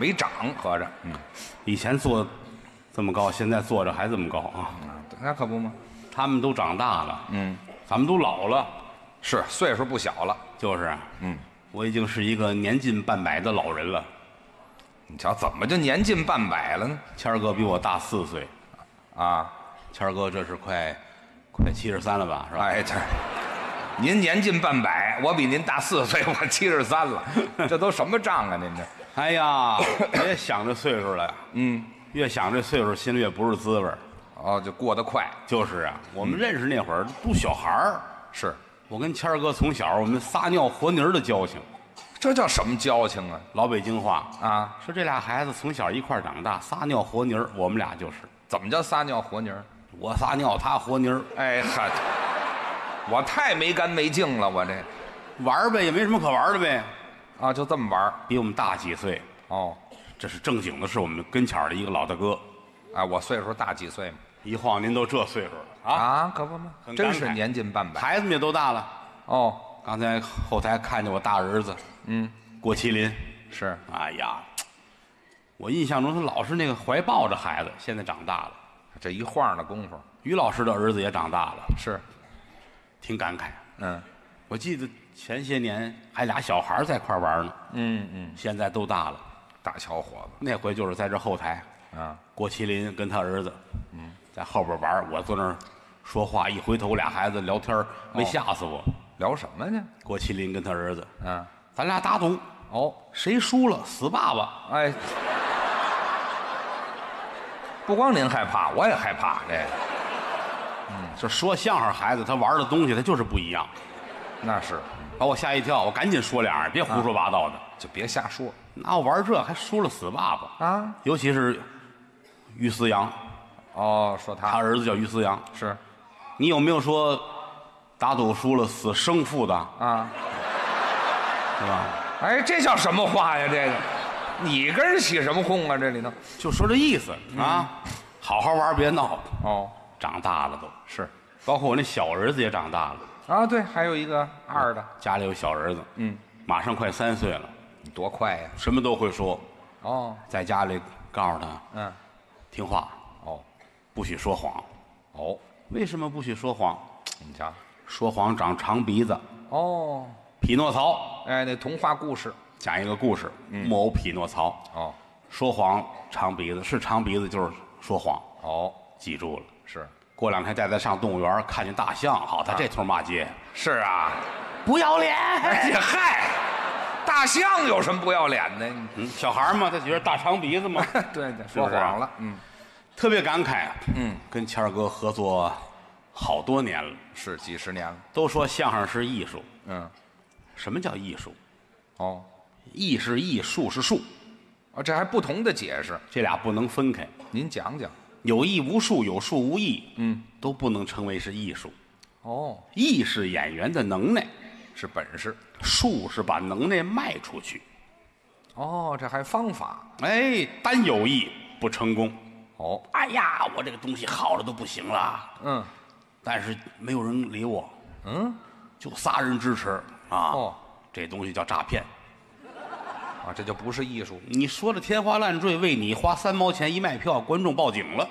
[SPEAKER 2] 没长，合着。嗯，
[SPEAKER 1] 以前坐这么高，现在坐着还这么高啊！
[SPEAKER 2] 那可不吗？
[SPEAKER 1] 他们都长大了，
[SPEAKER 2] 嗯，
[SPEAKER 1] 咱们都老了，
[SPEAKER 2] 是岁数不小了。
[SPEAKER 1] 就是，
[SPEAKER 2] 嗯，
[SPEAKER 1] 我已经是一个年近半百的老人了。
[SPEAKER 2] 你瞧，怎么就年近半百了呢？
[SPEAKER 1] 谦儿哥比我大四岁，
[SPEAKER 2] 啊，
[SPEAKER 1] 谦儿哥这是快快七十三了吧？是吧？
[SPEAKER 2] 哎，这您年近半百，我比您大四岁，我七十三了，这都什么账啊？您这，
[SPEAKER 1] 哎 呀，别想这岁数了呀，
[SPEAKER 2] 嗯，
[SPEAKER 1] 越想这岁数心里越不是滋味儿。
[SPEAKER 2] 哦，就过得快，
[SPEAKER 1] 就是啊，我们认识那会儿都小孩儿，
[SPEAKER 2] 是，
[SPEAKER 1] 我跟谦儿哥从小我们撒尿和泥儿的交情，
[SPEAKER 2] 这叫什么交情啊？
[SPEAKER 1] 老北京话
[SPEAKER 2] 啊，
[SPEAKER 1] 说这俩孩子从小一块儿长大，撒尿和泥儿，我们俩就是
[SPEAKER 2] 怎么叫撒尿和泥儿？
[SPEAKER 1] 我撒尿他和泥儿，
[SPEAKER 2] 哎嗨，我太没干没净了，我这
[SPEAKER 1] 玩儿呗，也没什么可玩儿的呗。
[SPEAKER 2] 啊，就这么玩儿
[SPEAKER 1] 比我们大几岁，
[SPEAKER 2] 哦。
[SPEAKER 1] 这是正经的，是我们跟前儿的一个老大哥。
[SPEAKER 2] 哎，我岁数大几岁嘛？
[SPEAKER 1] 一晃您都这岁数了啊，
[SPEAKER 2] 啊，可不嘛
[SPEAKER 1] 很，
[SPEAKER 2] 真
[SPEAKER 1] 感
[SPEAKER 2] 是
[SPEAKER 1] 慨
[SPEAKER 2] 年近半百
[SPEAKER 1] 孩子们也都大了。
[SPEAKER 2] 哦。
[SPEAKER 1] 刚才后台看见我大儿子
[SPEAKER 2] 嗯，
[SPEAKER 1] 郭麒麟，
[SPEAKER 2] 是
[SPEAKER 1] 哎呀，我印象中他老是那个怀抱着孩子，现在长大了。
[SPEAKER 2] 这一晃的功夫
[SPEAKER 1] 于老师的儿子也长大了，
[SPEAKER 2] 是，
[SPEAKER 1] 挺感慨。
[SPEAKER 2] 嗯
[SPEAKER 1] 我记得前些年还俩小孩儿在一块儿玩呢，
[SPEAKER 2] 嗯嗯，
[SPEAKER 1] 现在都大了。
[SPEAKER 2] 大小伙
[SPEAKER 1] 那回就是在这后台，
[SPEAKER 2] 子啊，
[SPEAKER 1] 郭麒麟跟他儿子，嗯，在后边玩儿，我坐那儿说话，一回头俩孩子聊天儿，没吓死我。
[SPEAKER 2] 聊什么呢？
[SPEAKER 1] 郭麒麟跟他儿子，
[SPEAKER 2] 嗯，
[SPEAKER 1] 咱俩打赌，
[SPEAKER 2] 哦，
[SPEAKER 1] 谁输了死爸爸。
[SPEAKER 2] 哎，不光您害怕，我也害怕这个，
[SPEAKER 1] 就说相声孩子他玩的东西他就是不一样，
[SPEAKER 2] 那是
[SPEAKER 1] 把我吓一跳，我赶紧说俩人，别胡说八道的。
[SPEAKER 2] 就别瞎说
[SPEAKER 1] 那我玩这还输了死爸爸，
[SPEAKER 2] 啊。
[SPEAKER 1] 尤其是于思阳，
[SPEAKER 2] 哦，说
[SPEAKER 1] 他
[SPEAKER 2] 他
[SPEAKER 1] 儿子叫于思阳，
[SPEAKER 2] 是
[SPEAKER 1] 你有没有说打赌输了死生父的，
[SPEAKER 2] 啊，
[SPEAKER 1] 对吧？
[SPEAKER 2] 哎，这叫什么话呀？这个，你跟人起什么哄啊？这里头
[SPEAKER 1] 就说这意思
[SPEAKER 2] 嗯
[SPEAKER 1] 啊，好好玩，别闹。
[SPEAKER 2] 哦，
[SPEAKER 1] 长大了都，
[SPEAKER 2] 是
[SPEAKER 1] 包括我那小儿子也长大了，
[SPEAKER 2] 啊，对，还有一个二的，
[SPEAKER 1] 家里有小儿子，
[SPEAKER 2] 嗯，
[SPEAKER 1] 马上快三岁了，
[SPEAKER 2] 你多快呀！
[SPEAKER 1] 什么都会说，
[SPEAKER 2] 哦，
[SPEAKER 1] 在家里告诉他
[SPEAKER 2] 嗯，
[SPEAKER 1] 听话，
[SPEAKER 2] 哦，
[SPEAKER 1] 不许说谎。
[SPEAKER 2] 哦，
[SPEAKER 1] 为什么不许说谎？
[SPEAKER 2] 你瞧，
[SPEAKER 1] 说谎长长鼻子。
[SPEAKER 2] 哦，
[SPEAKER 1] 匹诺曹
[SPEAKER 2] 哎，那童话故事，
[SPEAKER 1] 讲一个故事，木偶匹诺曹
[SPEAKER 2] 哦，
[SPEAKER 1] 说谎长鼻子，是长鼻子就是说谎，
[SPEAKER 2] 哦，
[SPEAKER 1] 记住了。
[SPEAKER 2] 是
[SPEAKER 1] 过两天带他上动物园，看见大象，好，他这头骂街，
[SPEAKER 2] 是啊，
[SPEAKER 1] 不要脸。
[SPEAKER 2] 哎呀嗨，大象有什么不要脸的？ 你
[SPEAKER 1] 嗯，小孩嘛，他觉得大长鼻子嘛，
[SPEAKER 2] 对对，
[SPEAKER 1] 说
[SPEAKER 2] 说
[SPEAKER 1] 谎
[SPEAKER 2] 谎了，嗯，
[SPEAKER 1] 特别感慨。啊
[SPEAKER 2] 嗯，
[SPEAKER 1] 跟谦儿哥合作好多年了，
[SPEAKER 2] 是几十年了，
[SPEAKER 1] 都说相声是艺术，
[SPEAKER 2] 嗯，
[SPEAKER 1] 什么叫艺术？
[SPEAKER 2] 哦，
[SPEAKER 1] 艺是艺，术是术，
[SPEAKER 2] 哦，这还不同的解释，
[SPEAKER 1] 这俩不能分开。
[SPEAKER 2] 您讲讲，
[SPEAKER 1] 有艺无术，有术无艺，
[SPEAKER 2] 嗯，
[SPEAKER 1] 都不能称为是艺术。
[SPEAKER 2] 哦，
[SPEAKER 1] 艺是演员的能耐，
[SPEAKER 2] 是本事，
[SPEAKER 1] 术是把能耐卖出去。
[SPEAKER 2] 哦，这还方法，
[SPEAKER 1] 哎，单有艺不成功。
[SPEAKER 2] 哦，
[SPEAKER 1] 哎呀，我这个东西好的都不行了，
[SPEAKER 2] 嗯
[SPEAKER 1] 但是没有人理我，
[SPEAKER 2] 嗯，
[SPEAKER 1] 就仨人支持啊。
[SPEAKER 2] 哦，
[SPEAKER 1] 这东西叫诈骗。
[SPEAKER 2] 啊，这就不是艺术，
[SPEAKER 1] 你说的天花乱坠，为你花三毛钱一卖票，观众报警了，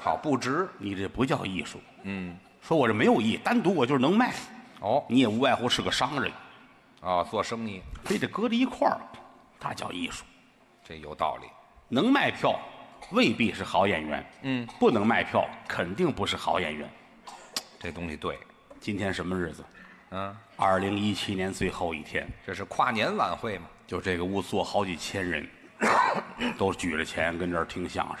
[SPEAKER 2] 好不值。
[SPEAKER 1] 你这不叫艺术。
[SPEAKER 2] 嗯，
[SPEAKER 1] 说我这没有艺，单独我就是能卖，
[SPEAKER 2] 哦，
[SPEAKER 1] 你也无外乎是个商人，
[SPEAKER 2] 啊，做生意
[SPEAKER 1] 非得搁在一块儿，那叫艺术。
[SPEAKER 2] 这有道理。
[SPEAKER 1] 能卖票未必是好演员，
[SPEAKER 2] 嗯，
[SPEAKER 1] 不能卖票肯定不是好演员。
[SPEAKER 2] 这东西对，
[SPEAKER 1] 今天什么日子？
[SPEAKER 2] 嗯、
[SPEAKER 1] 二零一七年最后一天，
[SPEAKER 2] 这是跨年晚会嘛，
[SPEAKER 1] 就这个屋坐好几千人，都举着钱跟这儿听相声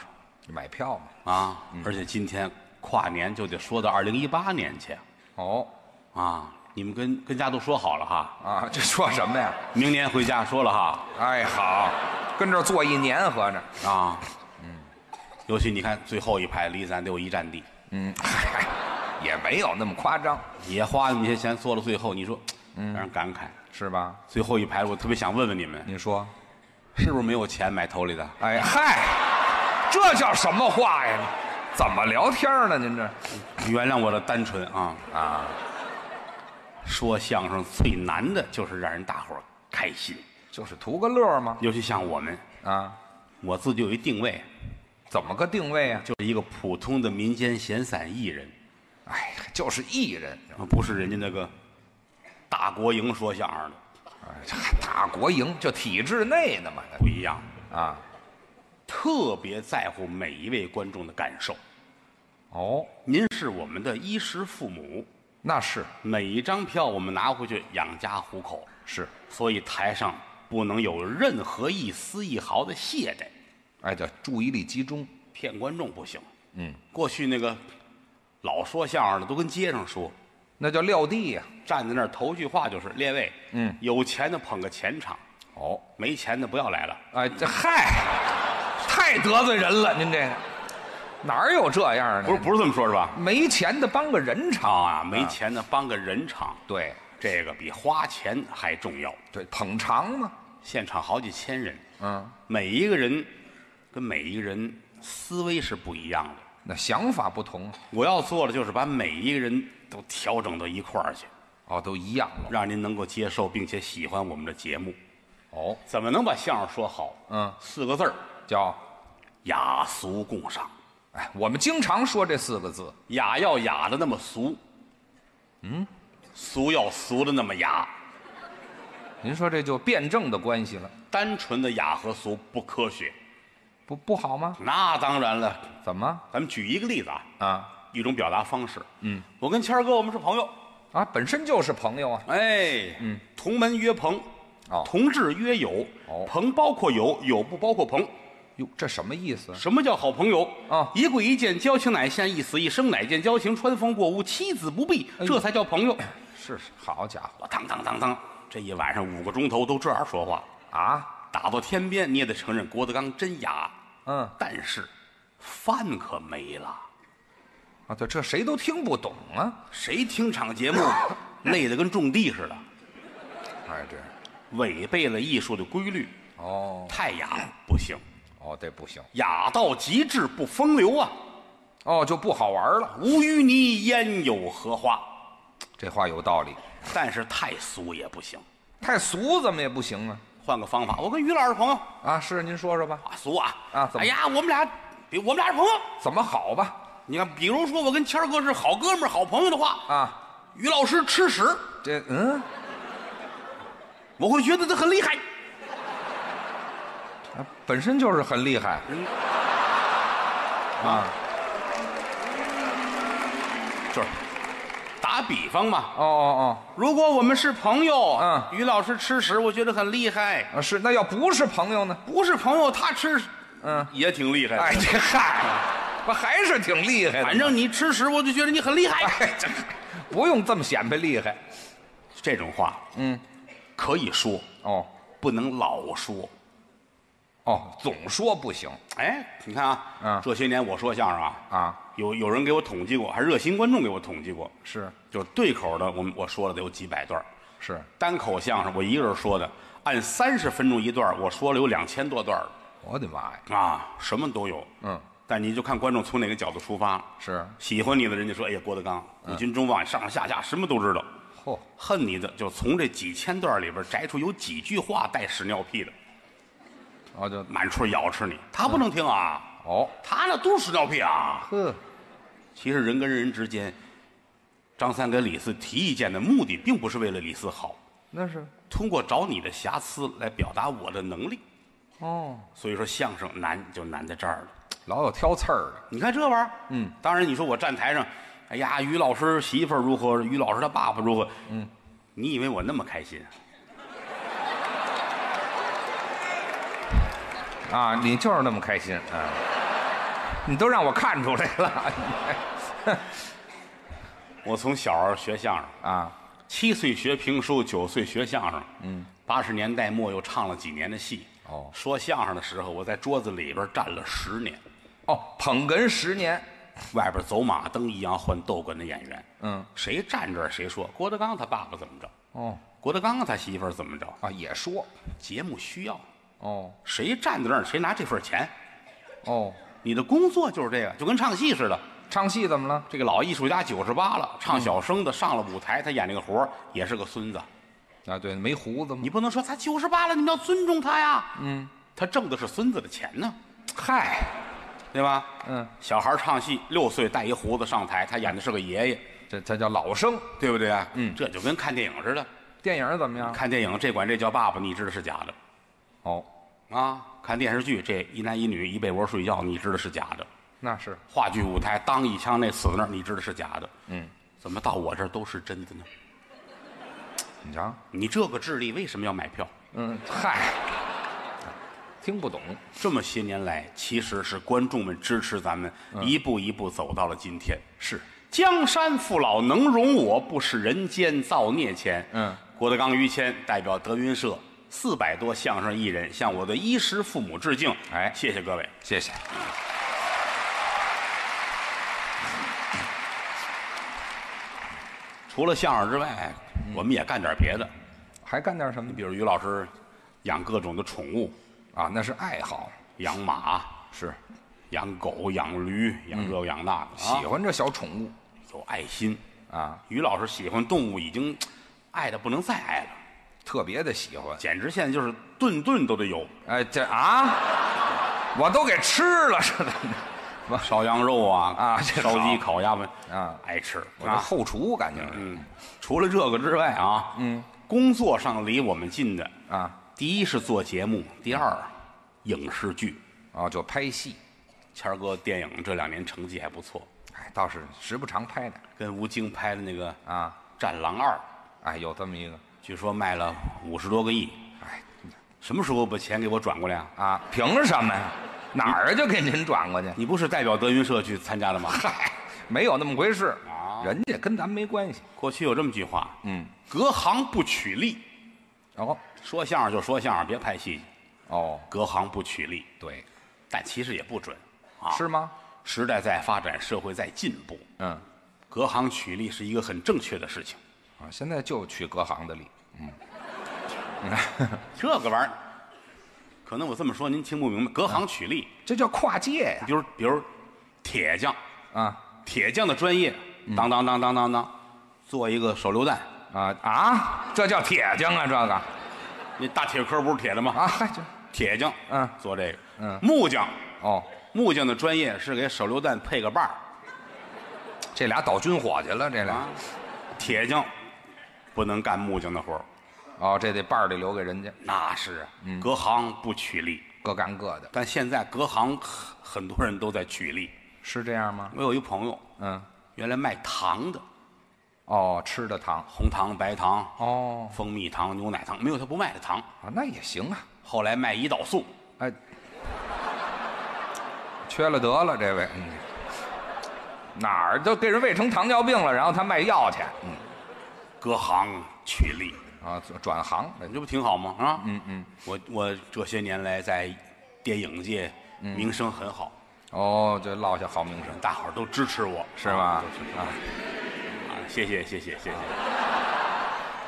[SPEAKER 2] 买票嘛。
[SPEAKER 1] 啊！而且今天跨年就得说到二零一八年去
[SPEAKER 2] 哦，
[SPEAKER 1] 啊！你们跟跟家都说好了哈，
[SPEAKER 2] 啊， 这说什么呀？
[SPEAKER 1] 明年回家说了哈
[SPEAKER 2] 哎，好，跟这儿坐一年合着。
[SPEAKER 1] 啊！尤其你看最后一排离咱得有一站地，
[SPEAKER 2] 嗯，嗨，也没有那么夸张，
[SPEAKER 1] 也花那么些钱坐到最后，你说让人感慨。
[SPEAKER 2] 是吧？
[SPEAKER 1] 最后一排，我特别想问问你们，
[SPEAKER 2] 你说，
[SPEAKER 1] 是不是没有钱买头里的？
[SPEAKER 2] 哎嗨，这叫什么话呀？怎么聊天呢？您这
[SPEAKER 1] 原谅我的单纯啊！
[SPEAKER 2] 啊，
[SPEAKER 1] 说相声最难的就是让人大伙儿开心，
[SPEAKER 2] 就是图个乐儿吗？
[SPEAKER 1] 尤其像我们，
[SPEAKER 2] 啊，
[SPEAKER 1] 我自己有一定位，
[SPEAKER 2] 怎么个定位啊？
[SPEAKER 1] 就是一个普通的民间闲散艺人，
[SPEAKER 2] 哎，就是艺人，
[SPEAKER 1] 不是人家那个大国营说相声的
[SPEAKER 2] 哎这大国营就体制内的嘛。
[SPEAKER 1] 不一样，
[SPEAKER 2] 啊，
[SPEAKER 1] 特别在乎每一位观众的感受。
[SPEAKER 2] 哦，
[SPEAKER 1] 您是我们的衣食父母，
[SPEAKER 2] 那是
[SPEAKER 1] 每一张票我们拿回去养家糊口，
[SPEAKER 2] 是，
[SPEAKER 1] 所以台上不能有任何一丝一毫的懈怠，
[SPEAKER 2] 哎，叫注意力集中。
[SPEAKER 1] 骗观众不行。
[SPEAKER 2] 嗯，
[SPEAKER 1] 过去那个老说相声的都跟街上说，
[SPEAKER 2] 那叫撂地呀、
[SPEAKER 1] 站在那儿头句话就是列位，
[SPEAKER 2] 嗯，
[SPEAKER 1] 有钱的捧个钱场，
[SPEAKER 2] 哦，
[SPEAKER 1] 没钱的不要来了。
[SPEAKER 2] 哎，这嗨，太得罪人了，您这个哪儿有这样的？
[SPEAKER 1] 不是不是这么说，是吧？
[SPEAKER 2] 没钱的帮个人场，
[SPEAKER 1] 啊，没钱的帮个人场，
[SPEAKER 2] 对
[SPEAKER 1] 这个比花钱还重要。
[SPEAKER 2] 对，捧场嘛，
[SPEAKER 1] 现场好几千人，
[SPEAKER 2] 嗯，
[SPEAKER 1] 每一个人跟每一个人思维是不一样的。
[SPEAKER 2] 那想法不同，
[SPEAKER 1] 我要做的就是把每一个人都调整到一块儿去，
[SPEAKER 2] 哦，都一样了，
[SPEAKER 1] 让您能够接受并且喜欢我们的节目。
[SPEAKER 2] 哦，
[SPEAKER 1] 怎么能把相声说好？
[SPEAKER 2] 嗯，
[SPEAKER 1] 四个字儿：
[SPEAKER 2] 叫，
[SPEAKER 1] 雅俗共赏。
[SPEAKER 2] 哎，我们经常说这四个字，
[SPEAKER 1] 雅要雅的那么俗，嗯，
[SPEAKER 2] 嗯
[SPEAKER 1] 俗要俗的那么雅，
[SPEAKER 2] 您说这就辩证的关系了，
[SPEAKER 1] 单纯的雅和俗不科学。
[SPEAKER 2] 不不好吗？
[SPEAKER 1] 那当然了，
[SPEAKER 2] 怎么
[SPEAKER 1] 咱们举一个例子啊，
[SPEAKER 2] 啊
[SPEAKER 1] 一种表达方式。嗯，我跟谦儿哥我们是朋友，
[SPEAKER 2] 啊，本身就是朋友啊，
[SPEAKER 1] 哎，嗯，同门曰朋，
[SPEAKER 2] 哦
[SPEAKER 1] 同志曰友
[SPEAKER 2] 哦，
[SPEAKER 1] 朋包括友，友不包括朋。
[SPEAKER 2] 哟，这什么意思？
[SPEAKER 1] 什么叫好朋友
[SPEAKER 2] 啊
[SPEAKER 1] 一跪一见，交情乃现；一死一生，乃见交情。穿风过屋，妻子不避，这才叫朋友。
[SPEAKER 2] 是是，好家伙
[SPEAKER 1] 我当当当当，这一晚上五个钟头都这样说话。
[SPEAKER 2] 啊，
[SPEAKER 1] 打到天边，你也得承认郭德纲真雅，
[SPEAKER 2] 嗯
[SPEAKER 1] 但是饭可没了，
[SPEAKER 2] 啊，对，这谁都听不懂啊，
[SPEAKER 1] 谁听场节目累得跟种地似的，
[SPEAKER 2] 哎，对，
[SPEAKER 1] 违背了艺术的规律，
[SPEAKER 2] 哦
[SPEAKER 1] 太雅了不行，
[SPEAKER 2] 哦，这不行，
[SPEAKER 1] 雅到极致不风流啊！
[SPEAKER 2] 哦，就不好玩了，
[SPEAKER 1] 无淤泥焉有荷花？
[SPEAKER 2] 这话有道理，
[SPEAKER 1] 但是太俗也不行，
[SPEAKER 2] 太俗怎么也不行啊。
[SPEAKER 1] 换个方法，我跟于老师朋友
[SPEAKER 2] 啊，是您说说吧，
[SPEAKER 1] 啊，俗啊
[SPEAKER 2] 啊怎么
[SPEAKER 1] 哎呀，我们俩比我们俩是朋友。
[SPEAKER 2] 怎么好吧？
[SPEAKER 1] 你看，比如说我跟谦儿哥是好哥们儿、好朋友的话，
[SPEAKER 2] 啊，
[SPEAKER 1] 于老师吃屎，
[SPEAKER 2] 这嗯，
[SPEAKER 1] 我会觉得他很厉害。
[SPEAKER 2] 啊本身就是很厉害，啊，
[SPEAKER 1] 就是打比方嘛，
[SPEAKER 2] 哦哦
[SPEAKER 1] 如果我们是朋友，
[SPEAKER 2] 嗯
[SPEAKER 1] 于老师吃屎，我觉得很厉害；
[SPEAKER 2] 哦，啊是，那要不是朋友呢？
[SPEAKER 1] 不是朋友，他吃，
[SPEAKER 2] 嗯，
[SPEAKER 1] 也挺厉害的。
[SPEAKER 2] 哎，这嗨，不还是挺厉害的吗？
[SPEAKER 1] 反正你吃屎，我就觉得你很厉害。
[SPEAKER 2] 哎，这不用这么显摆厉害，
[SPEAKER 1] 这种话
[SPEAKER 2] 嗯，
[SPEAKER 1] 可以说，
[SPEAKER 2] 哦
[SPEAKER 1] 不能老说。
[SPEAKER 2] 哦，总说不行
[SPEAKER 1] 哎，你看啊，
[SPEAKER 2] 嗯
[SPEAKER 1] 这些年我说相声啊，
[SPEAKER 2] 啊，
[SPEAKER 1] 有有人给我统计过，还热心观众给我统计过，
[SPEAKER 2] 是
[SPEAKER 1] 就是对口的，我们我说了得有几百段儿，
[SPEAKER 2] 是，
[SPEAKER 1] 单口相声我一个人说的，按三十分钟一段儿，我说了有两千多段儿了
[SPEAKER 2] 我的妈呀，
[SPEAKER 1] 啊，什么都有。
[SPEAKER 2] 嗯，
[SPEAKER 1] 但你就看观众从哪个角度出发。
[SPEAKER 2] 是
[SPEAKER 1] 喜欢你的人家说：“哎呀，郭德纲，古今中外，上上下下什么都知道。
[SPEAKER 2] 嚯，
[SPEAKER 1] 恨你的就从这几千段里边摘出有几句话带屎尿屁的，
[SPEAKER 2] 哦就
[SPEAKER 1] 满处咬吃你。他不能听啊，
[SPEAKER 2] 哦，
[SPEAKER 1] 他那都是屎尿屁啊。
[SPEAKER 2] 呵，
[SPEAKER 1] 其实人跟人之间，张三给李四提意见的目的，并不是为了李四好，
[SPEAKER 2] 那是
[SPEAKER 1] 通过找你的瑕疵来表达我的能力。
[SPEAKER 2] 哦，
[SPEAKER 1] 所以说相声难就难在这儿了。
[SPEAKER 2] 老有挑刺儿的，
[SPEAKER 1] 你看这玩意儿，嗯，当然你说我站台上，哎呀，于老师媳妇儿如何，于老师他爸爸如何，嗯，你以为我那么开心？
[SPEAKER 2] 啊，你就是那么开心啊！你都让我看出来了
[SPEAKER 1] 我从小学相声，
[SPEAKER 2] 啊！
[SPEAKER 1] 七岁学评书，九岁学相声，嗯，八十年代末又唱了几年的戏。
[SPEAKER 2] 哦
[SPEAKER 1] 说相声的时候，我在桌子里边站了十年，
[SPEAKER 2] 哦，捧哏十年，
[SPEAKER 1] 外边走马灯一样换逗哏的演员，
[SPEAKER 2] 嗯，
[SPEAKER 1] 谁站这儿谁说郭德纲他爸爸怎么着，
[SPEAKER 2] 哦
[SPEAKER 1] 郭德纲他媳妇儿怎么着，
[SPEAKER 2] 啊，也说，
[SPEAKER 1] 节目需要，
[SPEAKER 2] 哦
[SPEAKER 1] 谁站在那儿谁拿这份钱。
[SPEAKER 2] 哦，
[SPEAKER 1] 你的工作就是这个，就跟唱戏似的。
[SPEAKER 2] 唱戏怎么了？
[SPEAKER 1] 这个老艺术家九十八了，唱小生的上了舞台，他演这个活儿也是个孙子。
[SPEAKER 2] 啊，对，没胡子吗
[SPEAKER 1] 你？不能说他九十八了，你们要尊重他呀。嗯，他挣的是孙子的钱呢，
[SPEAKER 2] 嗨，
[SPEAKER 1] 对吧？
[SPEAKER 2] 嗯，
[SPEAKER 1] 小孩唱戏，六岁带一胡子上台，他演的是个爷爷，
[SPEAKER 2] 这这叫老生。
[SPEAKER 1] 对不对啊？嗯，这就跟看电影似的，
[SPEAKER 2] 电影怎么样？
[SPEAKER 1] 看电影这管这叫爸爸，你知道是假的
[SPEAKER 2] 哦，
[SPEAKER 1] 啊？看电视剧这一男一女一被窝睡觉，你知道是假的。
[SPEAKER 2] 那是
[SPEAKER 1] 话剧舞台当一枪那死那儿，你知道是假的。
[SPEAKER 2] 嗯，
[SPEAKER 1] 怎么到我这儿都是真的呢？
[SPEAKER 2] 你瞧，
[SPEAKER 1] 你这个智力为什么要买票？
[SPEAKER 2] 嗯，嗨，听不懂，
[SPEAKER 1] 这么些年来，其实是观众们支持咱们，
[SPEAKER 2] 嗯
[SPEAKER 1] 一步一步走到了今天。
[SPEAKER 2] 是
[SPEAKER 1] 江山父老能容我，不使人间造孽钱。
[SPEAKER 2] 嗯，
[SPEAKER 1] 郭德纲、于谦代表德云社四百多相声艺人向我的衣食父母致敬。
[SPEAKER 2] 哎
[SPEAKER 1] 谢谢各位。
[SPEAKER 2] 谢谢。
[SPEAKER 1] 除了相声之外，
[SPEAKER 2] 嗯
[SPEAKER 1] 我们也干点别的，
[SPEAKER 2] 还干点什么
[SPEAKER 1] 比如于老师养各种的宠物，
[SPEAKER 2] 啊？那是爱好，
[SPEAKER 1] 养马、
[SPEAKER 2] 是
[SPEAKER 1] 养狗、养驴、
[SPEAKER 2] 嗯
[SPEAKER 1] 养这养那的，
[SPEAKER 2] 喜
[SPEAKER 1] 啊
[SPEAKER 2] 欢这小宠物
[SPEAKER 1] 有爱心。
[SPEAKER 2] 啊，
[SPEAKER 1] 于老师喜欢动物已经爱的不能再爱了，
[SPEAKER 2] 特别的喜欢。
[SPEAKER 1] 简直现在就是顿顿都得有
[SPEAKER 2] 哎，这啊，我都给吃了是怎么
[SPEAKER 1] 啊
[SPEAKER 2] 着？
[SPEAKER 1] 烧羊肉啊
[SPEAKER 2] 啊这
[SPEAKER 1] 烧鸡、
[SPEAKER 2] 好
[SPEAKER 1] 烤鸭们
[SPEAKER 2] 啊
[SPEAKER 1] 爱吃
[SPEAKER 2] 我这
[SPEAKER 1] 啊。
[SPEAKER 2] 后厨感觉是
[SPEAKER 1] 嗯，除了这个之外啊，嗯，工作上离我们近的，
[SPEAKER 2] 啊，
[SPEAKER 1] 第一是做节目，第二
[SPEAKER 2] 嗯
[SPEAKER 1] 影视剧。
[SPEAKER 2] 哦，就拍戏，
[SPEAKER 1] 谦儿哥电影这两年成绩还不错，
[SPEAKER 2] 哎，倒是时不常拍的
[SPEAKER 1] 跟吴京拍的那个《
[SPEAKER 2] 啊，
[SPEAKER 1] 战狼二》，
[SPEAKER 2] 哎，有这么一个，
[SPEAKER 1] 据说卖了五十多个亿。
[SPEAKER 2] 哎
[SPEAKER 1] 什么时候把钱给我转过来啊？
[SPEAKER 2] 啊，凭什么呀？哪儿就给您转过去？
[SPEAKER 1] 你不是代表德云社去参加的吗？
[SPEAKER 2] 嗨，没有那么回事
[SPEAKER 1] 啊，
[SPEAKER 2] 人家跟咱没关系。
[SPEAKER 1] 过去有这么句话，
[SPEAKER 2] 嗯，
[SPEAKER 1] 隔行不取利，
[SPEAKER 2] 哦
[SPEAKER 1] 说相声就说相声，别拍戏，
[SPEAKER 2] 哦，
[SPEAKER 1] 隔行不取利。
[SPEAKER 2] 对，
[SPEAKER 1] 但其实也不准啊，
[SPEAKER 2] 是吗？
[SPEAKER 1] 时代在发展，社会在进步，
[SPEAKER 2] 嗯，
[SPEAKER 1] 隔行取利是一个很正确的事情。
[SPEAKER 2] 啊，现在就取隔行的利，
[SPEAKER 1] 这个玩意儿，可能我这么说您听不明白，隔行取利，
[SPEAKER 2] 这叫跨界呀、
[SPEAKER 1] 就是比如铁匠，
[SPEAKER 2] 啊！
[SPEAKER 1] 铁匠的专业，
[SPEAKER 2] 嗯
[SPEAKER 1] 当当当当当当，做一个手榴弹，
[SPEAKER 2] 啊啊，这叫铁匠啊，这个
[SPEAKER 1] 那大铁壳不是铁的吗？
[SPEAKER 2] 啊，嗨，这
[SPEAKER 1] 铁匠，
[SPEAKER 2] 嗯
[SPEAKER 1] 做这个，
[SPEAKER 2] 嗯
[SPEAKER 1] 木匠。
[SPEAKER 2] 哦，
[SPEAKER 1] 木匠的专业是给手榴弹配个把儿，
[SPEAKER 2] 这俩倒军火去了，这俩。
[SPEAKER 1] 铁匠不能干木匠的活儿，
[SPEAKER 2] 哦，这得伴儿得留给人家，
[SPEAKER 1] 那是啊
[SPEAKER 2] 嗯
[SPEAKER 1] 隔行不取利。
[SPEAKER 2] 各干各的，
[SPEAKER 1] 但现在隔行很很多人都在取利。
[SPEAKER 2] 是这样吗？
[SPEAKER 1] 我有一朋友，
[SPEAKER 2] 嗯，
[SPEAKER 1] 原来卖糖的，
[SPEAKER 2] 哦，吃的糖，
[SPEAKER 1] 红糖、白糖、
[SPEAKER 2] 哦，
[SPEAKER 1] 蜂蜜糖、牛奶糖，没有他不卖的糖。
[SPEAKER 2] 啊，那也行啊，
[SPEAKER 1] 后来卖胰岛素，
[SPEAKER 2] 哎，缺了得了，这位，嗯哪儿都给人喂成糖尿病了，然后他卖药去，嗯
[SPEAKER 1] 隔行取利，
[SPEAKER 2] 啊，转转行，哎
[SPEAKER 1] 这不挺好吗？啊，嗯嗯，我我这些年来在电影界
[SPEAKER 2] 嗯
[SPEAKER 1] 名声很好，
[SPEAKER 2] 哦，这落下好名声，
[SPEAKER 1] 大伙儿都支持我，
[SPEAKER 2] 是吗
[SPEAKER 1] 啊都支？持
[SPEAKER 2] 啊，
[SPEAKER 1] 啊，谢谢谢谢谢谢，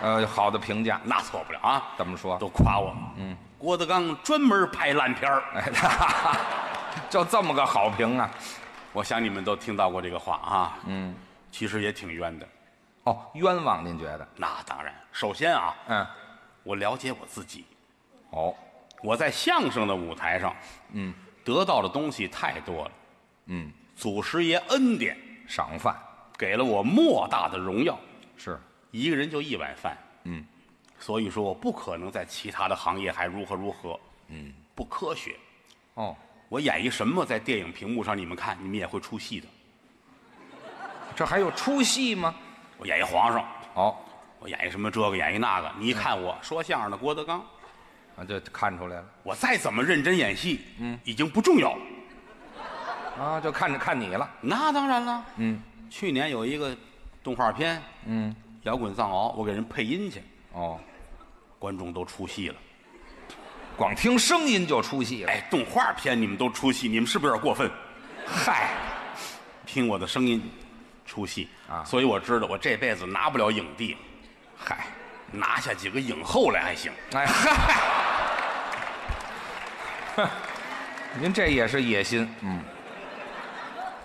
[SPEAKER 2] 呃，好的评价
[SPEAKER 1] 那错不了啊，
[SPEAKER 2] 怎么说？
[SPEAKER 1] 都夸我。嗯，郭德纲专门拍烂片儿，
[SPEAKER 2] 哎，就这么个好评啊，
[SPEAKER 1] 我想你们都听到过这个话啊。嗯，其实也挺冤的，
[SPEAKER 2] 哦，冤枉您觉得？
[SPEAKER 1] 那当然，首先啊，
[SPEAKER 2] 嗯，
[SPEAKER 1] 我了解我自己，
[SPEAKER 2] 哦，
[SPEAKER 1] 我在相声的舞台上，
[SPEAKER 2] 嗯，
[SPEAKER 1] 得到的东西太多了。
[SPEAKER 2] 嗯，
[SPEAKER 1] 祖师爷恩典
[SPEAKER 2] 赏饭
[SPEAKER 1] 给了我莫大的荣耀，
[SPEAKER 2] 是，
[SPEAKER 1] 一个人就一碗饭。
[SPEAKER 2] 嗯，
[SPEAKER 1] 所以说我不可能在其他的行业还如何如何。
[SPEAKER 2] 嗯，
[SPEAKER 1] 不科学。
[SPEAKER 2] 哦，
[SPEAKER 1] 我演一什么，在电影屏幕上你们看，你们也会出戏的。
[SPEAKER 2] 这还有出戏吗？
[SPEAKER 1] 我演一皇上，
[SPEAKER 2] 哦，
[SPEAKER 1] 我演一什么这个，演一那个。你一看我说相声的郭德纲，
[SPEAKER 2] 啊，这看出来了
[SPEAKER 1] 我再怎么认真演戏，嗯，已经不重要。
[SPEAKER 2] 啊，就看着看你了。
[SPEAKER 1] 那当然了。
[SPEAKER 2] 嗯
[SPEAKER 1] 去年有一个动画片《
[SPEAKER 2] 嗯，
[SPEAKER 1] 摇滚藏獒》，我给人配音去，
[SPEAKER 2] 哦，
[SPEAKER 1] 观众都出戏了。
[SPEAKER 2] 光听声音就出戏了。
[SPEAKER 1] 哎，动画片你们都出戏，你们是不是有点过分？
[SPEAKER 2] 嗨，
[SPEAKER 1] 听我的声音出戏
[SPEAKER 2] 啊
[SPEAKER 1] 所以我知道我这辈子拿不了影帝，
[SPEAKER 2] 嗨，
[SPEAKER 1] 拿下几个影后来还行。
[SPEAKER 2] 哎嗨，哼， 您这也是野心。嗯，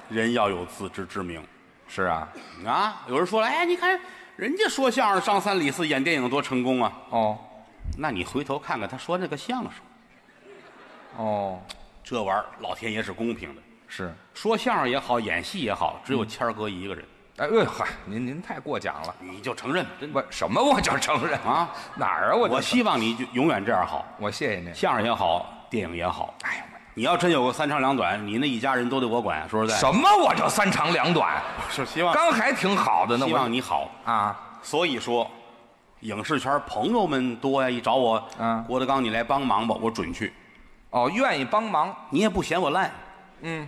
[SPEAKER 1] 人要有自知之明
[SPEAKER 2] 是啊。
[SPEAKER 1] 啊！有人说了，哎，你看人家说相声张三李四演电影多成功啊，
[SPEAKER 2] 哦
[SPEAKER 1] 那你回头看看他说那个相声，
[SPEAKER 2] 哦，
[SPEAKER 1] 这玩意儿老天爷是公平的，
[SPEAKER 2] 是。
[SPEAKER 1] 说相声也好，演戏也好，只有谦儿哥一个人，
[SPEAKER 2] 哎哎嗨，您您太过奖了。
[SPEAKER 1] 你就承认吧真的
[SPEAKER 2] 我什么我就承认
[SPEAKER 1] 啊！
[SPEAKER 2] 哪儿啊我就
[SPEAKER 1] 我希望你就永远这样好，
[SPEAKER 2] 我谢谢您。
[SPEAKER 1] 相声也好，电影也好。
[SPEAKER 2] 哎呀，
[SPEAKER 1] 你要真有个三长两短，你那一家人都得我管。说实在，
[SPEAKER 2] 什么我就三长两 短，
[SPEAKER 1] 是希望
[SPEAKER 2] 刚还挺好的呢。
[SPEAKER 1] 希
[SPEAKER 2] 我
[SPEAKER 1] 望你好。
[SPEAKER 2] 啊，
[SPEAKER 1] 所以说，影视圈朋友们多呀，一找我，
[SPEAKER 2] 嗯
[SPEAKER 1] 郭德纲你来帮忙吧，我准去。
[SPEAKER 2] 哦，愿意帮忙，
[SPEAKER 1] 你也不嫌我烂，
[SPEAKER 2] 嗯，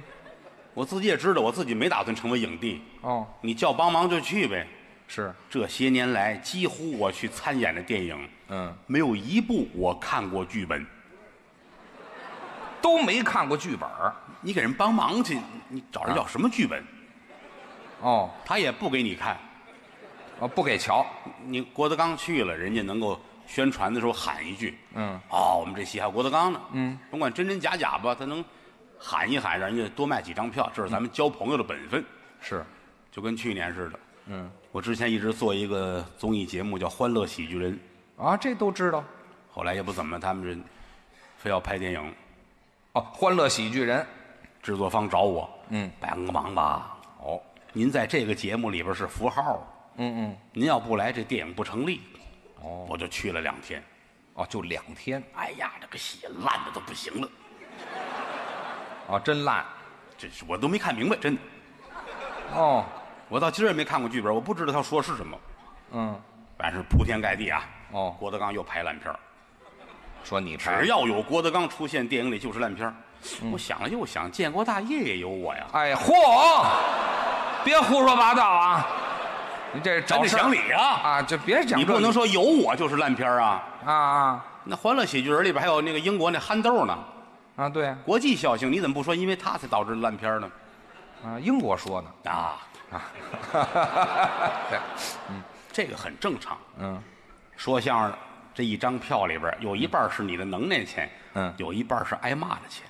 [SPEAKER 1] 我自己也知道我自己没打算成为影帝，
[SPEAKER 2] 哦，
[SPEAKER 1] 你叫帮忙就去呗。
[SPEAKER 2] 是，
[SPEAKER 1] 这些年来，几乎我去参演的电影，
[SPEAKER 2] 嗯，
[SPEAKER 1] 没有一部我看过剧本。
[SPEAKER 2] 都没看过剧本儿
[SPEAKER 1] 你给人帮忙去，你找
[SPEAKER 2] 啊
[SPEAKER 1] 人要什么剧本？
[SPEAKER 2] 哦，
[SPEAKER 1] 他也不给你看。
[SPEAKER 2] 哦，不给瞧，
[SPEAKER 1] 你郭德纲去了，人家能够宣传的时候喊一句
[SPEAKER 2] 嗯，：“
[SPEAKER 1] 哦，我们这戏还有郭德纲呢。”
[SPEAKER 2] 嗯，
[SPEAKER 1] 甭管真真假假吧，他能喊一喊，让人家多卖几张票，这是咱
[SPEAKER 2] 嗯
[SPEAKER 1] 们交朋友的本分，
[SPEAKER 2] 是，
[SPEAKER 1] 就跟去年似的。
[SPEAKER 2] 嗯，
[SPEAKER 1] 我之前一直做一个综艺节目叫《欢乐喜剧人》，
[SPEAKER 2] 啊，这都知道，
[SPEAKER 1] 后来也不怎么，他们这非要拍电影，
[SPEAKER 2] 哦，欢乐喜剧人，
[SPEAKER 1] 制作方找我，
[SPEAKER 2] 嗯，
[SPEAKER 1] 帮个忙吧。
[SPEAKER 2] 哦，
[SPEAKER 1] 您在这个节目里边是符号，
[SPEAKER 2] 嗯
[SPEAKER 1] 您要不来这电影不成立。
[SPEAKER 2] 嗯，哦，
[SPEAKER 1] 我就去了两天，
[SPEAKER 2] 哦，就两天，
[SPEAKER 1] 哎呀，这个戏烂的都不行了，
[SPEAKER 2] 哦，真烂，
[SPEAKER 1] 这是我都没看明白，真的，
[SPEAKER 2] 哦，
[SPEAKER 1] 我到今儿也没看过剧本，我不知道他说是什么，
[SPEAKER 2] 嗯，
[SPEAKER 1] 反正是铺天盖地啊。
[SPEAKER 2] 哦
[SPEAKER 1] 郭德纲又拍烂片儿
[SPEAKER 2] 说你拍
[SPEAKER 1] 只，要有郭德纲出现，电影里就是烂片儿
[SPEAKER 2] 嗯
[SPEAKER 1] 我想了又想，建国大业也有我呀，
[SPEAKER 2] 哎，嚯，别胡说八道啊，你这
[SPEAKER 1] 咱
[SPEAKER 2] 找
[SPEAKER 1] 得
[SPEAKER 2] 事儿
[SPEAKER 1] 讲理啊，
[SPEAKER 2] 啊，就别讲这，
[SPEAKER 1] 你不能说有我就是烂片儿啊。
[SPEAKER 2] 啊啊
[SPEAKER 1] 那《欢乐喜剧人》里边还有那个英国那憨豆呢，
[SPEAKER 2] 啊，对啊，
[SPEAKER 1] 国际笑星，你怎么不说因为他才导致烂片儿呢？
[SPEAKER 2] 啊，英国说呢，
[SPEAKER 1] 啊，
[SPEAKER 2] 啊，对
[SPEAKER 1] 这个很正常。
[SPEAKER 2] 嗯，
[SPEAKER 1] 说相声这一张票里边有一半是你的能耐钱，
[SPEAKER 2] 嗯
[SPEAKER 1] 有一半是挨骂的钱。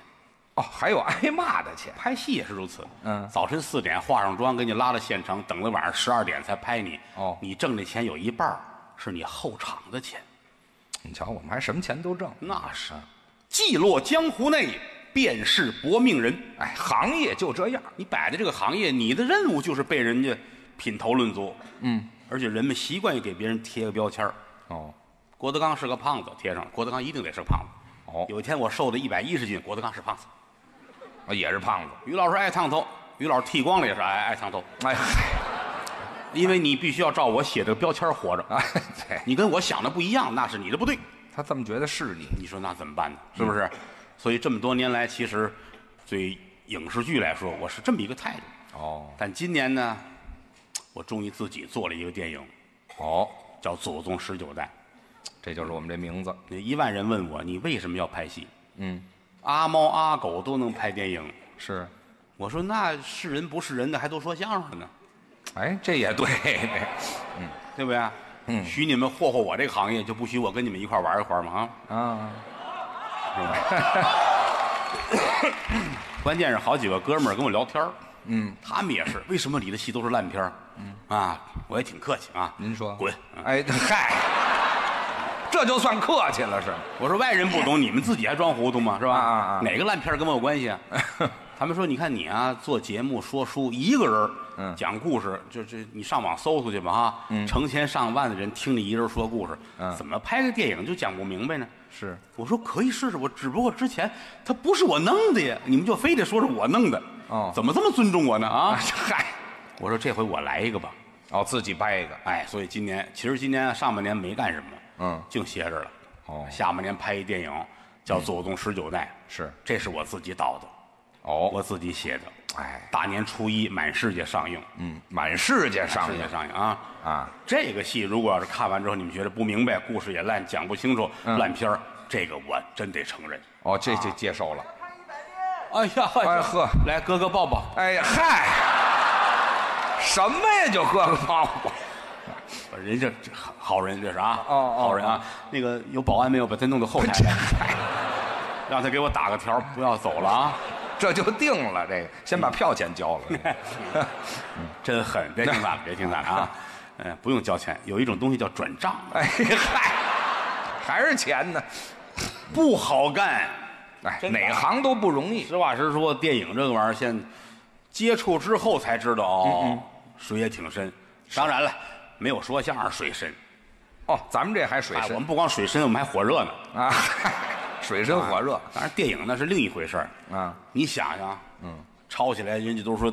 [SPEAKER 2] 哦，还有挨骂的钱，
[SPEAKER 1] 拍戏也是如此，
[SPEAKER 2] 嗯
[SPEAKER 1] 早晨四点化上妆，给你拉到现场，等到晚上十二点才拍你。
[SPEAKER 2] 哦
[SPEAKER 1] 你挣的钱有一半是你后场的钱，
[SPEAKER 2] 你瞧我们还什么钱都挣，
[SPEAKER 1] 那是既落江湖内，便是薄命人。
[SPEAKER 2] 哎，行业就这样，
[SPEAKER 1] 你摆在这个行业，你的任务就是被人家品头论足，
[SPEAKER 2] 嗯，
[SPEAKER 1] 而且人们习惯于给别人贴个标签儿
[SPEAKER 2] 哦，
[SPEAKER 1] 郭德纲是个胖子，贴上了郭德纲一定得是个胖子。
[SPEAKER 2] 哦，
[SPEAKER 1] 有一天我瘦到一百一十斤，郭德纲是胖子。
[SPEAKER 2] 啊也是胖子，
[SPEAKER 1] 于老师爱烫头，于老师剃光了也是爱爱烫头，
[SPEAKER 2] 哎，
[SPEAKER 1] 因为你必须要照我写这个标签儿活着。
[SPEAKER 2] 哎，对，
[SPEAKER 1] 你跟我想的不一样，那是你的不对。
[SPEAKER 2] 他这么觉得是你，
[SPEAKER 1] 你说那怎么办呢？是不是？所以这么多年来，其实对影视剧来说，我是这么一个态度。
[SPEAKER 2] 哦，
[SPEAKER 1] 但今年呢，我终于自己做了一个电影，
[SPEAKER 2] 哦，
[SPEAKER 1] 叫《祖宗十九代》。
[SPEAKER 2] 这就是我们这名字，
[SPEAKER 1] 那一万人问我，你为什么要拍戏？
[SPEAKER 2] 嗯，
[SPEAKER 1] 阿猫阿狗都能拍电影，
[SPEAKER 2] 是，
[SPEAKER 1] 我说那是人不是人的，还都说相声呢，
[SPEAKER 2] 哎，这也对，
[SPEAKER 1] 对不对？嗯，许你们霍霍我这个行业，就不许我跟你们一块儿玩一会儿吗？
[SPEAKER 2] 啊，
[SPEAKER 1] 啊，是吧？关键是好几个哥们儿跟我聊天儿嗯，他们也是。为什么你的戏都是烂片儿？嗯啊，我也挺客气啊。
[SPEAKER 2] 您说
[SPEAKER 1] 滚！
[SPEAKER 2] 哎，嗨，这就算客气了是吗？
[SPEAKER 1] 我说外人不懂，你们自己还装糊涂吗？是吧？
[SPEAKER 2] 啊啊啊
[SPEAKER 1] 哪个烂片儿跟我有关系 啊？他们说，你看你啊，做节目说书，一个人儿
[SPEAKER 2] 嗯
[SPEAKER 1] 讲故事，就就你上网搜搜去吧哈，成千上万的人听你一人说故事，
[SPEAKER 2] 嗯
[SPEAKER 1] 怎么拍个电影就讲不明白呢？
[SPEAKER 2] 是，
[SPEAKER 1] 我说可以试试，我只不过之前他不是我弄的呀，你们就非得说是我弄的，
[SPEAKER 2] 哦
[SPEAKER 1] 怎么这么尊重我呢 啊？
[SPEAKER 2] 嗨，
[SPEAKER 1] 我说这回我来一个吧，
[SPEAKER 2] 哦，自己掰一个，
[SPEAKER 1] 哎，所以今年其实今年啊上半年没干什么，
[SPEAKER 2] 嗯
[SPEAKER 1] 净歇着了。
[SPEAKER 2] 哦嗯
[SPEAKER 1] 下半年拍一电影叫《祖宗十九代》，
[SPEAKER 2] 是，
[SPEAKER 1] 这是我自己导的，
[SPEAKER 2] 哦，
[SPEAKER 1] 我自己写的。
[SPEAKER 2] 哎，
[SPEAKER 1] 大年初一满世界上映，
[SPEAKER 2] 嗯，满世界上
[SPEAKER 1] 世界
[SPEAKER 2] 映
[SPEAKER 1] 上映啊！
[SPEAKER 2] 啊，
[SPEAKER 1] 这个戏如果要是看完之后你们觉得不明白，故事也烂，讲不清楚，
[SPEAKER 2] 嗯
[SPEAKER 1] 烂片儿，这个我真得承认。
[SPEAKER 2] 哦，这这接受了，
[SPEAKER 1] 哎呀，
[SPEAKER 2] 哎呵，
[SPEAKER 1] 来哥哥抱抱，
[SPEAKER 2] 哎呀，嗨，什么呀，就喝个泡泡，
[SPEAKER 1] 哦人家这好人这是啊，
[SPEAKER 2] 哦哦
[SPEAKER 1] 好人啊。那个有保安没有？把他弄到后台来，让他给我打个条儿，不要走了 啊！
[SPEAKER 2] 这就定了，这个先把票钱交了，
[SPEAKER 1] 真狠，别听他了，别听他了 啊！嗯，不用交钱，有一种东西叫转账，啊
[SPEAKER 2] 哎嗨，还是钱呢，
[SPEAKER 1] 不好干。
[SPEAKER 2] 哎，
[SPEAKER 1] 真的啊
[SPEAKER 2] 哪行都不容易，
[SPEAKER 1] 实话实说，电影这个玩意儿，现接触之后才知道
[SPEAKER 2] 嗯
[SPEAKER 1] 哦，水也挺深。当然了，没有说相声水深，
[SPEAKER 2] 哦，咱们这还水
[SPEAKER 1] 哎，我
[SPEAKER 2] 深
[SPEAKER 1] 们不光水深，我们还火热呢。
[SPEAKER 2] 啊，嗨水深火热
[SPEAKER 1] 当然，电影那是另一回事儿。
[SPEAKER 2] 啊，
[SPEAKER 1] 你想想，嗯，抄起来，人家都说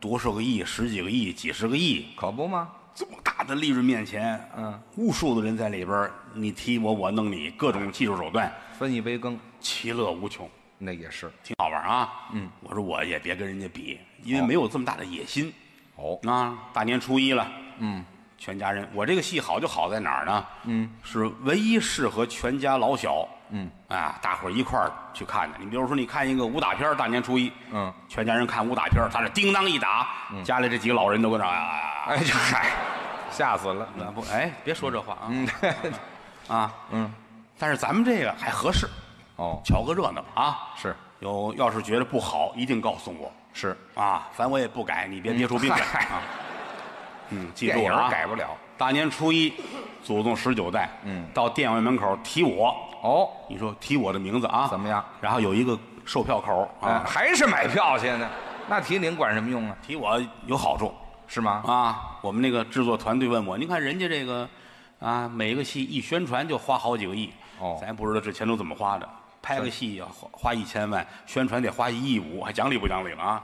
[SPEAKER 1] 多少个亿、十几个亿、几十个亿，
[SPEAKER 2] 可不吗？
[SPEAKER 1] 这么大的利润面前，
[SPEAKER 2] 嗯，
[SPEAKER 1] 无数的人在里边儿，你踢我，我弄你，各种技术手段，
[SPEAKER 2] 分一杯羹，
[SPEAKER 1] 其乐无穷，
[SPEAKER 2] 那也是，
[SPEAKER 1] 挺好玩啊。嗯，我说我也别跟人家比，因为没有这么大的野心。
[SPEAKER 2] 哦，
[SPEAKER 1] 啊，大年初一了，嗯，全家人，我这个戏好就好在哪儿呢？嗯，是唯一适合全家老小，嗯，啊，大伙儿一块儿去看的。你比如说，你看一个武打片儿大年初一，
[SPEAKER 2] 嗯，
[SPEAKER 1] 全家人看武打片儿他这叮当一打，家里这几个老人都跟着啊，
[SPEAKER 2] 哎，这嗨，嗯吓死了，
[SPEAKER 1] 啊不，哎，别说这话啊，
[SPEAKER 2] 嗯，
[SPEAKER 1] 啊，嗯，但是咱们这个还合适，
[SPEAKER 2] 哦，
[SPEAKER 1] 瞧个热闹啊。
[SPEAKER 2] 是
[SPEAKER 1] 有要是觉得不好，一定告诉我
[SPEAKER 2] 是，
[SPEAKER 1] 啊，反正我也不改，你别憋出病 来
[SPEAKER 2] 嗨
[SPEAKER 1] 啊。嗯，记
[SPEAKER 2] 电
[SPEAKER 1] 住
[SPEAKER 2] 影
[SPEAKER 1] 了啊，
[SPEAKER 2] 改不了，
[SPEAKER 1] 大年初一，祖宗十九代，嗯，到店外门口提我，
[SPEAKER 2] 哦，
[SPEAKER 1] 你说提我的名字啊，
[SPEAKER 2] 怎么样？
[SPEAKER 1] 然后有一个售票口
[SPEAKER 2] 哎
[SPEAKER 1] 啊，
[SPEAKER 2] 还是买票去呢，那提您管什么用啊？
[SPEAKER 1] 提我有好处
[SPEAKER 2] 是吗？
[SPEAKER 1] 啊。我们那个制作团队问我，您看人家这个啊，每个戏一宣传就花好几个亿，
[SPEAKER 2] 哦
[SPEAKER 1] 咱也不知道这钱都怎么花的。拍个戏要花花一千万，宣传得花一亿五，还讲理不讲理了啊？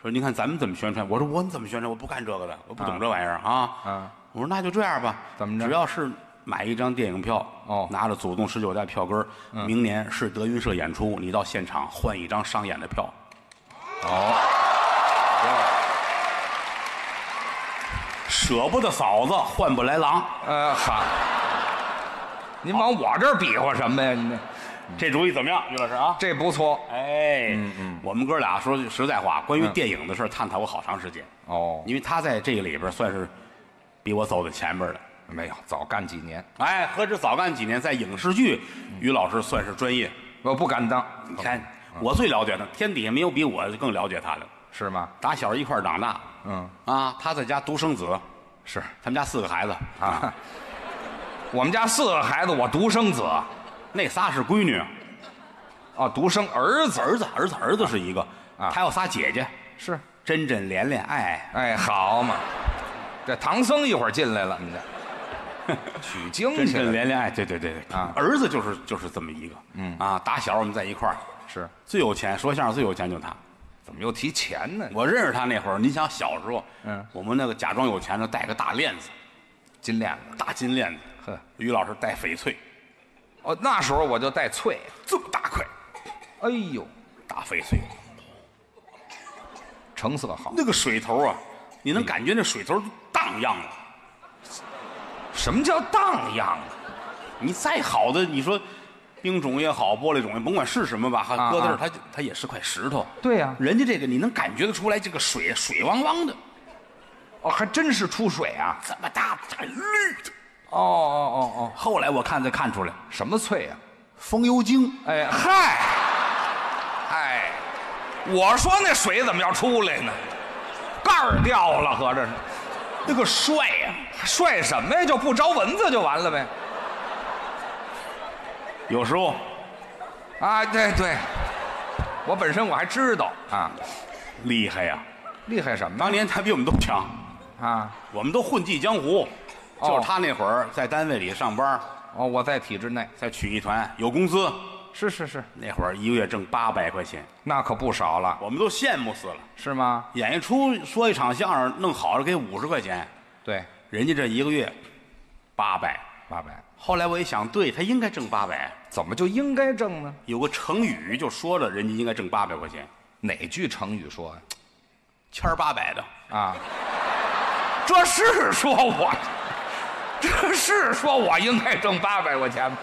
[SPEAKER 1] 说您看咱们怎么宣传？我说我怎么宣传？我不干这个的，我不懂这玩意儿啊。
[SPEAKER 2] 啊，
[SPEAKER 1] 我说那就这样吧，
[SPEAKER 2] 怎么着
[SPEAKER 1] 只要是买一张电影票，
[SPEAKER 2] 哦嗯
[SPEAKER 1] 拿着祖宗十九代票根儿，明年是德云社演出，你到现场换一张商演的票，
[SPEAKER 2] 哦，
[SPEAKER 1] 舍不得嫂子换不来郎，
[SPEAKER 2] 呃，好，您往我这儿比划什么呀？您这
[SPEAKER 1] 这主意怎么样，于老师啊？
[SPEAKER 2] 这不错，
[SPEAKER 1] 哎，
[SPEAKER 2] 嗯
[SPEAKER 1] 我们哥俩说句实在话，关于电影的事儿探讨过好长时间，
[SPEAKER 2] 哦，
[SPEAKER 1] 因为他在这个里边儿算是比我走在前边儿的。
[SPEAKER 2] 没有，早干几年，
[SPEAKER 1] 哎，何止早干几年，在影视剧，
[SPEAKER 2] 嗯
[SPEAKER 1] 于老师算是专业。
[SPEAKER 2] 我不敢当，
[SPEAKER 1] 你看，我最了解他，天底下没有比我更了解他的。
[SPEAKER 2] 是吗？
[SPEAKER 1] 打小一块儿长大，
[SPEAKER 2] 嗯，
[SPEAKER 1] 啊，他在家独生子，
[SPEAKER 2] 是
[SPEAKER 1] 他们家四个孩子
[SPEAKER 2] 啊，我们家四个孩子，我独生子，
[SPEAKER 1] 那仨是闺 女，
[SPEAKER 2] 哦，独生儿子
[SPEAKER 1] 儿子，儿子，儿子是一个，
[SPEAKER 2] 啊
[SPEAKER 1] 他有仨姐姐，
[SPEAKER 2] 是，
[SPEAKER 1] 珍珍、莲莲、爱，
[SPEAKER 2] 哎，好嘛，这唐僧一会儿进来了，你这取经
[SPEAKER 1] 珍
[SPEAKER 2] 去
[SPEAKER 1] 珍、
[SPEAKER 2] 了
[SPEAKER 1] 莲莲、哎爱，对对对对，
[SPEAKER 2] 啊
[SPEAKER 1] 儿子就是就是这么一个，嗯啊，打小我们在一块儿，
[SPEAKER 2] 是，
[SPEAKER 1] 最有钱说相声最有钱就他，
[SPEAKER 2] 怎么又提钱呢？
[SPEAKER 1] 我认识他那会儿，您想小时候，
[SPEAKER 2] 嗯，
[SPEAKER 1] 我们那个假装有钱的戴个大链子，
[SPEAKER 2] 金链子，
[SPEAKER 1] 大金链子，
[SPEAKER 2] 呵，
[SPEAKER 1] 于老师戴翡翠，
[SPEAKER 2] 哦，那时候我就戴翠，
[SPEAKER 1] 这么大块
[SPEAKER 2] 哎呦，
[SPEAKER 1] 大翡翠，
[SPEAKER 2] 成色好，
[SPEAKER 1] 那个水头啊，你能感觉那水头荡漾了。
[SPEAKER 2] 什么叫荡漾啊？
[SPEAKER 1] 你再好的，你说冰种也好，玻璃种也甭管是什么吧，
[SPEAKER 2] 啊
[SPEAKER 1] 哈，搁在这儿它就它也是块石头。
[SPEAKER 2] 对呀
[SPEAKER 1] 人家这个你能感觉得出来，这个水水汪汪的，
[SPEAKER 2] 哦，还真是出水啊！
[SPEAKER 1] 这么大这绿的。
[SPEAKER 2] 哦哦哦哦，
[SPEAKER 1] 后来我看才看出来，
[SPEAKER 2] 什么翠啊？
[SPEAKER 1] 风油精
[SPEAKER 2] 哎嗨，哎，我说那水怎么要出来呢？盖儿掉了，合着是，那个帅呀、帅什么呀？就不招蚊子就完了呗。
[SPEAKER 1] 有失误，
[SPEAKER 2] 啊，对对，我本身我还知道啊，
[SPEAKER 1] 厉害呀、
[SPEAKER 2] 厉害什么
[SPEAKER 1] 当年他比我们都强，
[SPEAKER 2] 啊？
[SPEAKER 1] 我们都混迹江湖，
[SPEAKER 2] 哦
[SPEAKER 1] 就是他那会儿在单位里上班，
[SPEAKER 2] 哦，我在体制内，
[SPEAKER 1] 在曲艺团有工资，
[SPEAKER 2] 是是是，
[SPEAKER 1] 那会儿一个月挣八百块钱，
[SPEAKER 2] 那可不少了，
[SPEAKER 1] 我们都羡慕死了。
[SPEAKER 2] 是吗？
[SPEAKER 1] 演一出说一场相声，弄好了给五十块钱，
[SPEAKER 2] 对，
[SPEAKER 1] 人家这一个月八百。
[SPEAKER 2] 八百，
[SPEAKER 1] 后来我一想，对他应该挣八百，
[SPEAKER 2] 怎么就应该挣呢？
[SPEAKER 1] 有个成语就说了，人家应该挣八百块钱，
[SPEAKER 2] 哪句成语说呀、
[SPEAKER 1] 千儿八百 的。
[SPEAKER 2] 啊，这是说我， 这是说我应该挣八百块钱吗？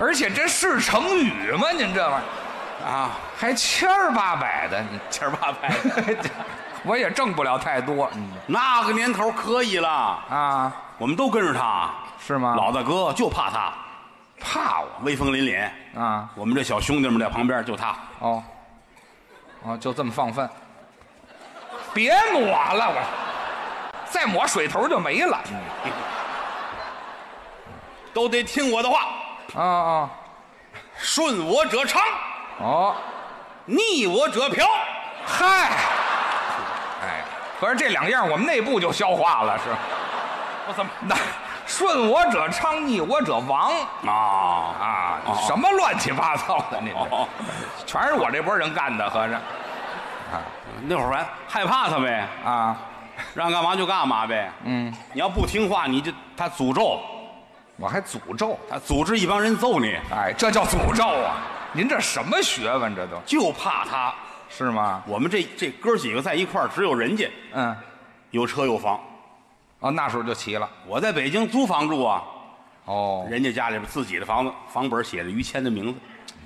[SPEAKER 2] 而且这是成语吗？您这玩意儿
[SPEAKER 1] 啊，
[SPEAKER 2] 还千儿八百的，你
[SPEAKER 1] 千儿八百的，
[SPEAKER 2] 我也挣不了太多，嗯
[SPEAKER 1] 那个年头可以了，
[SPEAKER 2] 啊，
[SPEAKER 1] 我们都跟着他，
[SPEAKER 2] 是吗？
[SPEAKER 1] 老大哥就怕他，
[SPEAKER 2] 啊怕我
[SPEAKER 1] 威风凛凛。
[SPEAKER 2] 啊，
[SPEAKER 1] 我们这小兄弟们在旁边，就他，
[SPEAKER 2] 哦，哦，就这么放粪，别抹了，我再抹水头就没了。
[SPEAKER 1] 都得听我的话，
[SPEAKER 2] 啊啊
[SPEAKER 1] 顺我者昌，
[SPEAKER 2] 哦，
[SPEAKER 1] 逆我者嫖。
[SPEAKER 2] 嗨，哎，合着这两样我们内部就消化了，是吧？
[SPEAKER 1] 我怎么
[SPEAKER 2] 那顺我者昌，逆我者亡
[SPEAKER 1] 啊？
[SPEAKER 2] 啊！
[SPEAKER 1] 哦
[SPEAKER 2] 什么乱七八糟的，你这
[SPEAKER 1] 哦，
[SPEAKER 2] 全是我这波人干的，合着
[SPEAKER 1] 那会儿还害怕他呗，
[SPEAKER 2] 啊，
[SPEAKER 1] 让干嘛就干嘛呗。
[SPEAKER 2] 嗯，
[SPEAKER 1] 你要不听话，你就他诅咒，
[SPEAKER 2] 我还诅咒，
[SPEAKER 1] 他组织一帮人揍你，
[SPEAKER 2] 哎，这叫诅咒啊！您这什么学问？这都
[SPEAKER 1] 就怕他。
[SPEAKER 2] 是吗？
[SPEAKER 1] 我们这这哥几个在一块儿，只有人家
[SPEAKER 2] 嗯，
[SPEAKER 1] 有车有房。
[SPEAKER 2] 哦，那时候就齐了。
[SPEAKER 1] 我在北京租房住啊，
[SPEAKER 2] 哦，
[SPEAKER 1] 人家家里边自己的房子，房本写着于谦的名字。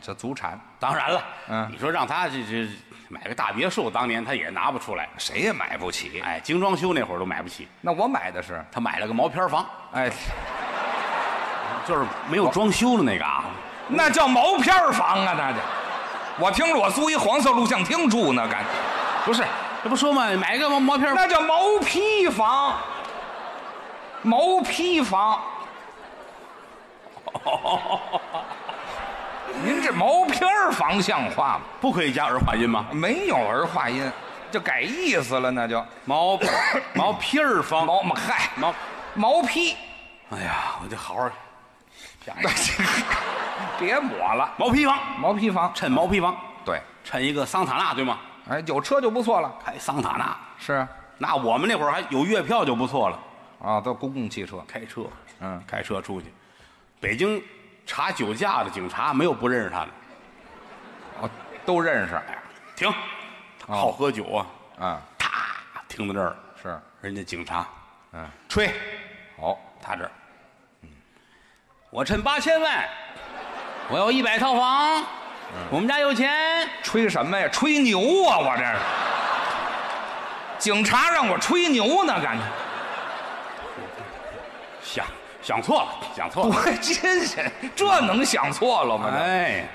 [SPEAKER 2] 这祖产
[SPEAKER 1] 当然了，
[SPEAKER 2] 嗯
[SPEAKER 1] 你说让他这这买个大别墅，当年他也拿不出来。
[SPEAKER 2] 谁也买不起。
[SPEAKER 1] 哎，精装修那会儿都买不起，
[SPEAKER 2] 那我买的是，
[SPEAKER 1] 他买了个毛坯房，
[SPEAKER 2] 哎，
[SPEAKER 1] 就是没有装修的那个啊。
[SPEAKER 2] 那叫毛片儿房啊，那叫。我听着我租一黄色录像厅住呢，感觉
[SPEAKER 1] 不是，这不说嘛，买个毛毛坯房
[SPEAKER 2] 那叫毛坯房。毛坯房。您这毛片儿房像话吗？
[SPEAKER 1] 不可以加儿化音吗？
[SPEAKER 2] 没有儿化音，就改意思了，那就
[SPEAKER 1] 毛毛坯儿房，
[SPEAKER 2] 毛毛嗨
[SPEAKER 1] 毛，
[SPEAKER 2] 毛坯，
[SPEAKER 1] 哎呀，我得好好想一想
[SPEAKER 2] 别抹了，
[SPEAKER 1] 毛坯房，
[SPEAKER 2] 毛坯房。
[SPEAKER 1] 趁毛坯房，
[SPEAKER 2] 对，
[SPEAKER 1] 趁一个桑塔纳对吗？
[SPEAKER 2] 哎，有车就不错了。
[SPEAKER 1] 开桑塔纳，
[SPEAKER 2] 是啊，
[SPEAKER 1] 那我们那会儿还有月票就不错了，
[SPEAKER 2] 啊，都公共汽车。
[SPEAKER 1] 开车，
[SPEAKER 2] 嗯，
[SPEAKER 1] 开车出去，北京查酒驾的警察没有不认识他的，
[SPEAKER 2] 哦，都认识。
[SPEAKER 1] 停，他好喝酒啊，
[SPEAKER 2] 啊，
[SPEAKER 1] 啪，停在这儿，
[SPEAKER 2] 是，
[SPEAKER 1] 人家警察
[SPEAKER 2] 嗯，
[SPEAKER 1] 吹
[SPEAKER 2] 好，
[SPEAKER 1] 他这儿，嗯我趁八千万，我要一百套房，我们家有钱，
[SPEAKER 2] 吹什么呀？吹牛啊！我这是，警察让我吹牛呢，感觉
[SPEAKER 1] 想想错了，想错
[SPEAKER 2] 我
[SPEAKER 1] 了，
[SPEAKER 2] 还真是，这能想错了吗？这
[SPEAKER 1] 哎，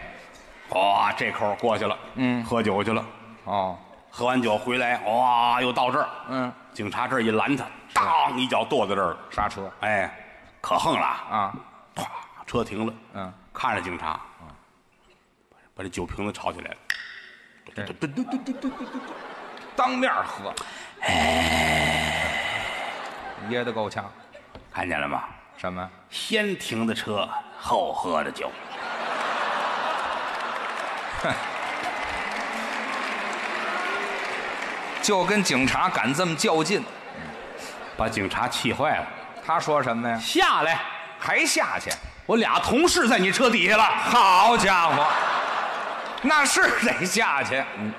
[SPEAKER 1] 哇，这口儿过去了，
[SPEAKER 2] 嗯
[SPEAKER 1] 喝酒去了，
[SPEAKER 2] 哦，
[SPEAKER 1] 喝完酒回来，哇，又到这儿，
[SPEAKER 2] 嗯，
[SPEAKER 1] 警察这儿一拦他，当一脚跺在这儿了，
[SPEAKER 2] 刹车
[SPEAKER 1] 哎，可横了啊，
[SPEAKER 2] 啊，
[SPEAKER 1] 唰，车停了，
[SPEAKER 2] 嗯，
[SPEAKER 1] 看着警察，把这酒瓶子抄起来了，
[SPEAKER 2] 对
[SPEAKER 1] 嘟嘟嘟嘟嘟嘟嘟嘟
[SPEAKER 2] 当面喝，哎噎得够呛。
[SPEAKER 1] 看见了吗？
[SPEAKER 2] 什么？
[SPEAKER 1] 先停的车，后喝的酒。
[SPEAKER 2] 就跟警察敢这么较劲，
[SPEAKER 1] 把警察气坏了，
[SPEAKER 2] 他说什么呀？
[SPEAKER 1] 下来！
[SPEAKER 2] 还下去？
[SPEAKER 1] 我俩同事在你车底下了。
[SPEAKER 2] 好家伙，那是得下去。嗯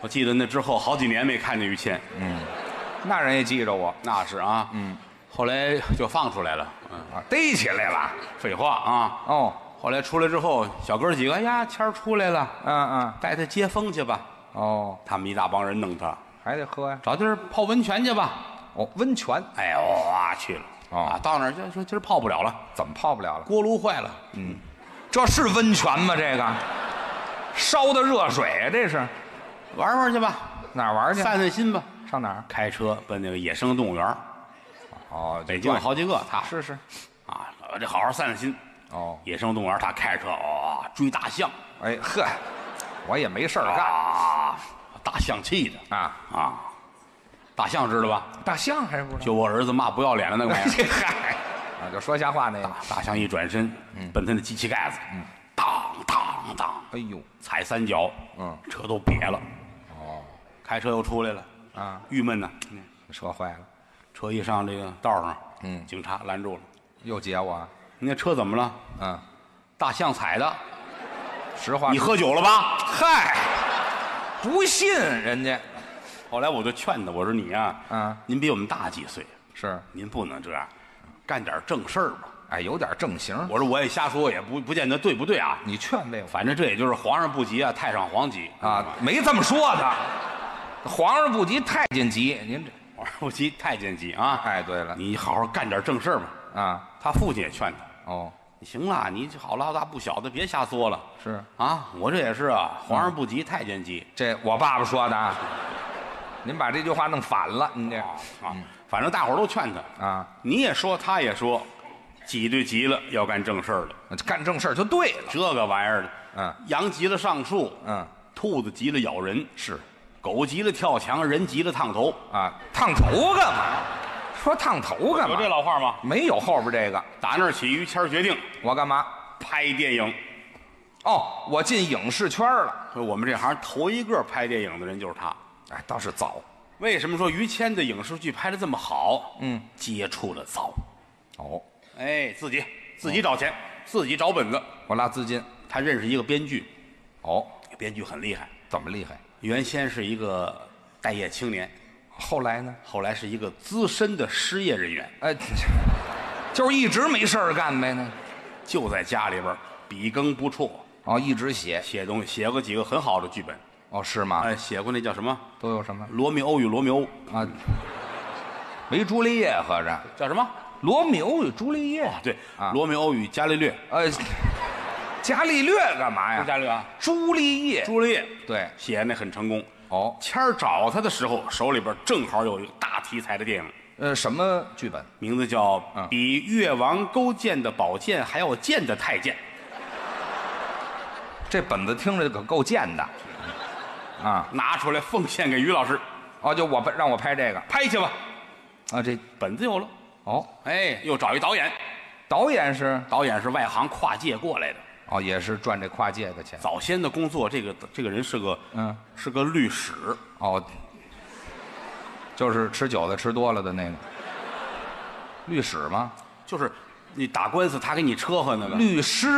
[SPEAKER 1] 我记得那之后好几年没看见于谦，
[SPEAKER 2] 那人也记着我
[SPEAKER 1] 那是啊，嗯，后来就放出来了。嗯，
[SPEAKER 2] 啊，逮起来了。
[SPEAKER 1] 废话啊。
[SPEAKER 2] 哦，
[SPEAKER 1] 后来出来之后，小哥几个，哎呀，谦儿出来了，
[SPEAKER 2] 嗯嗯，
[SPEAKER 1] 带他接风去吧。
[SPEAKER 2] 哦，
[SPEAKER 1] 他们一大帮人弄他，
[SPEAKER 2] 还得喝呀、
[SPEAKER 1] 找地儿泡温泉去吧。
[SPEAKER 2] 哦，温泉
[SPEAKER 1] 哎呦，哇去了、
[SPEAKER 2] 哦
[SPEAKER 1] 啊！到那儿就说今儿泡不了了，
[SPEAKER 2] 怎么泡不了了？
[SPEAKER 1] 锅炉坏了。
[SPEAKER 2] 这是温泉吗？这个烧的热水啊，这是
[SPEAKER 1] 玩玩去吧，
[SPEAKER 2] 哪儿玩去？
[SPEAKER 1] 散散心吧。
[SPEAKER 2] 上哪儿？
[SPEAKER 1] 开车奔那个野生动物园儿，
[SPEAKER 2] 哦，
[SPEAKER 1] 北京有好几个他
[SPEAKER 2] 是是，
[SPEAKER 1] 啊，我这好好散散心。
[SPEAKER 2] 哦，
[SPEAKER 1] 野生动物园儿他开车哇、追大象
[SPEAKER 2] 哎呵，我也没事儿干
[SPEAKER 1] 啊，大象气的
[SPEAKER 2] 啊。
[SPEAKER 1] 啊，大象知道吧？
[SPEAKER 2] 大象还不知道，
[SPEAKER 1] 就我儿子骂不要脸的那个玩意 儿。
[SPEAKER 2] 这嗨， 啊，就说瞎话那个。
[SPEAKER 1] 大象一转身，奔他那机器盖子，当当当，
[SPEAKER 2] 哎呦，
[SPEAKER 1] 踩三脚，
[SPEAKER 2] 嗯，
[SPEAKER 1] 车都瘪了。
[SPEAKER 2] 哦，
[SPEAKER 1] 开车又出来了，
[SPEAKER 2] 啊，
[SPEAKER 1] 郁闷呐。
[SPEAKER 2] 车坏了，
[SPEAKER 1] 车一上这个道上，
[SPEAKER 2] 嗯
[SPEAKER 1] 警察拦住了。
[SPEAKER 2] 又截我啊，
[SPEAKER 1] 你那车怎么了？
[SPEAKER 2] 嗯，
[SPEAKER 1] 大象踩的。
[SPEAKER 2] 实话
[SPEAKER 1] 你
[SPEAKER 2] 说，
[SPEAKER 1] 喝酒了吧？
[SPEAKER 2] 嗨，不信人家，
[SPEAKER 1] 后来我就劝他，我说你呀、
[SPEAKER 2] 嗯
[SPEAKER 1] 您比我们大几岁，
[SPEAKER 2] 是，
[SPEAKER 1] 您不能这样，干点正事儿吧。
[SPEAKER 2] 哎，有点正形，
[SPEAKER 1] 我说我也瞎说，也不不见得对不对啊。
[SPEAKER 2] 你劝慰我
[SPEAKER 1] 反正这也就是皇上不急啊，太上皇急
[SPEAKER 2] 啊，。没这么说的，皇上不急太监急，您这，
[SPEAKER 1] 皇上不急，太监急啊。
[SPEAKER 2] 哎，对了，
[SPEAKER 1] 你好好干点正事儿吧。
[SPEAKER 2] 啊，
[SPEAKER 1] 他父亲也劝他，
[SPEAKER 2] 哦，
[SPEAKER 1] 你行了，你好老大不小的，别瞎作了。
[SPEAKER 2] 是
[SPEAKER 1] 啊，我这也是啊，皇上不急，太监急。
[SPEAKER 2] 这我爸爸说的啊，您把这句话弄反了，您这
[SPEAKER 1] 啊啊，反正大伙儿都劝他，
[SPEAKER 2] 啊，
[SPEAKER 1] 你也说，他也说，挤兑急了，要干正事儿了。
[SPEAKER 2] 干正事儿就对了，
[SPEAKER 1] 这个玩意儿的，
[SPEAKER 2] 嗯
[SPEAKER 1] 羊急了上树，
[SPEAKER 2] 嗯，
[SPEAKER 1] 兔子急了咬人，是，狗急了跳墙，人急了烫头。
[SPEAKER 2] 啊，烫头干嘛？说烫头干
[SPEAKER 1] 有
[SPEAKER 2] 嘛
[SPEAKER 1] 这？老话吗？
[SPEAKER 2] 没有后边这个，
[SPEAKER 1] 打那儿起，于谦儿决定
[SPEAKER 2] 我干嘛？
[SPEAKER 1] 拍电影。
[SPEAKER 2] 哦，我进影视圈了，
[SPEAKER 1] 所以我们这行头一个拍电影的人就是他。
[SPEAKER 2] 哎，倒是早
[SPEAKER 1] 为什么说于谦的影视剧拍的这么好？
[SPEAKER 2] 嗯，
[SPEAKER 1] 接触的早。
[SPEAKER 2] 哦，
[SPEAKER 1] 哎，自己自己找钱，自己找本子。
[SPEAKER 2] 我拉资金
[SPEAKER 1] 他认识一个编剧，
[SPEAKER 2] 哦，
[SPEAKER 1] 编剧很厉害，
[SPEAKER 2] 怎么厉害？
[SPEAKER 1] 原先是一个待业青年，
[SPEAKER 2] 后来呢？
[SPEAKER 1] 后来是一个资深的失业人员，
[SPEAKER 2] 哎， 就是一直没事儿干呗呢。
[SPEAKER 1] 就在家里边儿笔耕不辍，
[SPEAKER 2] 哦，一直写
[SPEAKER 1] 写东西，写过几个很好的剧本。
[SPEAKER 2] 哦，是吗？
[SPEAKER 1] 哎，写过那叫什么
[SPEAKER 2] 都有什么
[SPEAKER 1] 《罗密欧与罗密欧》，
[SPEAKER 2] 啊？没朱丽叶合着，
[SPEAKER 1] 叫什么？
[SPEAKER 2] 罗密欧与朱丽叶，
[SPEAKER 1] 对，
[SPEAKER 2] 啊
[SPEAKER 1] 罗密欧与伽利略》。
[SPEAKER 2] 呃， 伽利略干嘛
[SPEAKER 1] 不是
[SPEAKER 2] 呀？
[SPEAKER 1] 伽利略啊，
[SPEAKER 2] 朱丽叶，
[SPEAKER 1] 朱丽叶
[SPEAKER 2] 对，
[SPEAKER 1] 写的那很成功。
[SPEAKER 2] 哦，
[SPEAKER 1] 谦儿找他的时候，手里边正好有一个大题材的电影，
[SPEAKER 2] 呃，什么剧本？
[SPEAKER 1] 名字叫
[SPEAKER 2] 嗯
[SPEAKER 1] 《比越王勾践的宝剑还要贱的太监
[SPEAKER 2] 这本子听着可够贱的，啊》，，
[SPEAKER 1] 拿出来奉献给于老师，
[SPEAKER 2] 哦，就我拍让我拍这个
[SPEAKER 1] 拍去吧。
[SPEAKER 2] 啊，这
[SPEAKER 1] 本子有了，
[SPEAKER 2] 哦，
[SPEAKER 1] 哎，又找一导演，
[SPEAKER 2] 导演是
[SPEAKER 1] 导演是外行跨界过来的。
[SPEAKER 2] 哦，也是赚这跨界的钱
[SPEAKER 1] 早先的工作，这个这个人是个
[SPEAKER 2] 嗯，
[SPEAKER 1] 是个律师，
[SPEAKER 2] 哦，就是吃韭菜吃多了的那个律师吗？
[SPEAKER 1] 就是你打官司他给你车和那个。
[SPEAKER 2] 律师，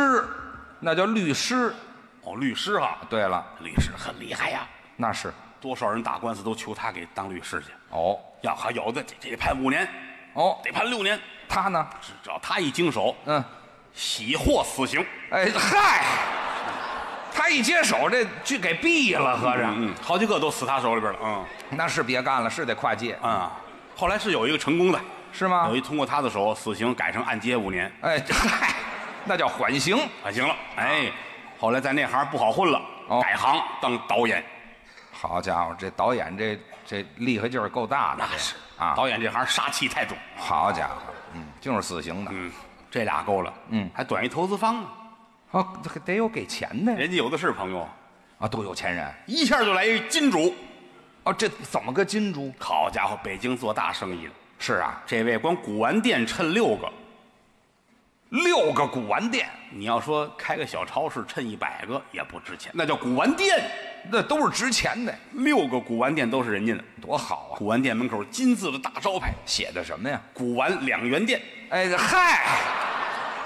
[SPEAKER 2] 那叫律师。
[SPEAKER 1] 哦，律师哈，
[SPEAKER 2] 对了，
[SPEAKER 1] 律师很厉害呀，
[SPEAKER 2] 那是
[SPEAKER 1] 多少人打官司都求他给当律师去。
[SPEAKER 2] 哦
[SPEAKER 1] 要还有的这这得判五年，
[SPEAKER 2] 哦，
[SPEAKER 1] 得判六年，
[SPEAKER 2] 他呢？
[SPEAKER 1] 只只要他一经手，
[SPEAKER 2] 嗯，
[SPEAKER 1] 喜获死刑。
[SPEAKER 2] 哎嗨，他一接手这剧给毙了，合
[SPEAKER 1] 是
[SPEAKER 2] 着、
[SPEAKER 1] 吧嗯，好几个都死他手里边了。嗯
[SPEAKER 2] 那是别干了，是得跨界
[SPEAKER 1] 啊，后来是有一个成功的，
[SPEAKER 2] 是吗
[SPEAKER 1] 有？一通过他的手，死刑改成按揭五年，
[SPEAKER 2] 哎嗨，那叫缓刑。
[SPEAKER 1] 还行了。哎，后来在那行不好混了，
[SPEAKER 2] 啊哦
[SPEAKER 1] 改行当导演。
[SPEAKER 2] 好家伙，这导演这这厉害劲儿够大的，
[SPEAKER 1] 那
[SPEAKER 2] 这
[SPEAKER 1] 是
[SPEAKER 2] 啊，
[SPEAKER 1] 导演这行杀气太重。
[SPEAKER 2] 好家伙，嗯，就是死刑的。
[SPEAKER 1] 嗯，这俩够了。
[SPEAKER 2] 嗯
[SPEAKER 1] 还短一投资方呢，
[SPEAKER 2] 哦，这得有给钱的呀！
[SPEAKER 1] 人家有的是朋友，
[SPEAKER 2] 啊，都有钱人
[SPEAKER 1] 一下就来一金主。
[SPEAKER 2] 哦，这怎么个金猪？
[SPEAKER 1] 好家伙，北京做大生意了，
[SPEAKER 2] 是啊，
[SPEAKER 1] 这位光古玩店趁六个。
[SPEAKER 2] 六个古玩店，
[SPEAKER 1] 你要说开个小超市趁一百个也不值钱，那叫古玩店。
[SPEAKER 2] 那都是值钱的，
[SPEAKER 1] 六个古玩店都是人家的，
[SPEAKER 2] 多好啊！
[SPEAKER 1] 古玩店门口金字的大招牌
[SPEAKER 2] 写的什么呀？
[SPEAKER 1] “古玩两元店
[SPEAKER 2] 哎嗨，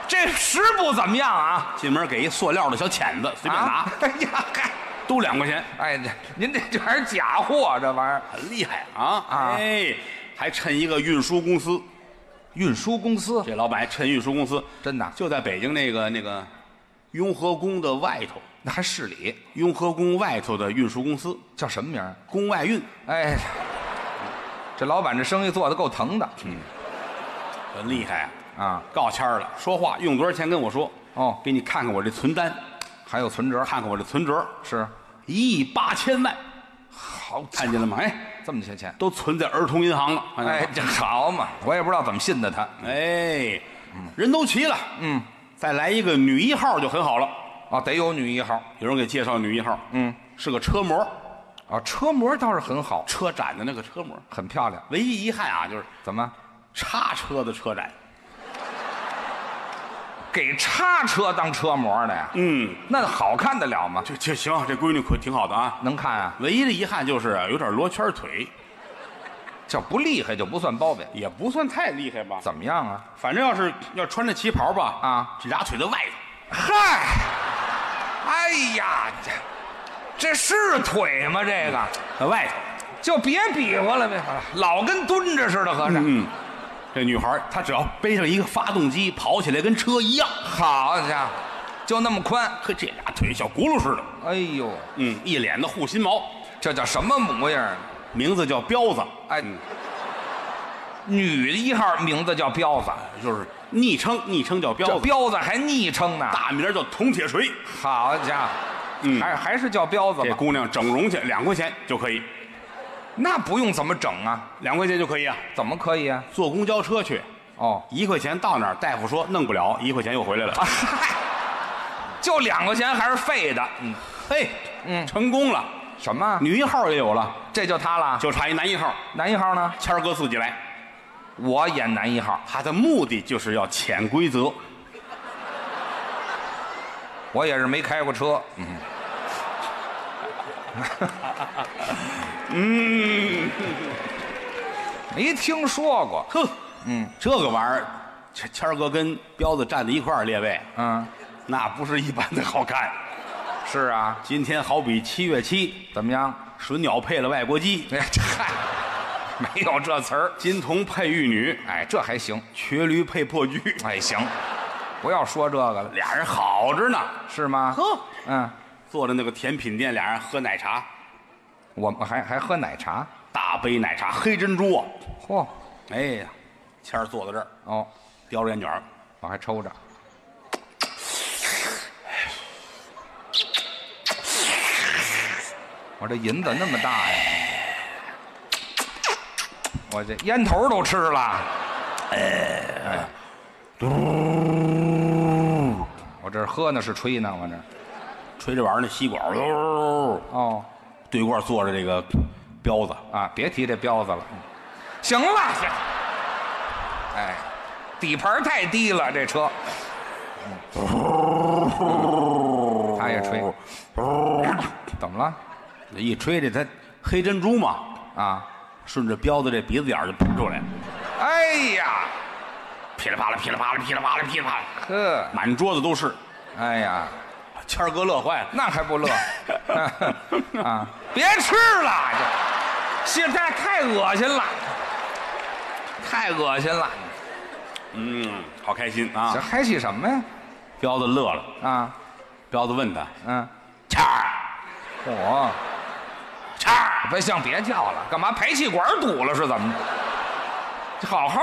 [SPEAKER 2] 这食不怎么样啊”，？
[SPEAKER 1] 进门给一塑料的小钳子，随便拿，
[SPEAKER 2] 啊！哎呀嗨，
[SPEAKER 1] 都两块钱，
[SPEAKER 2] 哎，这您这这还是假货，啊这玩意儿。
[SPEAKER 1] 很厉害啊！
[SPEAKER 2] 啊
[SPEAKER 1] 哎，还趁一个运输公司，
[SPEAKER 2] 运输公司
[SPEAKER 1] 这老板还趁运输公司，
[SPEAKER 2] 真的
[SPEAKER 1] 就在北京那个那个雍和宫的外头，
[SPEAKER 2] 那还市里
[SPEAKER 1] 雍和宫外头的运输公司，
[SPEAKER 2] 叫什么名儿？
[SPEAKER 1] 宫外运，
[SPEAKER 2] 哎，这老板这生意做的够疼的
[SPEAKER 1] 嗯很厉害啊！
[SPEAKER 2] 啊！
[SPEAKER 1] 告签儿了，说话用多少钱跟我说
[SPEAKER 2] 哦
[SPEAKER 1] 给你看看我这存单，
[SPEAKER 2] 还有存折
[SPEAKER 1] 看看我这存折，
[SPEAKER 2] 是，
[SPEAKER 1] 一亿八千万，
[SPEAKER 2] 好
[SPEAKER 1] 看见了吗？哎，
[SPEAKER 2] 这么些钱，
[SPEAKER 1] 都存在儿童银行了。看见吗
[SPEAKER 2] 哎，这好嘛，我也不知道怎么信的他。
[SPEAKER 1] 哎，人都齐了，
[SPEAKER 2] 嗯，
[SPEAKER 1] 再来一个女一号就很好了。
[SPEAKER 2] 哦，得有女一号
[SPEAKER 1] 有人给介绍女一号，
[SPEAKER 2] 嗯，
[SPEAKER 1] 是个车模，
[SPEAKER 2] 啊，车模倒是很好，
[SPEAKER 1] 车展的那个车模。
[SPEAKER 2] 很漂亮。
[SPEAKER 1] 唯一遗憾啊，就是
[SPEAKER 2] 怎么
[SPEAKER 1] 叉车的车展。
[SPEAKER 2] 给叉车当车模的呀？
[SPEAKER 1] 嗯，
[SPEAKER 2] 那好看得了吗？
[SPEAKER 1] 这这行，这闺女可挺好的啊。
[SPEAKER 2] 能看啊，
[SPEAKER 1] 唯一的遗憾就是啊有点罗圈腿，
[SPEAKER 2] 这不厉害就不算包呗。
[SPEAKER 1] 也不算太厉害吧。
[SPEAKER 2] 怎么样啊？
[SPEAKER 1] 反正要是要穿着旗袍吧，
[SPEAKER 2] 啊，
[SPEAKER 1] 这俩腿在外头。
[SPEAKER 2] 嗨，哎呀，这这是腿吗？这个
[SPEAKER 1] 在外头。
[SPEAKER 2] 就别比划了呗，老跟蹲着似的，合着。
[SPEAKER 1] 嗯，这女孩她只要背上一个发动机，跑起来跟车一样，
[SPEAKER 2] 好家伙，就那么宽，
[SPEAKER 1] 呵，这俩腿小轱辘似的。
[SPEAKER 2] 哎呦，
[SPEAKER 1] 嗯，一脸的护心毛，
[SPEAKER 2] 这叫什么模样啊？
[SPEAKER 1] 名字叫彪子，
[SPEAKER 2] 哎，女的一号名字叫彪子，
[SPEAKER 1] 就是昵称，昵称叫彪
[SPEAKER 2] 这
[SPEAKER 1] 子，
[SPEAKER 2] 彪子还昵称呢。
[SPEAKER 1] 大名叫铜铁锤。
[SPEAKER 2] 好家伙，
[SPEAKER 1] 嗯
[SPEAKER 2] 还还是叫彪子
[SPEAKER 1] 这
[SPEAKER 2] 吧？
[SPEAKER 1] 姑娘整容去，两块钱就可以，
[SPEAKER 2] 那不用怎么整啊？
[SPEAKER 1] 两块钱就可以啊。
[SPEAKER 2] 怎么可以啊？
[SPEAKER 1] 坐公交车去，
[SPEAKER 2] 哦，
[SPEAKER 1] 一块钱到那儿，大夫说弄不了，一块钱又回来了。
[SPEAKER 2] 嗨，就两块钱还是废的。嗯，
[SPEAKER 1] 嘿，
[SPEAKER 2] 嗯
[SPEAKER 1] 成功了，
[SPEAKER 2] 什么？
[SPEAKER 1] 女一号也有了，
[SPEAKER 2] 这就他了？
[SPEAKER 1] 就差一男一号，
[SPEAKER 2] 男一号呢？
[SPEAKER 1] 谦儿哥自己来。
[SPEAKER 2] 我演男一号，
[SPEAKER 1] 他的目的就是要潜规则，
[SPEAKER 2] 我也是没开过车。嗯，
[SPEAKER 1] 嗯
[SPEAKER 2] 没听说过。
[SPEAKER 1] 哼，嗯，这个玩意儿，谦谦儿哥跟彪子站在一块儿，列位，
[SPEAKER 2] 嗯，
[SPEAKER 1] 那不是一般的好看。
[SPEAKER 2] 是啊，
[SPEAKER 1] 今天好比七月七，
[SPEAKER 2] 怎么样？
[SPEAKER 1] 水鸟配了外国鸡，
[SPEAKER 2] 哎，这嗨，没有这词儿。
[SPEAKER 1] 金童配玉女，
[SPEAKER 2] 哎，这还行。
[SPEAKER 1] 瘸驴配破驹，
[SPEAKER 2] 哎，行，不要说这个了，
[SPEAKER 1] 俩人好着呢。
[SPEAKER 2] 是吗？
[SPEAKER 1] 呵，
[SPEAKER 2] 嗯，
[SPEAKER 1] 坐在那个甜品店，俩人喝奶茶，
[SPEAKER 2] 我们还还喝奶茶。
[SPEAKER 1] 大杯奶茶，黑珍珠啊。
[SPEAKER 2] 嚯，
[SPEAKER 1] 哎呀，谦儿坐在这儿，
[SPEAKER 2] 哦，
[SPEAKER 1] 叼着烟卷儿
[SPEAKER 2] 我还抽着。我这银子那么大呀！我这烟头都吃了，哎，嘟，我这喝呢是吹呢，我这
[SPEAKER 1] 吹着玩儿那吸管，哦
[SPEAKER 2] 哦
[SPEAKER 1] 对过坐着这个彪子，
[SPEAKER 2] 啊，别提这彪子了，行了，行哎，底盘太低了，这车，嗯他也吹，怎么了？
[SPEAKER 1] 一吹这他黑珍珠嘛，
[SPEAKER 2] 啊，
[SPEAKER 1] 顺着彪子这鼻子眼儿就喷出来了，
[SPEAKER 2] 哎呀，
[SPEAKER 1] 噼里啪啦，噼里啪啦，噼里啪啦，噼里啪啦，
[SPEAKER 2] 呵，
[SPEAKER 1] 满桌子都是。
[SPEAKER 2] 哎呀，
[SPEAKER 1] 谦儿哥乐坏了，
[SPEAKER 2] 那还不乐啊？别吃了，这现在太恶心了，太恶心了。
[SPEAKER 1] 嗯， 好开心啊
[SPEAKER 2] 这！嗨气什么呀？
[SPEAKER 1] 彪子乐了，
[SPEAKER 2] 啊，
[SPEAKER 1] 彪子问他
[SPEAKER 2] 嗯，
[SPEAKER 1] 谦儿，
[SPEAKER 2] 嚯、
[SPEAKER 1] 谦儿，
[SPEAKER 2] 别像别叫了，干嘛排气管堵了是怎么着？好好